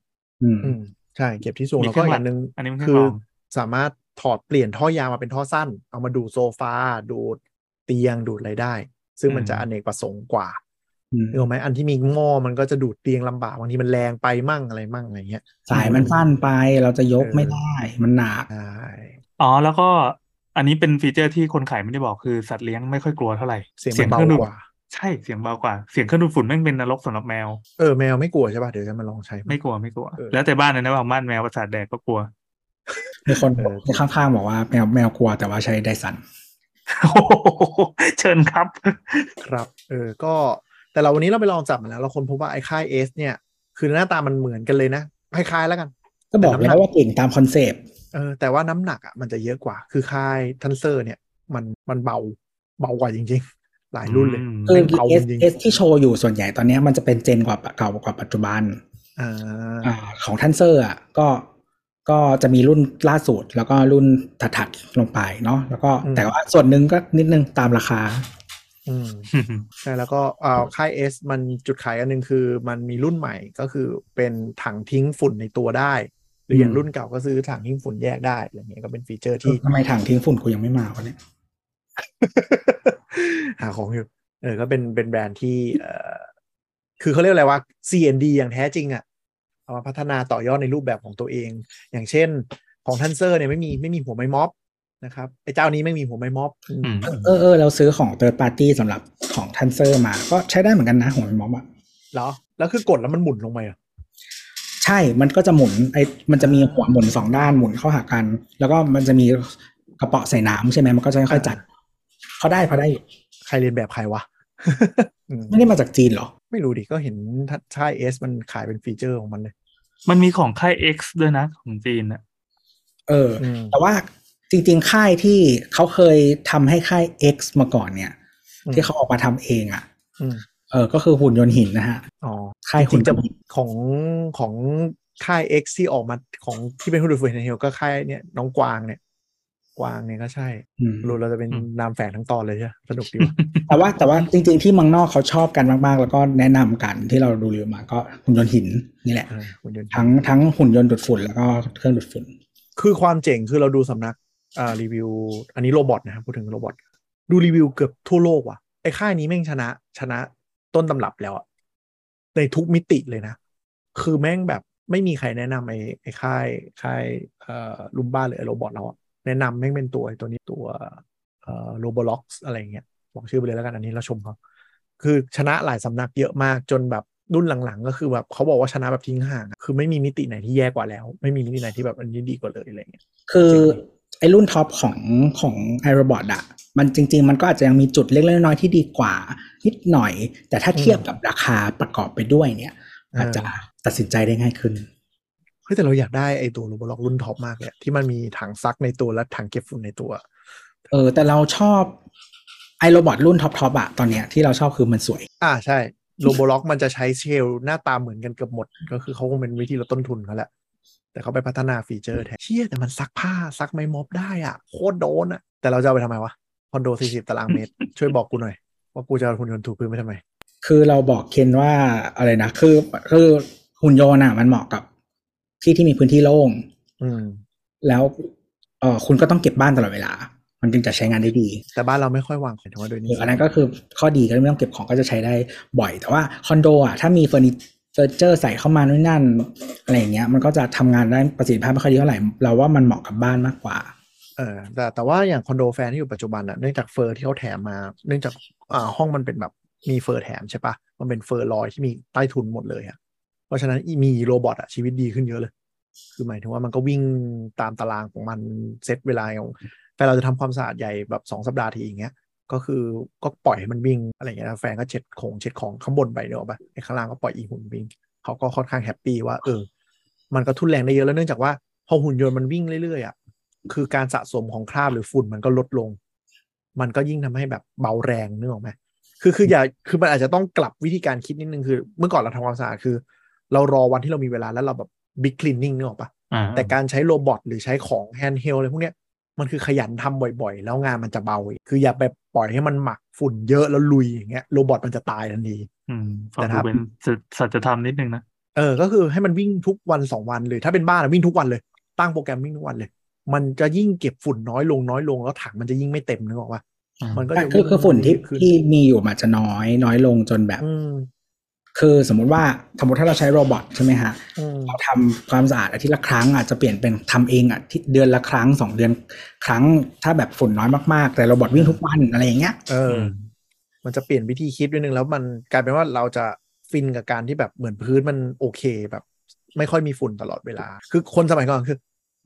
S2: อืม
S4: อืมใช่เก็บที่สูง
S3: มี
S4: แล้ว
S3: เค
S4: ก็
S3: รื่อง
S4: อ
S3: หลั
S4: ย่าง งหนึ่ง
S3: อันนี้มันเครื่อง
S4: คื
S3: ร
S4: อ
S3: อง
S4: สามารถถอดเปลี่ยนท่อยางมาเป็นท่อสั้น เอามาดูดโซฟาดูดเตียงดูดอะไรได้ ซึ่งมันจะอเนกประสงค์กว่า
S2: อืม
S4: เนกออกไหมอันที่มีหม้อมันก็จะดูดเตียงลำบากบางทีมันแรงไปมั่งอะไรมั่งอะไรเงี้ย
S2: สายมันสั้นไปเราจะยกไม่ได้มันหนัก
S4: ใช่
S3: อ๋อแล้วก็อันนี้เป็นฟีเจอร์ที่คนขายไม่ได้บอกคือสัตว์เลี้ยงไม่ค่อยกลัวเท่าไหร่
S4: เสียงมัน
S3: ค
S4: เบา
S3: รื่ดูด
S4: กว่า
S3: ใช่เสียงเบากว่า เสียงเครื่องดูดฝุ่นแม่งเป็นนรกสำหรับแมว
S4: เออแมวไม่กลัวใช่ป่ะเดี๋ยวจะมาลองใช้
S3: ไม่กลัวไม่กลัว
S4: เออ
S3: แล้วแต่บ้านเลยนะบางบ้านแมวประสาทแดกก็กลัว (laughs)
S2: มีคน
S4: เออ
S2: คนข้างๆบอกว่าแมวแมวกลัวแต่ว่าใช้ไดสัน
S3: เชิญครับ
S4: ครับเออก็แต่เราวันนี้เราไปลองจับมาแล้ว เราคนพบว่าไอ้ค่ายเอสเนี่ย คือหน้าตามันเหมือนกันเลยนะคล้ายๆแล้วกัน
S2: ก็บอกแล้วว่าเก่งตามคอนเซปต์
S4: เออแต่ว่าน้ำหนักอ่ะมันจะเยอะกว่า คือค่ายทันเซอร์เนี่ย มันมันเบาเบากว่าจริง ๆ หลายรุ่นเลย
S3: อืม
S2: คือ
S4: แม่งเบา
S2: เอส
S4: จริง
S2: เอสที่โชว์อยู่ส่วนใหญ่ตอนเนี้ยมันจะเป็นเจนกว่าเก่ากว่าปัจจุบัน
S4: ๆอ่า
S2: อ่าของทันเซอร์อ่ะก็ ก็จะมีรุ่นล่าสุดแล้วก็รุ่นถัดๆลงไปเนาะแล้วก็
S4: อืม
S2: แต่ว่าส่วนหนึ่งก็นิดนึงตามราคา
S4: อืม ใช่แล้วก็อ่าค่าย S มันจุดขายอันหนึงคือมันมีรุ่นใหม่ก็คือเป็นถังทิ้งฝุ่นในตัวได้ หรืออย่าง
S2: อืม
S4: รุ่นเก่าก็ซื้อถังทิ้งฝุ่นแยกได้อะไรเงี้ยก็เป็นฟีเจอร์ที่ (laughs)
S2: ทำไมถังทิ้งฝุ่นกูยังไม่มาวะเนี่ย
S4: หาของอยู่เออก็เป็นเป็นแบรนด์ที่เออคือเขาเรียกอะไรว่า CND อย่างแท้จริงอะเอามาพัฒนาต่อยอดในรูปแบบของตัวเอง อย่างเช่นของทันเซอร์เนี่ยไม่มีไม่มีหัวไม้ม็อบนะครับไอ้เจ้านี้ไม่มีหัวไม้ม็อบอืม
S3: อืม
S2: เออเออเราซื้อของเติร์ดปาร์ตี้สำหรับของทันเซอร์มาก็ใช้ได้เหมือนกันนะของม็อบอะ
S4: เหรอ แล้วคือกดแล้วมันหมุนลงไปเหรอ
S2: ใช่มันก็จะหมุนไอมันจะมีหัวหมุนสองด้านหมุนเข้าหากัน แล้วก็มันจะมีกระเป๋อใส่น้ำใช่ไหมมันก็จะค่อยๆจัดพอได้พอได้อยู่
S4: ใครเรียนแบบใครวะ (laughs) อืม
S2: ไม่ได้มาจากจีนเหรอ
S4: ไม่รู้ดิ ก็เห็นท่ายเอสมันขายเป็นฟีเจอร์ของมันเลย
S3: มันมีของค่าย X ด้วยนะของจีนอ่ะ
S2: เออ
S4: อืม
S2: แต่ว่าจริงๆ ค่ายที่เขาเคยทำให้ค่าย X มาก่อนเนี่ย ที่เขาออกมาทำเองอะ่ะ
S4: อืม
S2: เออ ก็คือหุ่นยนต์หินนะฮะ
S4: อ๋อ
S2: ค่าย
S4: จริ
S2: หุ่น
S4: งๆจะ
S2: ยนต์หิน
S4: ของของค่าย X ที่ออกมาของที่เป็นฮูดูฟูเฮนเฮลก็ค่ายเนี่ยน้องกวางเนี่ย กวางเนี่ยก็ใช่
S2: อืม
S4: รู้เราจะเป็น
S3: อืม
S4: นามแฝงทั้งตอนเลยใช่ไหมสนุกดี
S2: (laughs)
S4: ว่ะ
S2: แต่ว่าแต่ว่าจริงๆ ที่เมังนอกเขาชอบกันมากๆ แล้วก็แนะนำกันที่เราดูรีวิวมาก็หุ่นยนต์หินนี่แหละ
S4: เออหุ่นยนต์
S2: ทั้งทั้งหุ่นยนต์ดูดฝุ่นแล้วก็เครื่องดูดฝุ่น
S4: คือความเจ๋งคือเราดูสำนักอ่ารีวิว อันนี้โรบอทนะครับพูดถึงโรบอทดูรีวิวเกือบทั่วโลกว่ะไอ้ค่ายนี้แม่งชนะชนะต้นตำรับแล้วอะในทุกมิติเลยนะ คือแม่งแบบไม่มีใครแนะนำไอ้ไอ้ค่ายค่ายเอ่อลุมบ้าหรือไอ้โรบอทแล้วอะแนะนำแม่งเป็นตัวไอ้ตัวนี้ตัวเอ่อโรบล็อกอะไรอย่างเงี้ยบอกชื่อไปเลยแล้วกันอันนี้เราชมเขาคือชนะหลายสำนักเยอะมากจนแบบรุ่นหลังๆ ก็คือแบบเขาบอกว่าชนะแบบทิ้งห่างอะคือไม่มีมิติไหนที่แย่กว่าแล้ว ไม่มีมิติไหนที่แบบอันนี้ดีกว่าเลยอะไรอย่างเงี้ย
S2: คือไอรุ่นท็อปของของไอโรบอทอะมันจริง ๆ มันก็อาจจะยังมีจุดเล็กๆน้อยๆที่ดีกว่า นิดหน่อย แต่ถ้าเทียบกับราคาประกอบไปด้วยเนี่ย
S4: เอออ
S2: อาจจะตัดสินใจได้ง่ายขึ้น
S4: เฮ้ยแต่เราอยากได้ไอ้ตัวโรบล็อกรุ่นท็อปมากเลยอะที่มันมีถังซักในตัวและถังเก็บฝุ่นในตัว
S2: เออ แต่เราชอบไอโรบอทรุ่นท็อปๆอะตอนเนี้ยที่เราชอบคือมันสวย
S4: อ่าใช่โลโบล็อกมันจะใช้เชลล์หน้าตาเหมือนกันเกือบหมด ก็คือเขาคงเป็นวิธีลดต้นทุนเขาแหละ แต่เขาไปพัฒนาฟีเจอร์แทนเชี่ยแต่มันซักผ้าซักไม่ม็อบได้อ่ะ โคตรโดนอ่ะ แต่เราจะเอาไปทำไมวะ คอนโด 40 ตารางเมตร ช่วยบอกกูหน่อย ว่ากูจะเอาหุ่นยนต์ถูพื้นไปทำไม
S2: คือเราบอกเคนว่าอะไรนะ คือคือหุ่นยนต์อะมันเหมาะกับที่ที่มีพื้นที่โล่ง
S4: อืม
S2: แล้วเออคุณก็ต้องเก็บบ้านตลอดเวลา มันจึงจะใช้งานได้ดี
S4: แต่บ้านเราไม่ค่อยวางแผนว่าโดย
S2: ห
S4: นี้
S2: รืออันนั้นก็คือข้อดีก็ไม่ต้องเก็บของก็จะใช้ได้บ่อย แต่ว่าคอนโดอ่ะถ้ามีเฟอร์นิเจอร์ใส่เข้ามานู่นนั่นอะไรอย่างเงี้ยมันก็จะทำงานได้ประสิทธิภาพไม่ค่อยดีเท่าไหร่เราว่ามันเหมาะกับบ้านมากกว่า
S4: เออแต่แต่ว่าอย่างคอนโดแฟนที่อยู่ปัจจุบันอ่ะเนื่องจากเฟอร์ที่เขาแถมมา เนื่องจากอ่าห้องมันเป็นแบบมีเฟอร์แถมใช่ปะมันเป็นเฟอร์ลอยที่มีใต้ทุนหมดเลยอ่ะเพราะฉะนั้นอีมีโรบอทอ่ะชีวิตดีขึ้นเยอะเลย คือหมายถึงว่ามันก็วิ่งตามตารางของมันเซตเวลาของแต่เราจะทำความสะอาดใหญ่แบบสองสัปดาห์ทีอย่างเงี้ยก็คือก็ปล่อยให้มันวิ่งอะไรอย่างเงี้ยนะแฟนก็เช็ดของเช็ดของข้างบนไปเนกอะปะไอ้ข้างล่างก็ปล่อยอีหุ่นวิ่ง เขาก็ค่อนข้างแฮปปี้ว่าเออ มันก็ทุนแรงได้เยอะแล้วเนื่องจากว่าพอหุ่นยนต์มันวิ่งเรื่อยๆอ่ะ คือการสะสมของคราบหรือฝุ่นมันก็ลดลง มันก็ยิ่งทำให้แบบเบาแรงนึกออกไหมคือคืออย่าคือมันอาจจะต้องกลับวิธีการคิดนิดนึงคือ เมื่อก่อนเราทำความสะอาดคือ เรารอวันที่เรามีเวลาแล้วเราแบบบิ๊กคลีนนิ่งนึกออกปะ
S3: อ่า
S4: แต่การใช้โรบอทหรือใช้ของแฮนด์เฮลอะไรพวกเนี้ยมันคือขยันทำบ่อยๆ แล้วงานมันจะเบาอีกคืออย่าไปปล่อยให้มันหมักฝุ่นเยอะแล้วลุยอย่างเงี้ยโรบอทมันจะตายทันที
S3: อืมฟัง
S4: แต่
S3: ดู
S4: ถ้า
S3: เป็นสัจธรรมนิดนึงนะ
S4: เออ ก็คือให้มันวิ่งทุกวันสองวันเลย ถ้าเป็นบ้านอะวิ่งทุกวันเลย ตั้งโปรแกรมวิ่งทุกวันเลย มันจะยิ่งเก็บฝุ่นน้อยลงน้อยลงแล้วถังมันจะยิ่งไม่เต็มนึกออกปะ
S3: อ่ามั
S4: มันก็
S2: แต่
S4: จะ
S2: คือคือฝุ่นที่
S4: ขึ้
S2: ที่มีอยู่มันจะน้อยน้อยลงจนแบบ
S4: อืม
S2: คือสมมุติว่าสมมติถ้าเราใช้โรบอทใช่ไหมฮะ
S4: อืม
S2: เราทำความสะอาดอาทิตย์ละครั้งอาจจะเปลี่ยนเป็นทำเองอาทิตย์เดือนละครั้งสองเดือนครั้งถ้าแบบฝุ่นน้อยมากๆ แต่โรบอทวิ่งทุกวันอะไรอย่างเงี้ย
S4: เออ มันจะเปลี่ยนวิธีคิดด้วยนึงแล้วมันกลายเป็นว่าเราจะฟินกับการที่แบบเหมือนพื้นมันโอเคแบบ ไม่ค่อยมีฝุ่นตลอดเวลา คือคนสมัยก่อนคือ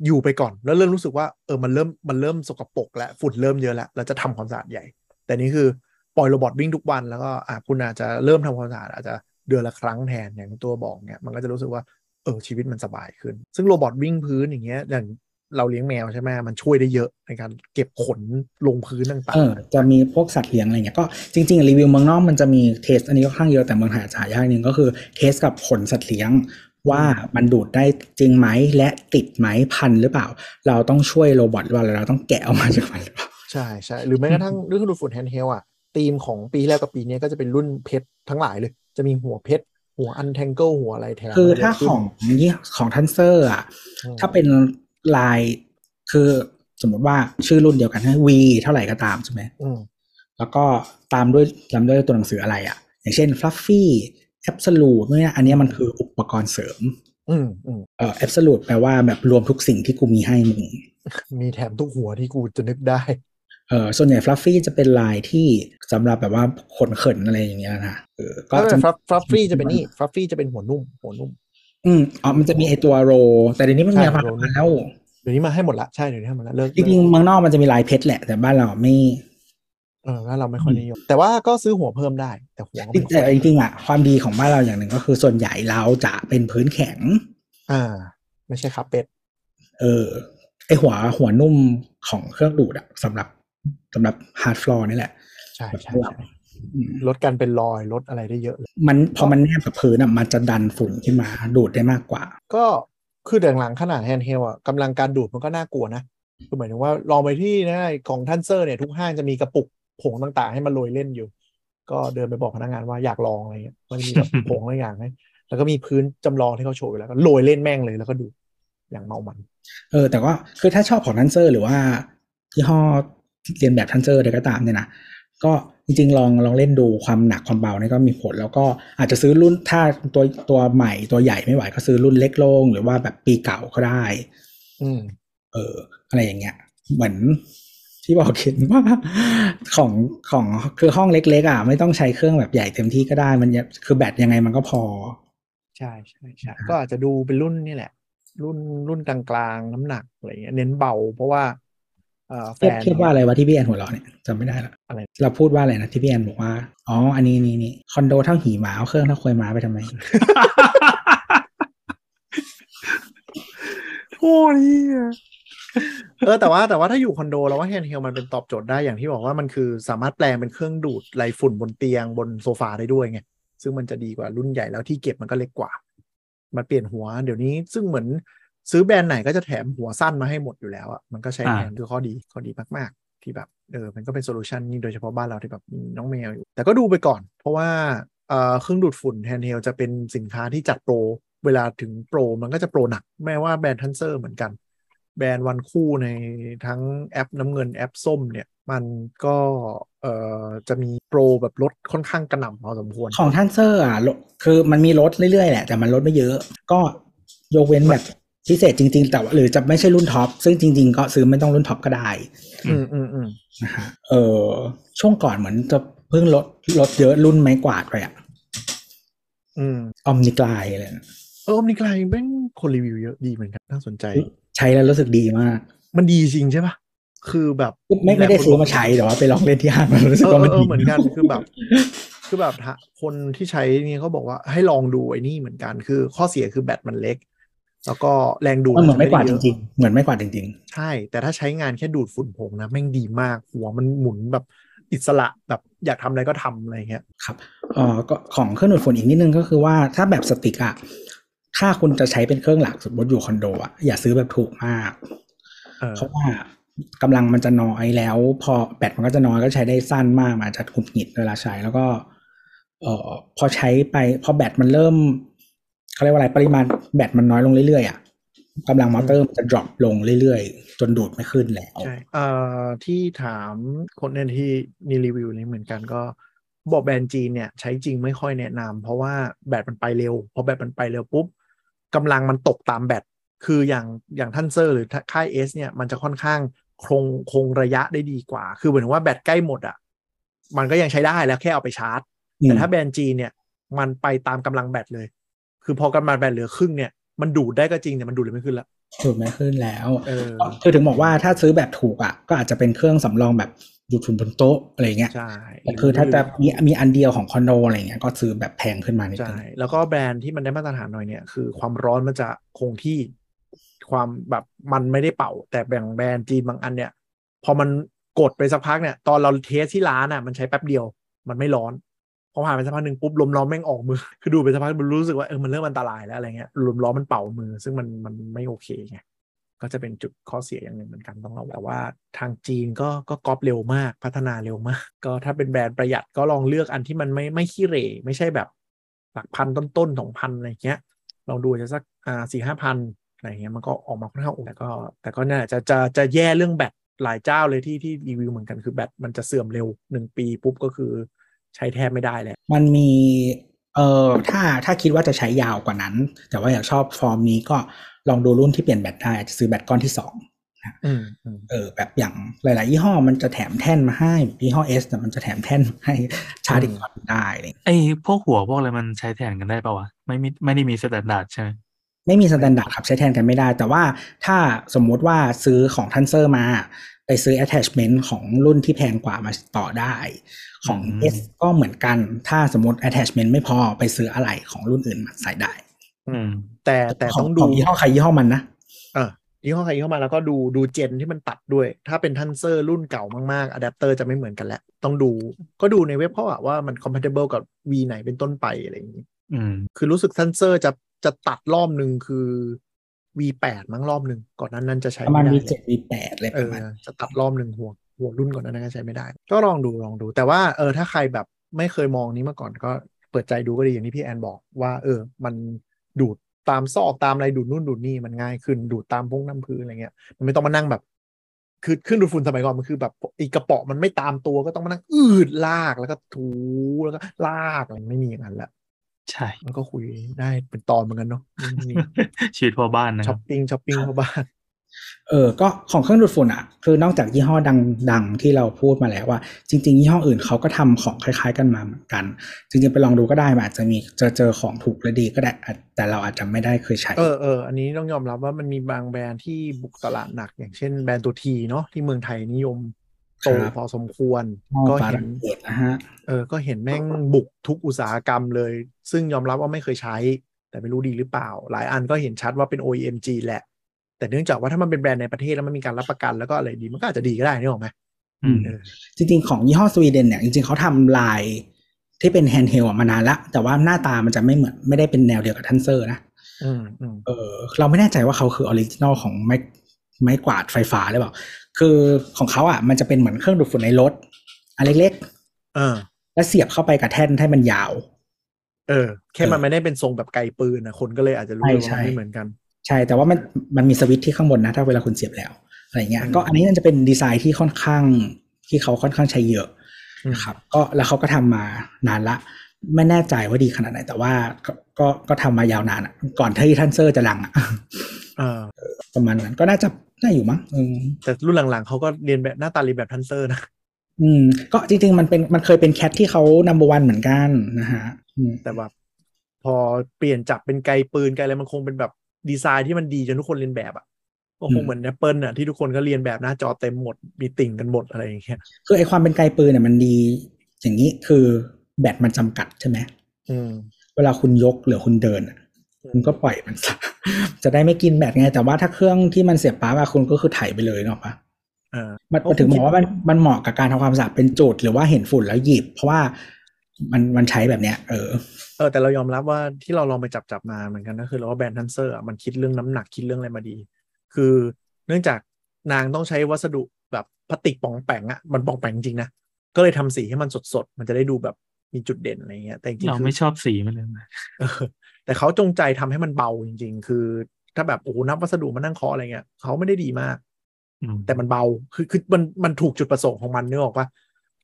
S4: อยู่ไปก่อนแล้วเริ่มรู้สึกว่าเออมันเริ่มมันเริ่มสกปรกแล้วฝุ่นเริ่มเยอะแล้วเราจะทำความสะอาดใหญ่ แต่นี่คือปล่อยโรบอทวิ่งทุกวันแล้วก็อ่ะคุณอาจจะเริ่มทำความสะอาดอาจจะเดือนละครั้งแทนอย่างตัวบอกเนี่ยมันก็จะรู้สึกว่าเออชีวิตมันสบายขึ้น ซึ่งโรบอทวิ่งพื้นอย่างเงี้ยอย่างเราเลี้ยงแมวใช่ไหมมันช่วยได้เยอะในการเก็บขนลงพื้นต่าง
S2: เออจะมีพวกสัตว์เลี้ยงอะไรเงี้ยก็จริงๆรีวิวเมืองนอกมันจะมีเทสอันนี้ก็ค่อนข้างเยอะแต่เมืองไทยอาจจะหายากนิดนึงก็คือเทสกับขนสัตว์เลี้ยง ว่ามันดูดได้จริงไหมและติดไหมพันหรือเปล่า เราต้องช่วยโรบอทหรือเปล่าหรือเราต้องแกะออกมาจากมันหรือเป
S4: (laughs)
S2: ล่า
S4: ใช่ใช่หรือแม้กระ
S2: (laughs)
S4: ทั่งเรื่องดูดฝุ่นแฮนด์เฮลอ่ะธีมของปีที่แล้วกับปีนี้ก็จะเป็นรุ่นเพชรทั้งหลายเลย จะมีหัวเพชรหัวอันแทงเกิลหัวอะไรแทน
S2: คือถ้าของยี่ของทันเซอร์อ่ะ
S4: อืม
S2: ถ้าเป็นลายคือสมมติว่าชื่อรุ่นเดียวกันให้ V เท่าไหร่ก็ตามใช่ไหม
S4: อืม
S2: แล้วก็ตามด้วยตามด้วยตัวหนังสืออะไรอะ่ะ อย่างเช่น fluffy absolute เนี่ยอันเนี้ยมันคืออุปกรณ์เสริม
S4: อืมอืม
S2: เอ่อ absolute แปลว่าแบบรวมทุกสิ่งที่กูมีให้มึง
S4: มีแถมทุกหัวที่กูจะนึกได้
S2: เออส่วนใหญ่ fluffy จะเป็นลายที่สำหรับแบบว่าขนเขินอะไรอย่างเงี้ยนะเออก็
S4: ก็
S2: จะ
S4: ฟลัฟฟลัฟฟี่จะเป็นนี่ฟลัฟฟี่จะเป็นหัวนุ่ม หัวนุ่ม
S2: อืมอ๋อมันจะมีไอตัวโร แต่เดี๋ยวนี้มันมี
S4: ใช่
S2: มา
S4: โรนี่
S2: แล้ว
S4: เดี๋ยวนี้มาให้หมดละใช่เดี๋ยวนี้ให้หมดละเลิก
S2: จริงๆเมืองนอกมันจะมีลายเพชรแหละ แต่บ้านเราไม่
S4: เออแล้วเราไม่ค่อยนิยมแต่ว่าก็ซื้อหัวเพิ่มได้ แต่หัวก็
S2: จริง
S4: ไม่ค่อย
S2: แต่จริงๆอ่ะความดีของบ้านเราอย่างหนึ่งก็คือส่วนใหญ่เราจะเป็นพื้นแข็ง
S4: อ่า ไม่ใช่คาเป็ด
S2: เออไอหัวหัวนุ่มของเครื่องดูดอะสำหรับสำหรับฮาร์ดฟลอร์นี่แหละ
S4: ใช่
S2: แบบ
S4: ใช่
S2: หลับ
S4: ใช่
S2: อืม
S4: ลดการเป็นรอยลดอะไรได้เยอะเลย
S2: มันพอมันแนบกับพื้นอะมันจะดันฝุ่นขึ้นมาดูดได้มากกว่า
S4: ก็คือเดี๋ยวหลังขนาดแฮนด์เฮลอ่ะกำลังการดูดมันก็น่ากลัวนะคือหมายถึงว่าลองไปที่นะของทันเซอร์เนี่ยทุกห้างจะมีกระปุกผงต่างๆ ให้มันโรยเล่นอยู่ ก็เดินไปบอกพนักงานว่าอยากลองอะไรเงี้ยมันจะมีแบบ ผงอะไรอย่างให้แล้วก็มีพื้นจำลองที่เขาโชว์ไว้แล้วก็โรยเล่นแม่งเลยแล้วก็ดูดอย่างเมามัน
S2: เออ แต่ว่าคือถ้าชอบของทันเซอร์ หรือว่ายี่ห้อที่เรียนแบบทันเซอร์อะไรก็ตามเนี่ยนะก็จริงๆลองลองเล่นดูความหนักความเบาเนี่ยก็มีผล แล้วก็อาจจะซื้อรุ่นถ้าตัวตัวใหม่ตัวใหญ่ไม่ไหวก็ซื้อรุ่นเล็กลง หรือว่าแบบปีเก่าก็ได้
S4: อืม
S2: เอออะไรอย่างเงี้ย เหมือนที่บอกเข็นว่า (laughs) ของของคือห้องเล็กๆอ่ะไม่ต้องใช้เครื่องแบบใหญ่เต็มที่ก็ได้มันยังคือแบตยังไงมันก็พอ
S4: ใช่ใช่ใช่ก็อาจจะดูเป็นรุ่นนี่แหละ รุ่นรุ่นกลางๆน้ำหนักอะไรเงี้ยเน้นเบา เพราะว่าเอ่อแฟ
S2: เทียบ
S4: น
S2: เทียบว่าอะไรวะที่พี่แอนหัวเราะเนี่ยจำไม่ได้ละ
S4: อะไร
S2: เราพูดว่าอะไรนะที่พี่แอนบอกว่าอ๋ออันนี้นี่นี่คอนโดเท่าหีหมาเอาเครื่องเท่าควยหมาไป
S4: (laughs)
S2: ทำไม
S4: โอ้ยเออแต่ว่าแต่ว่าถ้าอยู่คอนโดเราว่าแฮนด์เฮลมันเป็นตอบโจทย์ได้อย่างที่บอกว่ามันคือสามารถแปลงเป็นเครื่องดูดไรฝุ่นบนเตียงบนโซฟาได้ด้วยไง ซึ่งมันจะดีกว่ารุ่นใหญ่แล้วที่เก็บมันก็เล็กกว่า มันเปลี่ยนหัวเดี๋ยวนี้ซึ่งเหมือนซื้อแบรนด์ไหนก็จะแถมหัวสั้นมาให้หมดอยู่แล้วอ่ะมันก็ใช้
S3: อ่า
S4: แทนคือข้อดีข้อดีมาก ๆ ที่แบบเออมันก็เป็นโซลูชันนี่โดยเฉพาะบ้านเราที่แบบมีน้องแมวอยู่ แต่ก็ดูไปก่อน เพราะว่าเอ่อเครื่องดูดฝุ่นแฮนด์เฮลจะเป็นสินค้าที่จัดโปร เวลาถึงโปรมันก็จะโปรหนัก แม้ว่าแบรนด์ทันเซอร์เหมือนกัน แบรนด์วันคู่ในทั้งแอปน้ำเงินแอปส้มเนี่ย มันก็เอ่อจะมีโปรแบบลดค่อนข้างกระหน่ำพอสมควร
S2: ของทันเซอร์อ่ะลดคือมันมีลดเรื่อยๆแหละแต่มันลดไม่เยอะ ก็ยกเว้นแบบพิเศษจริง ๆ แต่ว่าหรือจะไม่ใช่รุ่นท็อปซึ่งจริง ๆ ก็ซื้อไม่ต้องรุ่นท็อปก็ได้
S4: อืมอืมอืม
S2: นะฮะเออช่วงก่อนเหมือนจะเพิ่งลดลดเยอะรุ่นไม้กวาดไปอะ
S4: อืม
S2: ออมนิกลายอะไรนะ
S4: เอออมนิกลายแม่งคนรีวิวเยอะดีเหมือนกันน่าสนใจ
S2: ใช้แล้วรู้สึกดีมาก
S4: มันดีจริงใช่ปะคือแบบ
S2: ไม่ไม่ได้ซื้อมาใช้แต่ว่าไปลองเล่นที่ห้างมันรู้สึก
S4: เออ
S2: ว่ามัน
S4: เอ
S2: ดี
S4: อเหมือนกันคือแบบ คือแบบถ้าคนที่ใช้เนี่ยเขาบอกว่าให้ลองดูไอ้นี่เหมือนกัน คือข้อเสียคือแบตมันเล็ก แล้วก็แรงดูด
S2: มันเหมือนไม้กวาด
S4: ด้
S2: จ
S4: เยอะ
S2: ริงๆเหมือนไม้กวาดจริง
S4: ใช่ แต่ถ้าใช้งานแค่ดูดฝุ่นผงนะแม่งดีมาก หัวมันหมุนแบบอิสระแบบอยากทำอะไรก็ทำอะไรเงี้ย
S2: ๆ ครับเออก็ของเครื่องดูดฝุ่นอีกนิดนึงก็คือว่าถ้าแบบสติกอะถ้าคุณจะใช้เป็นเครื่องหลักสมมติอยู่คอนโดอะอย่าซื้อแบบถูกมาก
S4: เออ
S2: เพราะว่ากำลังมันจะน้อยแล้ว พอแบตมันก็จะน้อยก็ใช้ได้สั้นมากมันอาจจะหงุดหงิดเวลาใช้แล้วก็ เออพอใช้ไป พอแบตมันเริ่มเขาเรียกว่าอะไรปริมาณแบตมันน้อยลงเรื่อยๆอ่ะกำลังมอเตอร์มันจะ drop ลงเรื่อยๆ จนดูดไม่ขึ้นแล้ว
S4: ใช่เอ่อที่ถามคนเนี่ยที่มีรีวิวนี้เหมือนกันก็ บอกแบรนด์จีนเนี่ยใช้จริงไม่ค่อยแนะนำเพราะว่าแบตมันไปเร็วพอแบตมันไปเร็วปุ๊บกำลังมันตกตามแบต คืออย่างอย่างท่านเซอร์หรือค่ายเอสเนี่ยมันจะค่อนข้างคงคงระยะได้ดีกว่า คือเหมือนว่าแบตใกล้หมดอ่ะมันก็ยังใช้ได้แล้วแค่เอาไปชาร์จ
S2: อืม
S4: แต่ถ้าแบรนด์จีนเนี่ยมันไปตามกำลังแบตเลย คือพอกำลังแบตเหลือครึ่งเนี่ยมันดูดได้ก็จริงแต่มันดูดเลยไม่ขึ้นละ
S2: ดูดไม่ขึ้นแล้ว
S4: เออ
S2: คือถึงบอกว่าถ้าซื้อแบบถูกอ่ะ ก็อาจจะเป็นเครื่องสำรองแบบดูดฝุ่นบนโต๊ะอะไรเงี้ย
S4: ใช่
S2: แต่คือถ้าจะมีมีอันเดียวของคอนโดอะไรเงี้ยก็ซื้อแบบแพงขึ้นมานิดนึ
S4: ใช่
S2: ง
S4: แล้วก็แบรนด์ที่มันได้มาตรฐานหน่อยเนี่ยคือความร้อนมันจะคงที่ความแบบมันไม่ได้เป่า แต่แบ่งแบรนด์จีนบางอันเนี่ย พอมันกดไปสักพักเนี่ย ตอนเราเทสที่ร้านอ่ะ มันใช้แป๊บเดียว มันไม่ร้อน พอผ่านไปสักพักหนึ่งปุ๊บลมร้อนแม่งออกมือ (laughs) คือดูไปสักพักมันรู้สึกว่าเออมันเริ่มอันตรายแล้วอะไรเงี้ยลมร้อนมันเป่ามือ ซึ่งมันมันไม่โอเคไงก็จะเป็นจุดข้อเสียอย่างหนึ่งเหมือนกันต้องระวังแต่ว่าทางจีนก็ก็ก๊อปเร็วมากพัฒนาเร็วมาก ก็ถ้าเป็นแบรนด์ประหยัดก็ลองเลือกอันที่มันไม่ไม่ขี้เหร่ไม่ใช่แบบหลักพันต้นๆสองพันอะไรเงี้ย ลองดูจะสักอ่าสี่ห้าพันอะไรเงี้ยมันก็ออกมาค่อนข้างโอเคแต่ก็ แต่ก็เนี่ยจะจะจะแย่เรื่องแบตหลายเจ้าเลยที่ที่รีวิวเหมือนกันคือแบตมันจะเสื่อมเร็วหนึ่งปีปุ๊บก็คือใช้แทบไม่ได้แล้ว
S2: มันมีเอ่อถ้าถ้าคิดว่าจะใช้ยาวกว่านั้น แต่ว่าอยากชอบฟอร์มนี้ก็ลองดูรุ่นที่เปลี่ยนแบตได้อาจจะซื้อแบตก้อนที่สอง
S4: อืมอืม
S2: เออแบบอย่างหลาย ๆ ยี่ห้อมันจะแถมแท่นมาให้ยี่ห้อเอสแต่ยมันจะแถมแท่นมาให้ชาร์จอีกก้อนได้อะไรอย่างเงี้ย
S3: ไอ้พวกหัวพวกอะไรมันใช้แทนกันได้ปะวะไม่มีไม่ได้มีสแตนดาร์ดใช่ไหม
S2: ไม่มีสแตนดาร์ดครับใช้แทนกันไม่ได้ แต่ว่าถ้าสมมุติว่าซื้อของทันเซอร์มา ไปซื้อ attachment ของรุ่นที่แพงกว่ามาต่อได้ ของ S ก็เหมือนกัน ถ้าสมมติ attachment ไม่พอไปซื้ออะไรของรุ่นอื่นมาใส่ได้
S3: อืม
S4: แต่แต่ต้อง
S2: ข
S4: ดู
S2: องยี่ห้อใครยี่ห้อมันนะ
S4: ยี่ห้อใครยี่ห้อมาแล้วก็ดูดูเจนที่มันตัดด้วย ถ้าเป็นทันเซอร์รุ่นเก่ามากๆอะแดปเตอร์จะไม่เหมือนกันแล้ว ต้องดูก็ดูในเว็บเขาอะว่ามัน compatible กับ V ไหนเป็นต้นไปอะไรอย่างนี้
S3: อืม
S4: คือรู้สึกทันเซอร์จะจะตัดรอบหนึ่งคือ V8 มั้งรอบหนึ่งก่อนนั้นนั้นจะใช้
S2: ประมา
S4: ไม่
S2: ณ
S4: ได้
S2: V7 V8 เลย
S4: เอ
S2: ประ
S4: อ
S2: มาณ
S4: จะตัดรอบหนึ่งหัวหัวรุ่นก่อนนั้นก็ใช้ไม่ได้ ก็ลองดูลองดู แต่ว่าเออถ้าใครแบบไม่เคยมองนี้มาก่อนก็เปิดใจดูก็ดีอย่างที่พี่แอนบอกว่า เออ มันดูดตามซอกตามอะไรดูดนู่นดูดนี่มันง่ายขึ้นดูดตามพงน้ำพื้นอะไรเงี้ย มันไม่ต้องมานั่งแบบ คือขึ้นดูดฝุ่นสมัยก่อนมันคือแบบอีกระเป๋อมันไม่ตามตัวก็ต้องมานั่งอืดลากแล้วก็ถูแล้วก็ลากอะไรไม่มีอย่างนั้นละ
S3: ใช่
S4: มันก็คุยได้เป็นตอนเหมือ
S3: (laughs)
S4: นกันเนาะนี่
S3: ชีวิตพ่อบ้านนะค
S4: ช้
S3: รั
S4: อบ ปปิ้งช้อปปิ้งเข้าบ้าน
S2: เออก็ของเครื่องดูดฝุ่นอ่ะ คือนอกจากยี่ห้อดังดังที่เราพูดมาแล้วว่า จริง ๆ ยี่ห้ออื่นเขาก็ทำของคล้าย ๆ กันมาเหมือนกัน จริง ๆ ไปลองดูก็ได้มันอาจจะมีเจอเจอของถูกและดีก็ได้อาจแต่เราอาจจะไม่ได้เคยใช้
S4: เออเอออันนี้ต้องยอมรับว่ามันมีบางแบรนด์ที่บุกตลาดหนัก อย่างเช่นแบรนด์ตัวทีเนาะที่เมืองไทยนิยมโตพอสมควร ก็
S2: ฝ
S4: เห็
S2: รั่
S4: น
S2: งเศสนะฮะ
S4: เออก็เห็นแม่งบุกทุกอุตสาหกรรมเลย ซึ่งยอมรับว่าไม่เคยใช้ แต่ไม่รู้ดีหรือเปล่า หลายอันก็เห็นชัดว่าเป็น OEM จีนแหละ แต่เนื่องจากว่าถ้ามันเป็นแบรนด์ในประเทศแล้วมันมีการรับประกันแล้วก็อะไรดีมันก็อาจจะดีก็ได้นี่หรอกไหม
S3: อืม
S4: เออ
S2: จริง ๆ ของยี่ห้อสวีเดนเนี่ย จริง ๆเขาทำลายที่เป็นแฮนด์เฮลมานานละแต่ว่าหน้าตามันจะไม่เหมือนไม่ได้เป็นแนวเดียวกับทันเซอร์นะ
S4: อืมอืม
S2: เออเราไม่แน่ใจว่าเขาคือออริจินอลของไม้ไม้กวาดไฟฟ้าหรือเปล่า คือของเขาอ่ะมันจะเป็นเหมือนเครื่องดูดฝุ่นในรถอันเล็ก
S4: เออ
S2: ๆ แล้วเสียบเข้าไปกับแท่นให้มันยาว
S4: เออ แค่มันไม่ได้เป็นทรงแบบไกลปืนนะคนก็เลยอาจจะรู้เลยว่า
S2: ใช่
S4: มัน
S2: ใช่
S4: ไม่เหมือนกัน
S2: ใช่แต่ว่ามันมันมีสวิตช์ที่ข้างบนนะ ถ้าเวลาคุณเสียบแล้วอะไรเงี้ย
S4: อืม
S2: ก็อันนี้มันจะเป็นดีไซน์ที่ค่อนข้างที่เขาค่อนข้างใช้เยอะ
S4: อืม
S2: นะครับก็แล้วเขาก็ทำมานานละ ไม่แน่ใจว่าดีขนาดไหน แต่ว่าก็ก็ก็ทำมายาวนานอะก่อนที่ท่านเซอร์จะลังอะ (laughs)
S4: เออ
S2: ประมาณนั้นก็น่าจะน่าอยู่มั้งอืม
S4: แต่รุ่นหลังๆเขาก็เรียนแบบหน้าตาเรียนแบบทันเซอร์นะ
S2: อืมก็จริงๆ มันเป็นมันเคยเป็นแคทที่เขานัมเบอร์วันเหมือนกันนะฮะอืม
S4: แต่แบบพอเปลี่ยนจับเป็นไกลปืนไกลอะไรมันคงเป็นแบบดีไซน์ที่มันดีจนทุกคนเรียนแบบอ่ะก็คงเหมือนแอปเปิลอ่ะที่ทุกคนก็เรียนแบบหน้าจอเต็มหมดมีติ่งกันหมดอะไรอย่างเงี้ย
S2: คือไอความเป็นไกลปืนเนี่ยมันดี อย่างนี้คือแบตมันจำกัดใช่ไหม
S4: อืม
S2: เวลาคุณยกหรือคุณเดินอะ
S4: อืม
S2: คุณก็ปล่อยมันซะ (laughs) จะได้ไม่กินแบตไง แต่ว่าถ้าเครื่องที่มันเสียบปลั๊กอะคุณก็คือไถ่ายไปเลยเนาะปะ
S4: เออ
S2: มัน
S4: โอ้
S2: มันถึง
S4: ผ
S2: บ
S4: มคิ
S2: อ
S4: ด
S2: กว่ามันมันเหมาะกับการทำความสะอาดเป็นจุดหรือว่าเห็นฝุ่นแล้วหยิบ เพราะว่ามันมันใช้แบบเนี้ย เออ
S4: เออแต่เรายอมรับว่าที่เราลองไปจับจับมาเหมือนกันก็คือเราว่าแบรนด์ทันเซอร์อะมันคิดเรื่องน้ำหนักคิดเรื่องอะไรมาดี คือเนื่องจากนางต้องใช้วัสดุแบบพลาสติกป่องแปงอ่ะมันป่องแปงจริงนะก็เลยทำสีให้มันสดๆมันจะได้ดูแบบมีจุดเด่นอะไรอย่างเงี้ยแต่จริงๆ
S3: เรา
S4: คือ
S3: ไม่ชอบสีมันเลยนะ
S4: เออแต่เขาจงใจทำให้มันเบาจริง ๆ คือ ถ้าแบบโอ้โหนับวัสดุมานั่งเคาะอะไรเงี้ยเขาไม่ได้ดีมาก
S3: อืม
S4: แต่มันเบาคือคือมันมันถูกจุดประสงค์ของมันนึกออกปะ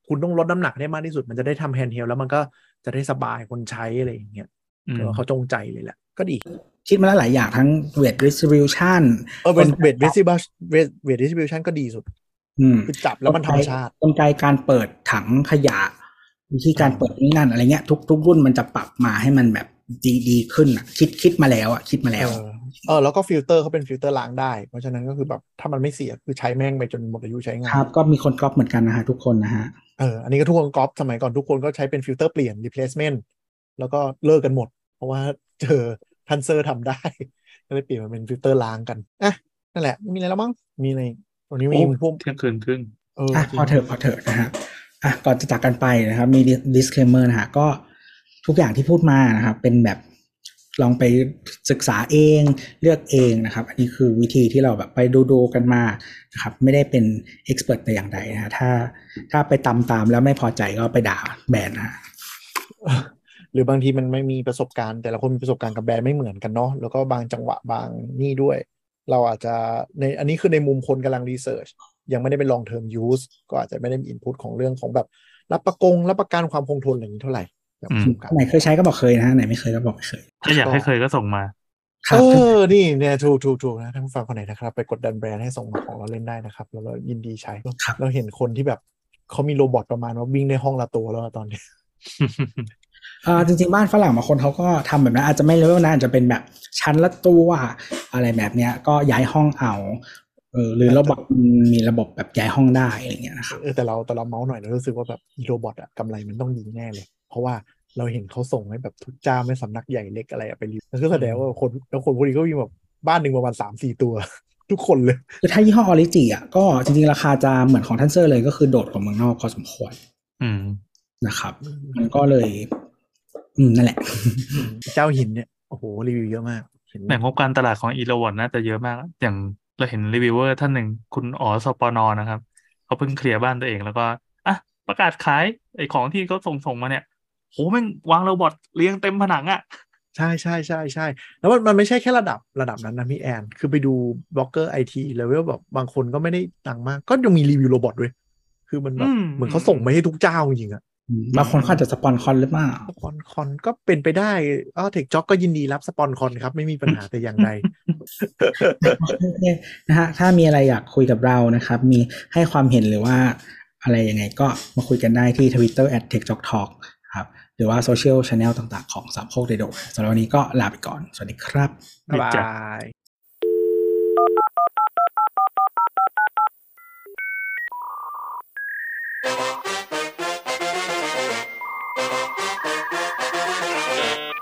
S4: คุณต้องลดน้ำหนักได้มากที่สุดมันจะได้ทำแฮนด์เฮลแล้วมันก็จะได้สบายคนใช้อะไรอย่างเงี้ย
S3: อืม
S4: แต่ว่าเขาจงใจเลยแหละ ก็ดี
S2: คิดมาแล้วหลายอย่างทั้งเวทดิสทริบิวชัน
S4: เออเวทเวทเวทดิสทริบิวชันก็ดีสุด
S2: อืม
S4: คือจับแล้วมันธรรมชาติ
S2: กลไกการเปิดถังขยะวิธีการเปิดนี่นั่นอะไรเงี้ยทุกทุกรุ่นมันจะปรับมาให้มันแบบดีดีขึ้นอะคิดคิดมาแล้วอ่ะคิดมาแล้ว
S4: เออเออแล้วก็ฟิลเตอร์เขาเป็นฟิลเตอร์ล้างได้ เพราะฉะนั้นก็คือแบบถ้ามันไม่เสียคือใช้แม่งไปจนหมดอายุใช้งา
S2: ครั
S4: น
S2: บก็มีคนก๊อปเหมือนกันนะฮะทุกคนนะฮะ
S4: เอออันนี้ก็ทุกคนก๊อปสมัยก่อนทุกคนก็ใช้เป็นฟิลเตอร์เปลี่ยน replacement แล้วก็เลิกกันหมด เพราะว่าเจอ (laughs) ทันเซอร์ทำได้ ก็เลยเปลี่ยนมาเป็นฟิลเตอร์ล้างกันอ่ะนั่นแหละไม่มีอะไรแล้วมั้งมีอะไรอีกวันนี้มีพวก
S3: เที่ยงคืนครึ่ง
S4: เออ
S2: อ่ะ
S4: จริง
S2: พอเถอะพอเถอะนะฮะ อ่ะก่อนจะจากกันไปนะครับ มี disclaimer นะฮะก็ทุกอย่างที่พูดมานะครับ เป็นแบบลองไปศึกษาเองเลือกเองนะครับ อันนี้คือวิธีที่เราแบบไปดูดูๆกันมานะครับ ไม่ได้เป็นเอ็กซ์เพรสแต่อย่างใดนะฮะถ้าถ้าไปตามตามๆแล้วไม่พอใจก็ไปด่าแบรนด์นะฮะ
S4: หรือบางทีมันไม่มีประสบการณ์แต่ละคนมีประสบการณ์กับแบรนด์ไม่เหมือนกันเนาะแล้วก็บางจังหวะบางนี่ด้วย เราอาจจะในอันนี้คือในมุมคนกำลังรีเสิร์ชยังไม่ได้เป็น long term use ก็อาจจะไม่ได้มี input ของเรื่องของแบบรับประกงรับประกันความคงทนอะไรอย่างนี้เท่าไหร่อย่างประสบการณ์
S2: ไหนเคยใช้ก็บอกเคยนะฮะไหนไม่เคยก็บอกไม่เคย
S3: ถ้าอยาก
S4: ก็
S3: ให้เคยก็ส่งมา
S2: ค
S3: (laughs)
S4: เอ
S2: รับ
S4: อ (laughs) นี่เนี่ยถูกถูกถูกนะท่านผู้ฟังคนไหนนะครับ ไปกดดันแบรนด์ให้ส่งมาของเราเล่นได้นะครับ แล้วเรายินดีใช้
S2: ครับ
S4: เราเห็นคนที่แบบเขามีโรบอทประมาณว่าวิ่งในห้องละตัวแล้วอะตอนนี้ (laughs)
S2: เอ่อจริงๆบ้านฝรั่งบางคนเขาก็ทำแบบนั้นอาจจะไม่เลเวลนะอาจจะเป็นแบบชั้นละตัวอะไรแบบเนี้ย ก็ย้ายห้องเอาเออหรือระบบมีระบบแบบย้ายห้องได้อะไรเงี้ยนะครับ
S4: เออแต่เราแต่เราเมาส์หน่อยเรารู้สึกว่าแบบอีโรบอทอะกำไรมันต้องดีแน่เลย เพราะว่าเราเห็นเขาส่งให้แบบทุกเจ้าไม่สำนักใหญ่เล็กอะไรอะไปรีวิวแล้วก็แสดงว่าคนแล้วคนพวกนี้ก็มีแบบบ้านหนึ่งประมาณสามสี่ตัว (laughs) ทุกคนเลย
S2: คือถ้ายี่ห้อออริจิอ่ะก็จริงๆ ราคาจะเหมือนของทันเซอร์เลยก็คือโดดกว่าเมืองนอกพอสมควร
S3: อืม
S2: นะครับ มันก็เลย อืมนั่นแหละ
S4: เจ้าหินเนี่ยโอ้โหรีวิวเยอะมากเห็น
S3: แหล่งงบการตลาดของอีโลวอตน่าจะเยอะมาก อย่างเราเห็นรีวิวเวอร์ท่านหนึ่งคุณอ๋อสปนนะครับ เขาเพิ่งเคลียร์บ้านตัวเองแล้วก็อ่ะประกาศขายไอ้ของที่เขาส่งส่งมาเนี่ยโหแม่งวางโรบอทเรียงเต็มผนังอ่ะ
S4: ใช่ใช่ใช่ใช่แล้วมันมันไม่ใช่แค่ระดับระดับนั้นนะพี่แอนคือไปดูบล็อกเกอร์ไอทีเลเวลแบบบางคนก็ไม่ได้ดังมาก ก็ยังมีรีวิวโรบอทด้วย คือมันแบบ
S3: อืม
S4: เหมือนเขาส่งมาให้ทุกเจ้าจริงๆอะ
S2: บางคนเขาอาจจะสปอนคอนหรือเปล่า
S4: สปอนคอนก็เป็นไปได้อ้อเทคจ็อกก็ยินดีรับสปอนคอนครับ ไม่มีปัญหาแต่อย่างใด
S2: โอเคนะฮะถ้ามีอะไรอยากคุยกับเรานะครับ มีให้ความเห็นหรือว่าอะไรยังไงก็มาคุยกันได้ที่ Twitter at t e c h t a l k t a l k ครับ หรือว่าโซเชียลช n e l ต่างๆ ของสามโคกเรดิโอสำหรับวันนี้ก็ลาไปก่อน สวัสดีครับ
S4: บ๊ายบ
S3: จ้ะ
S4: าย
S5: Thank you.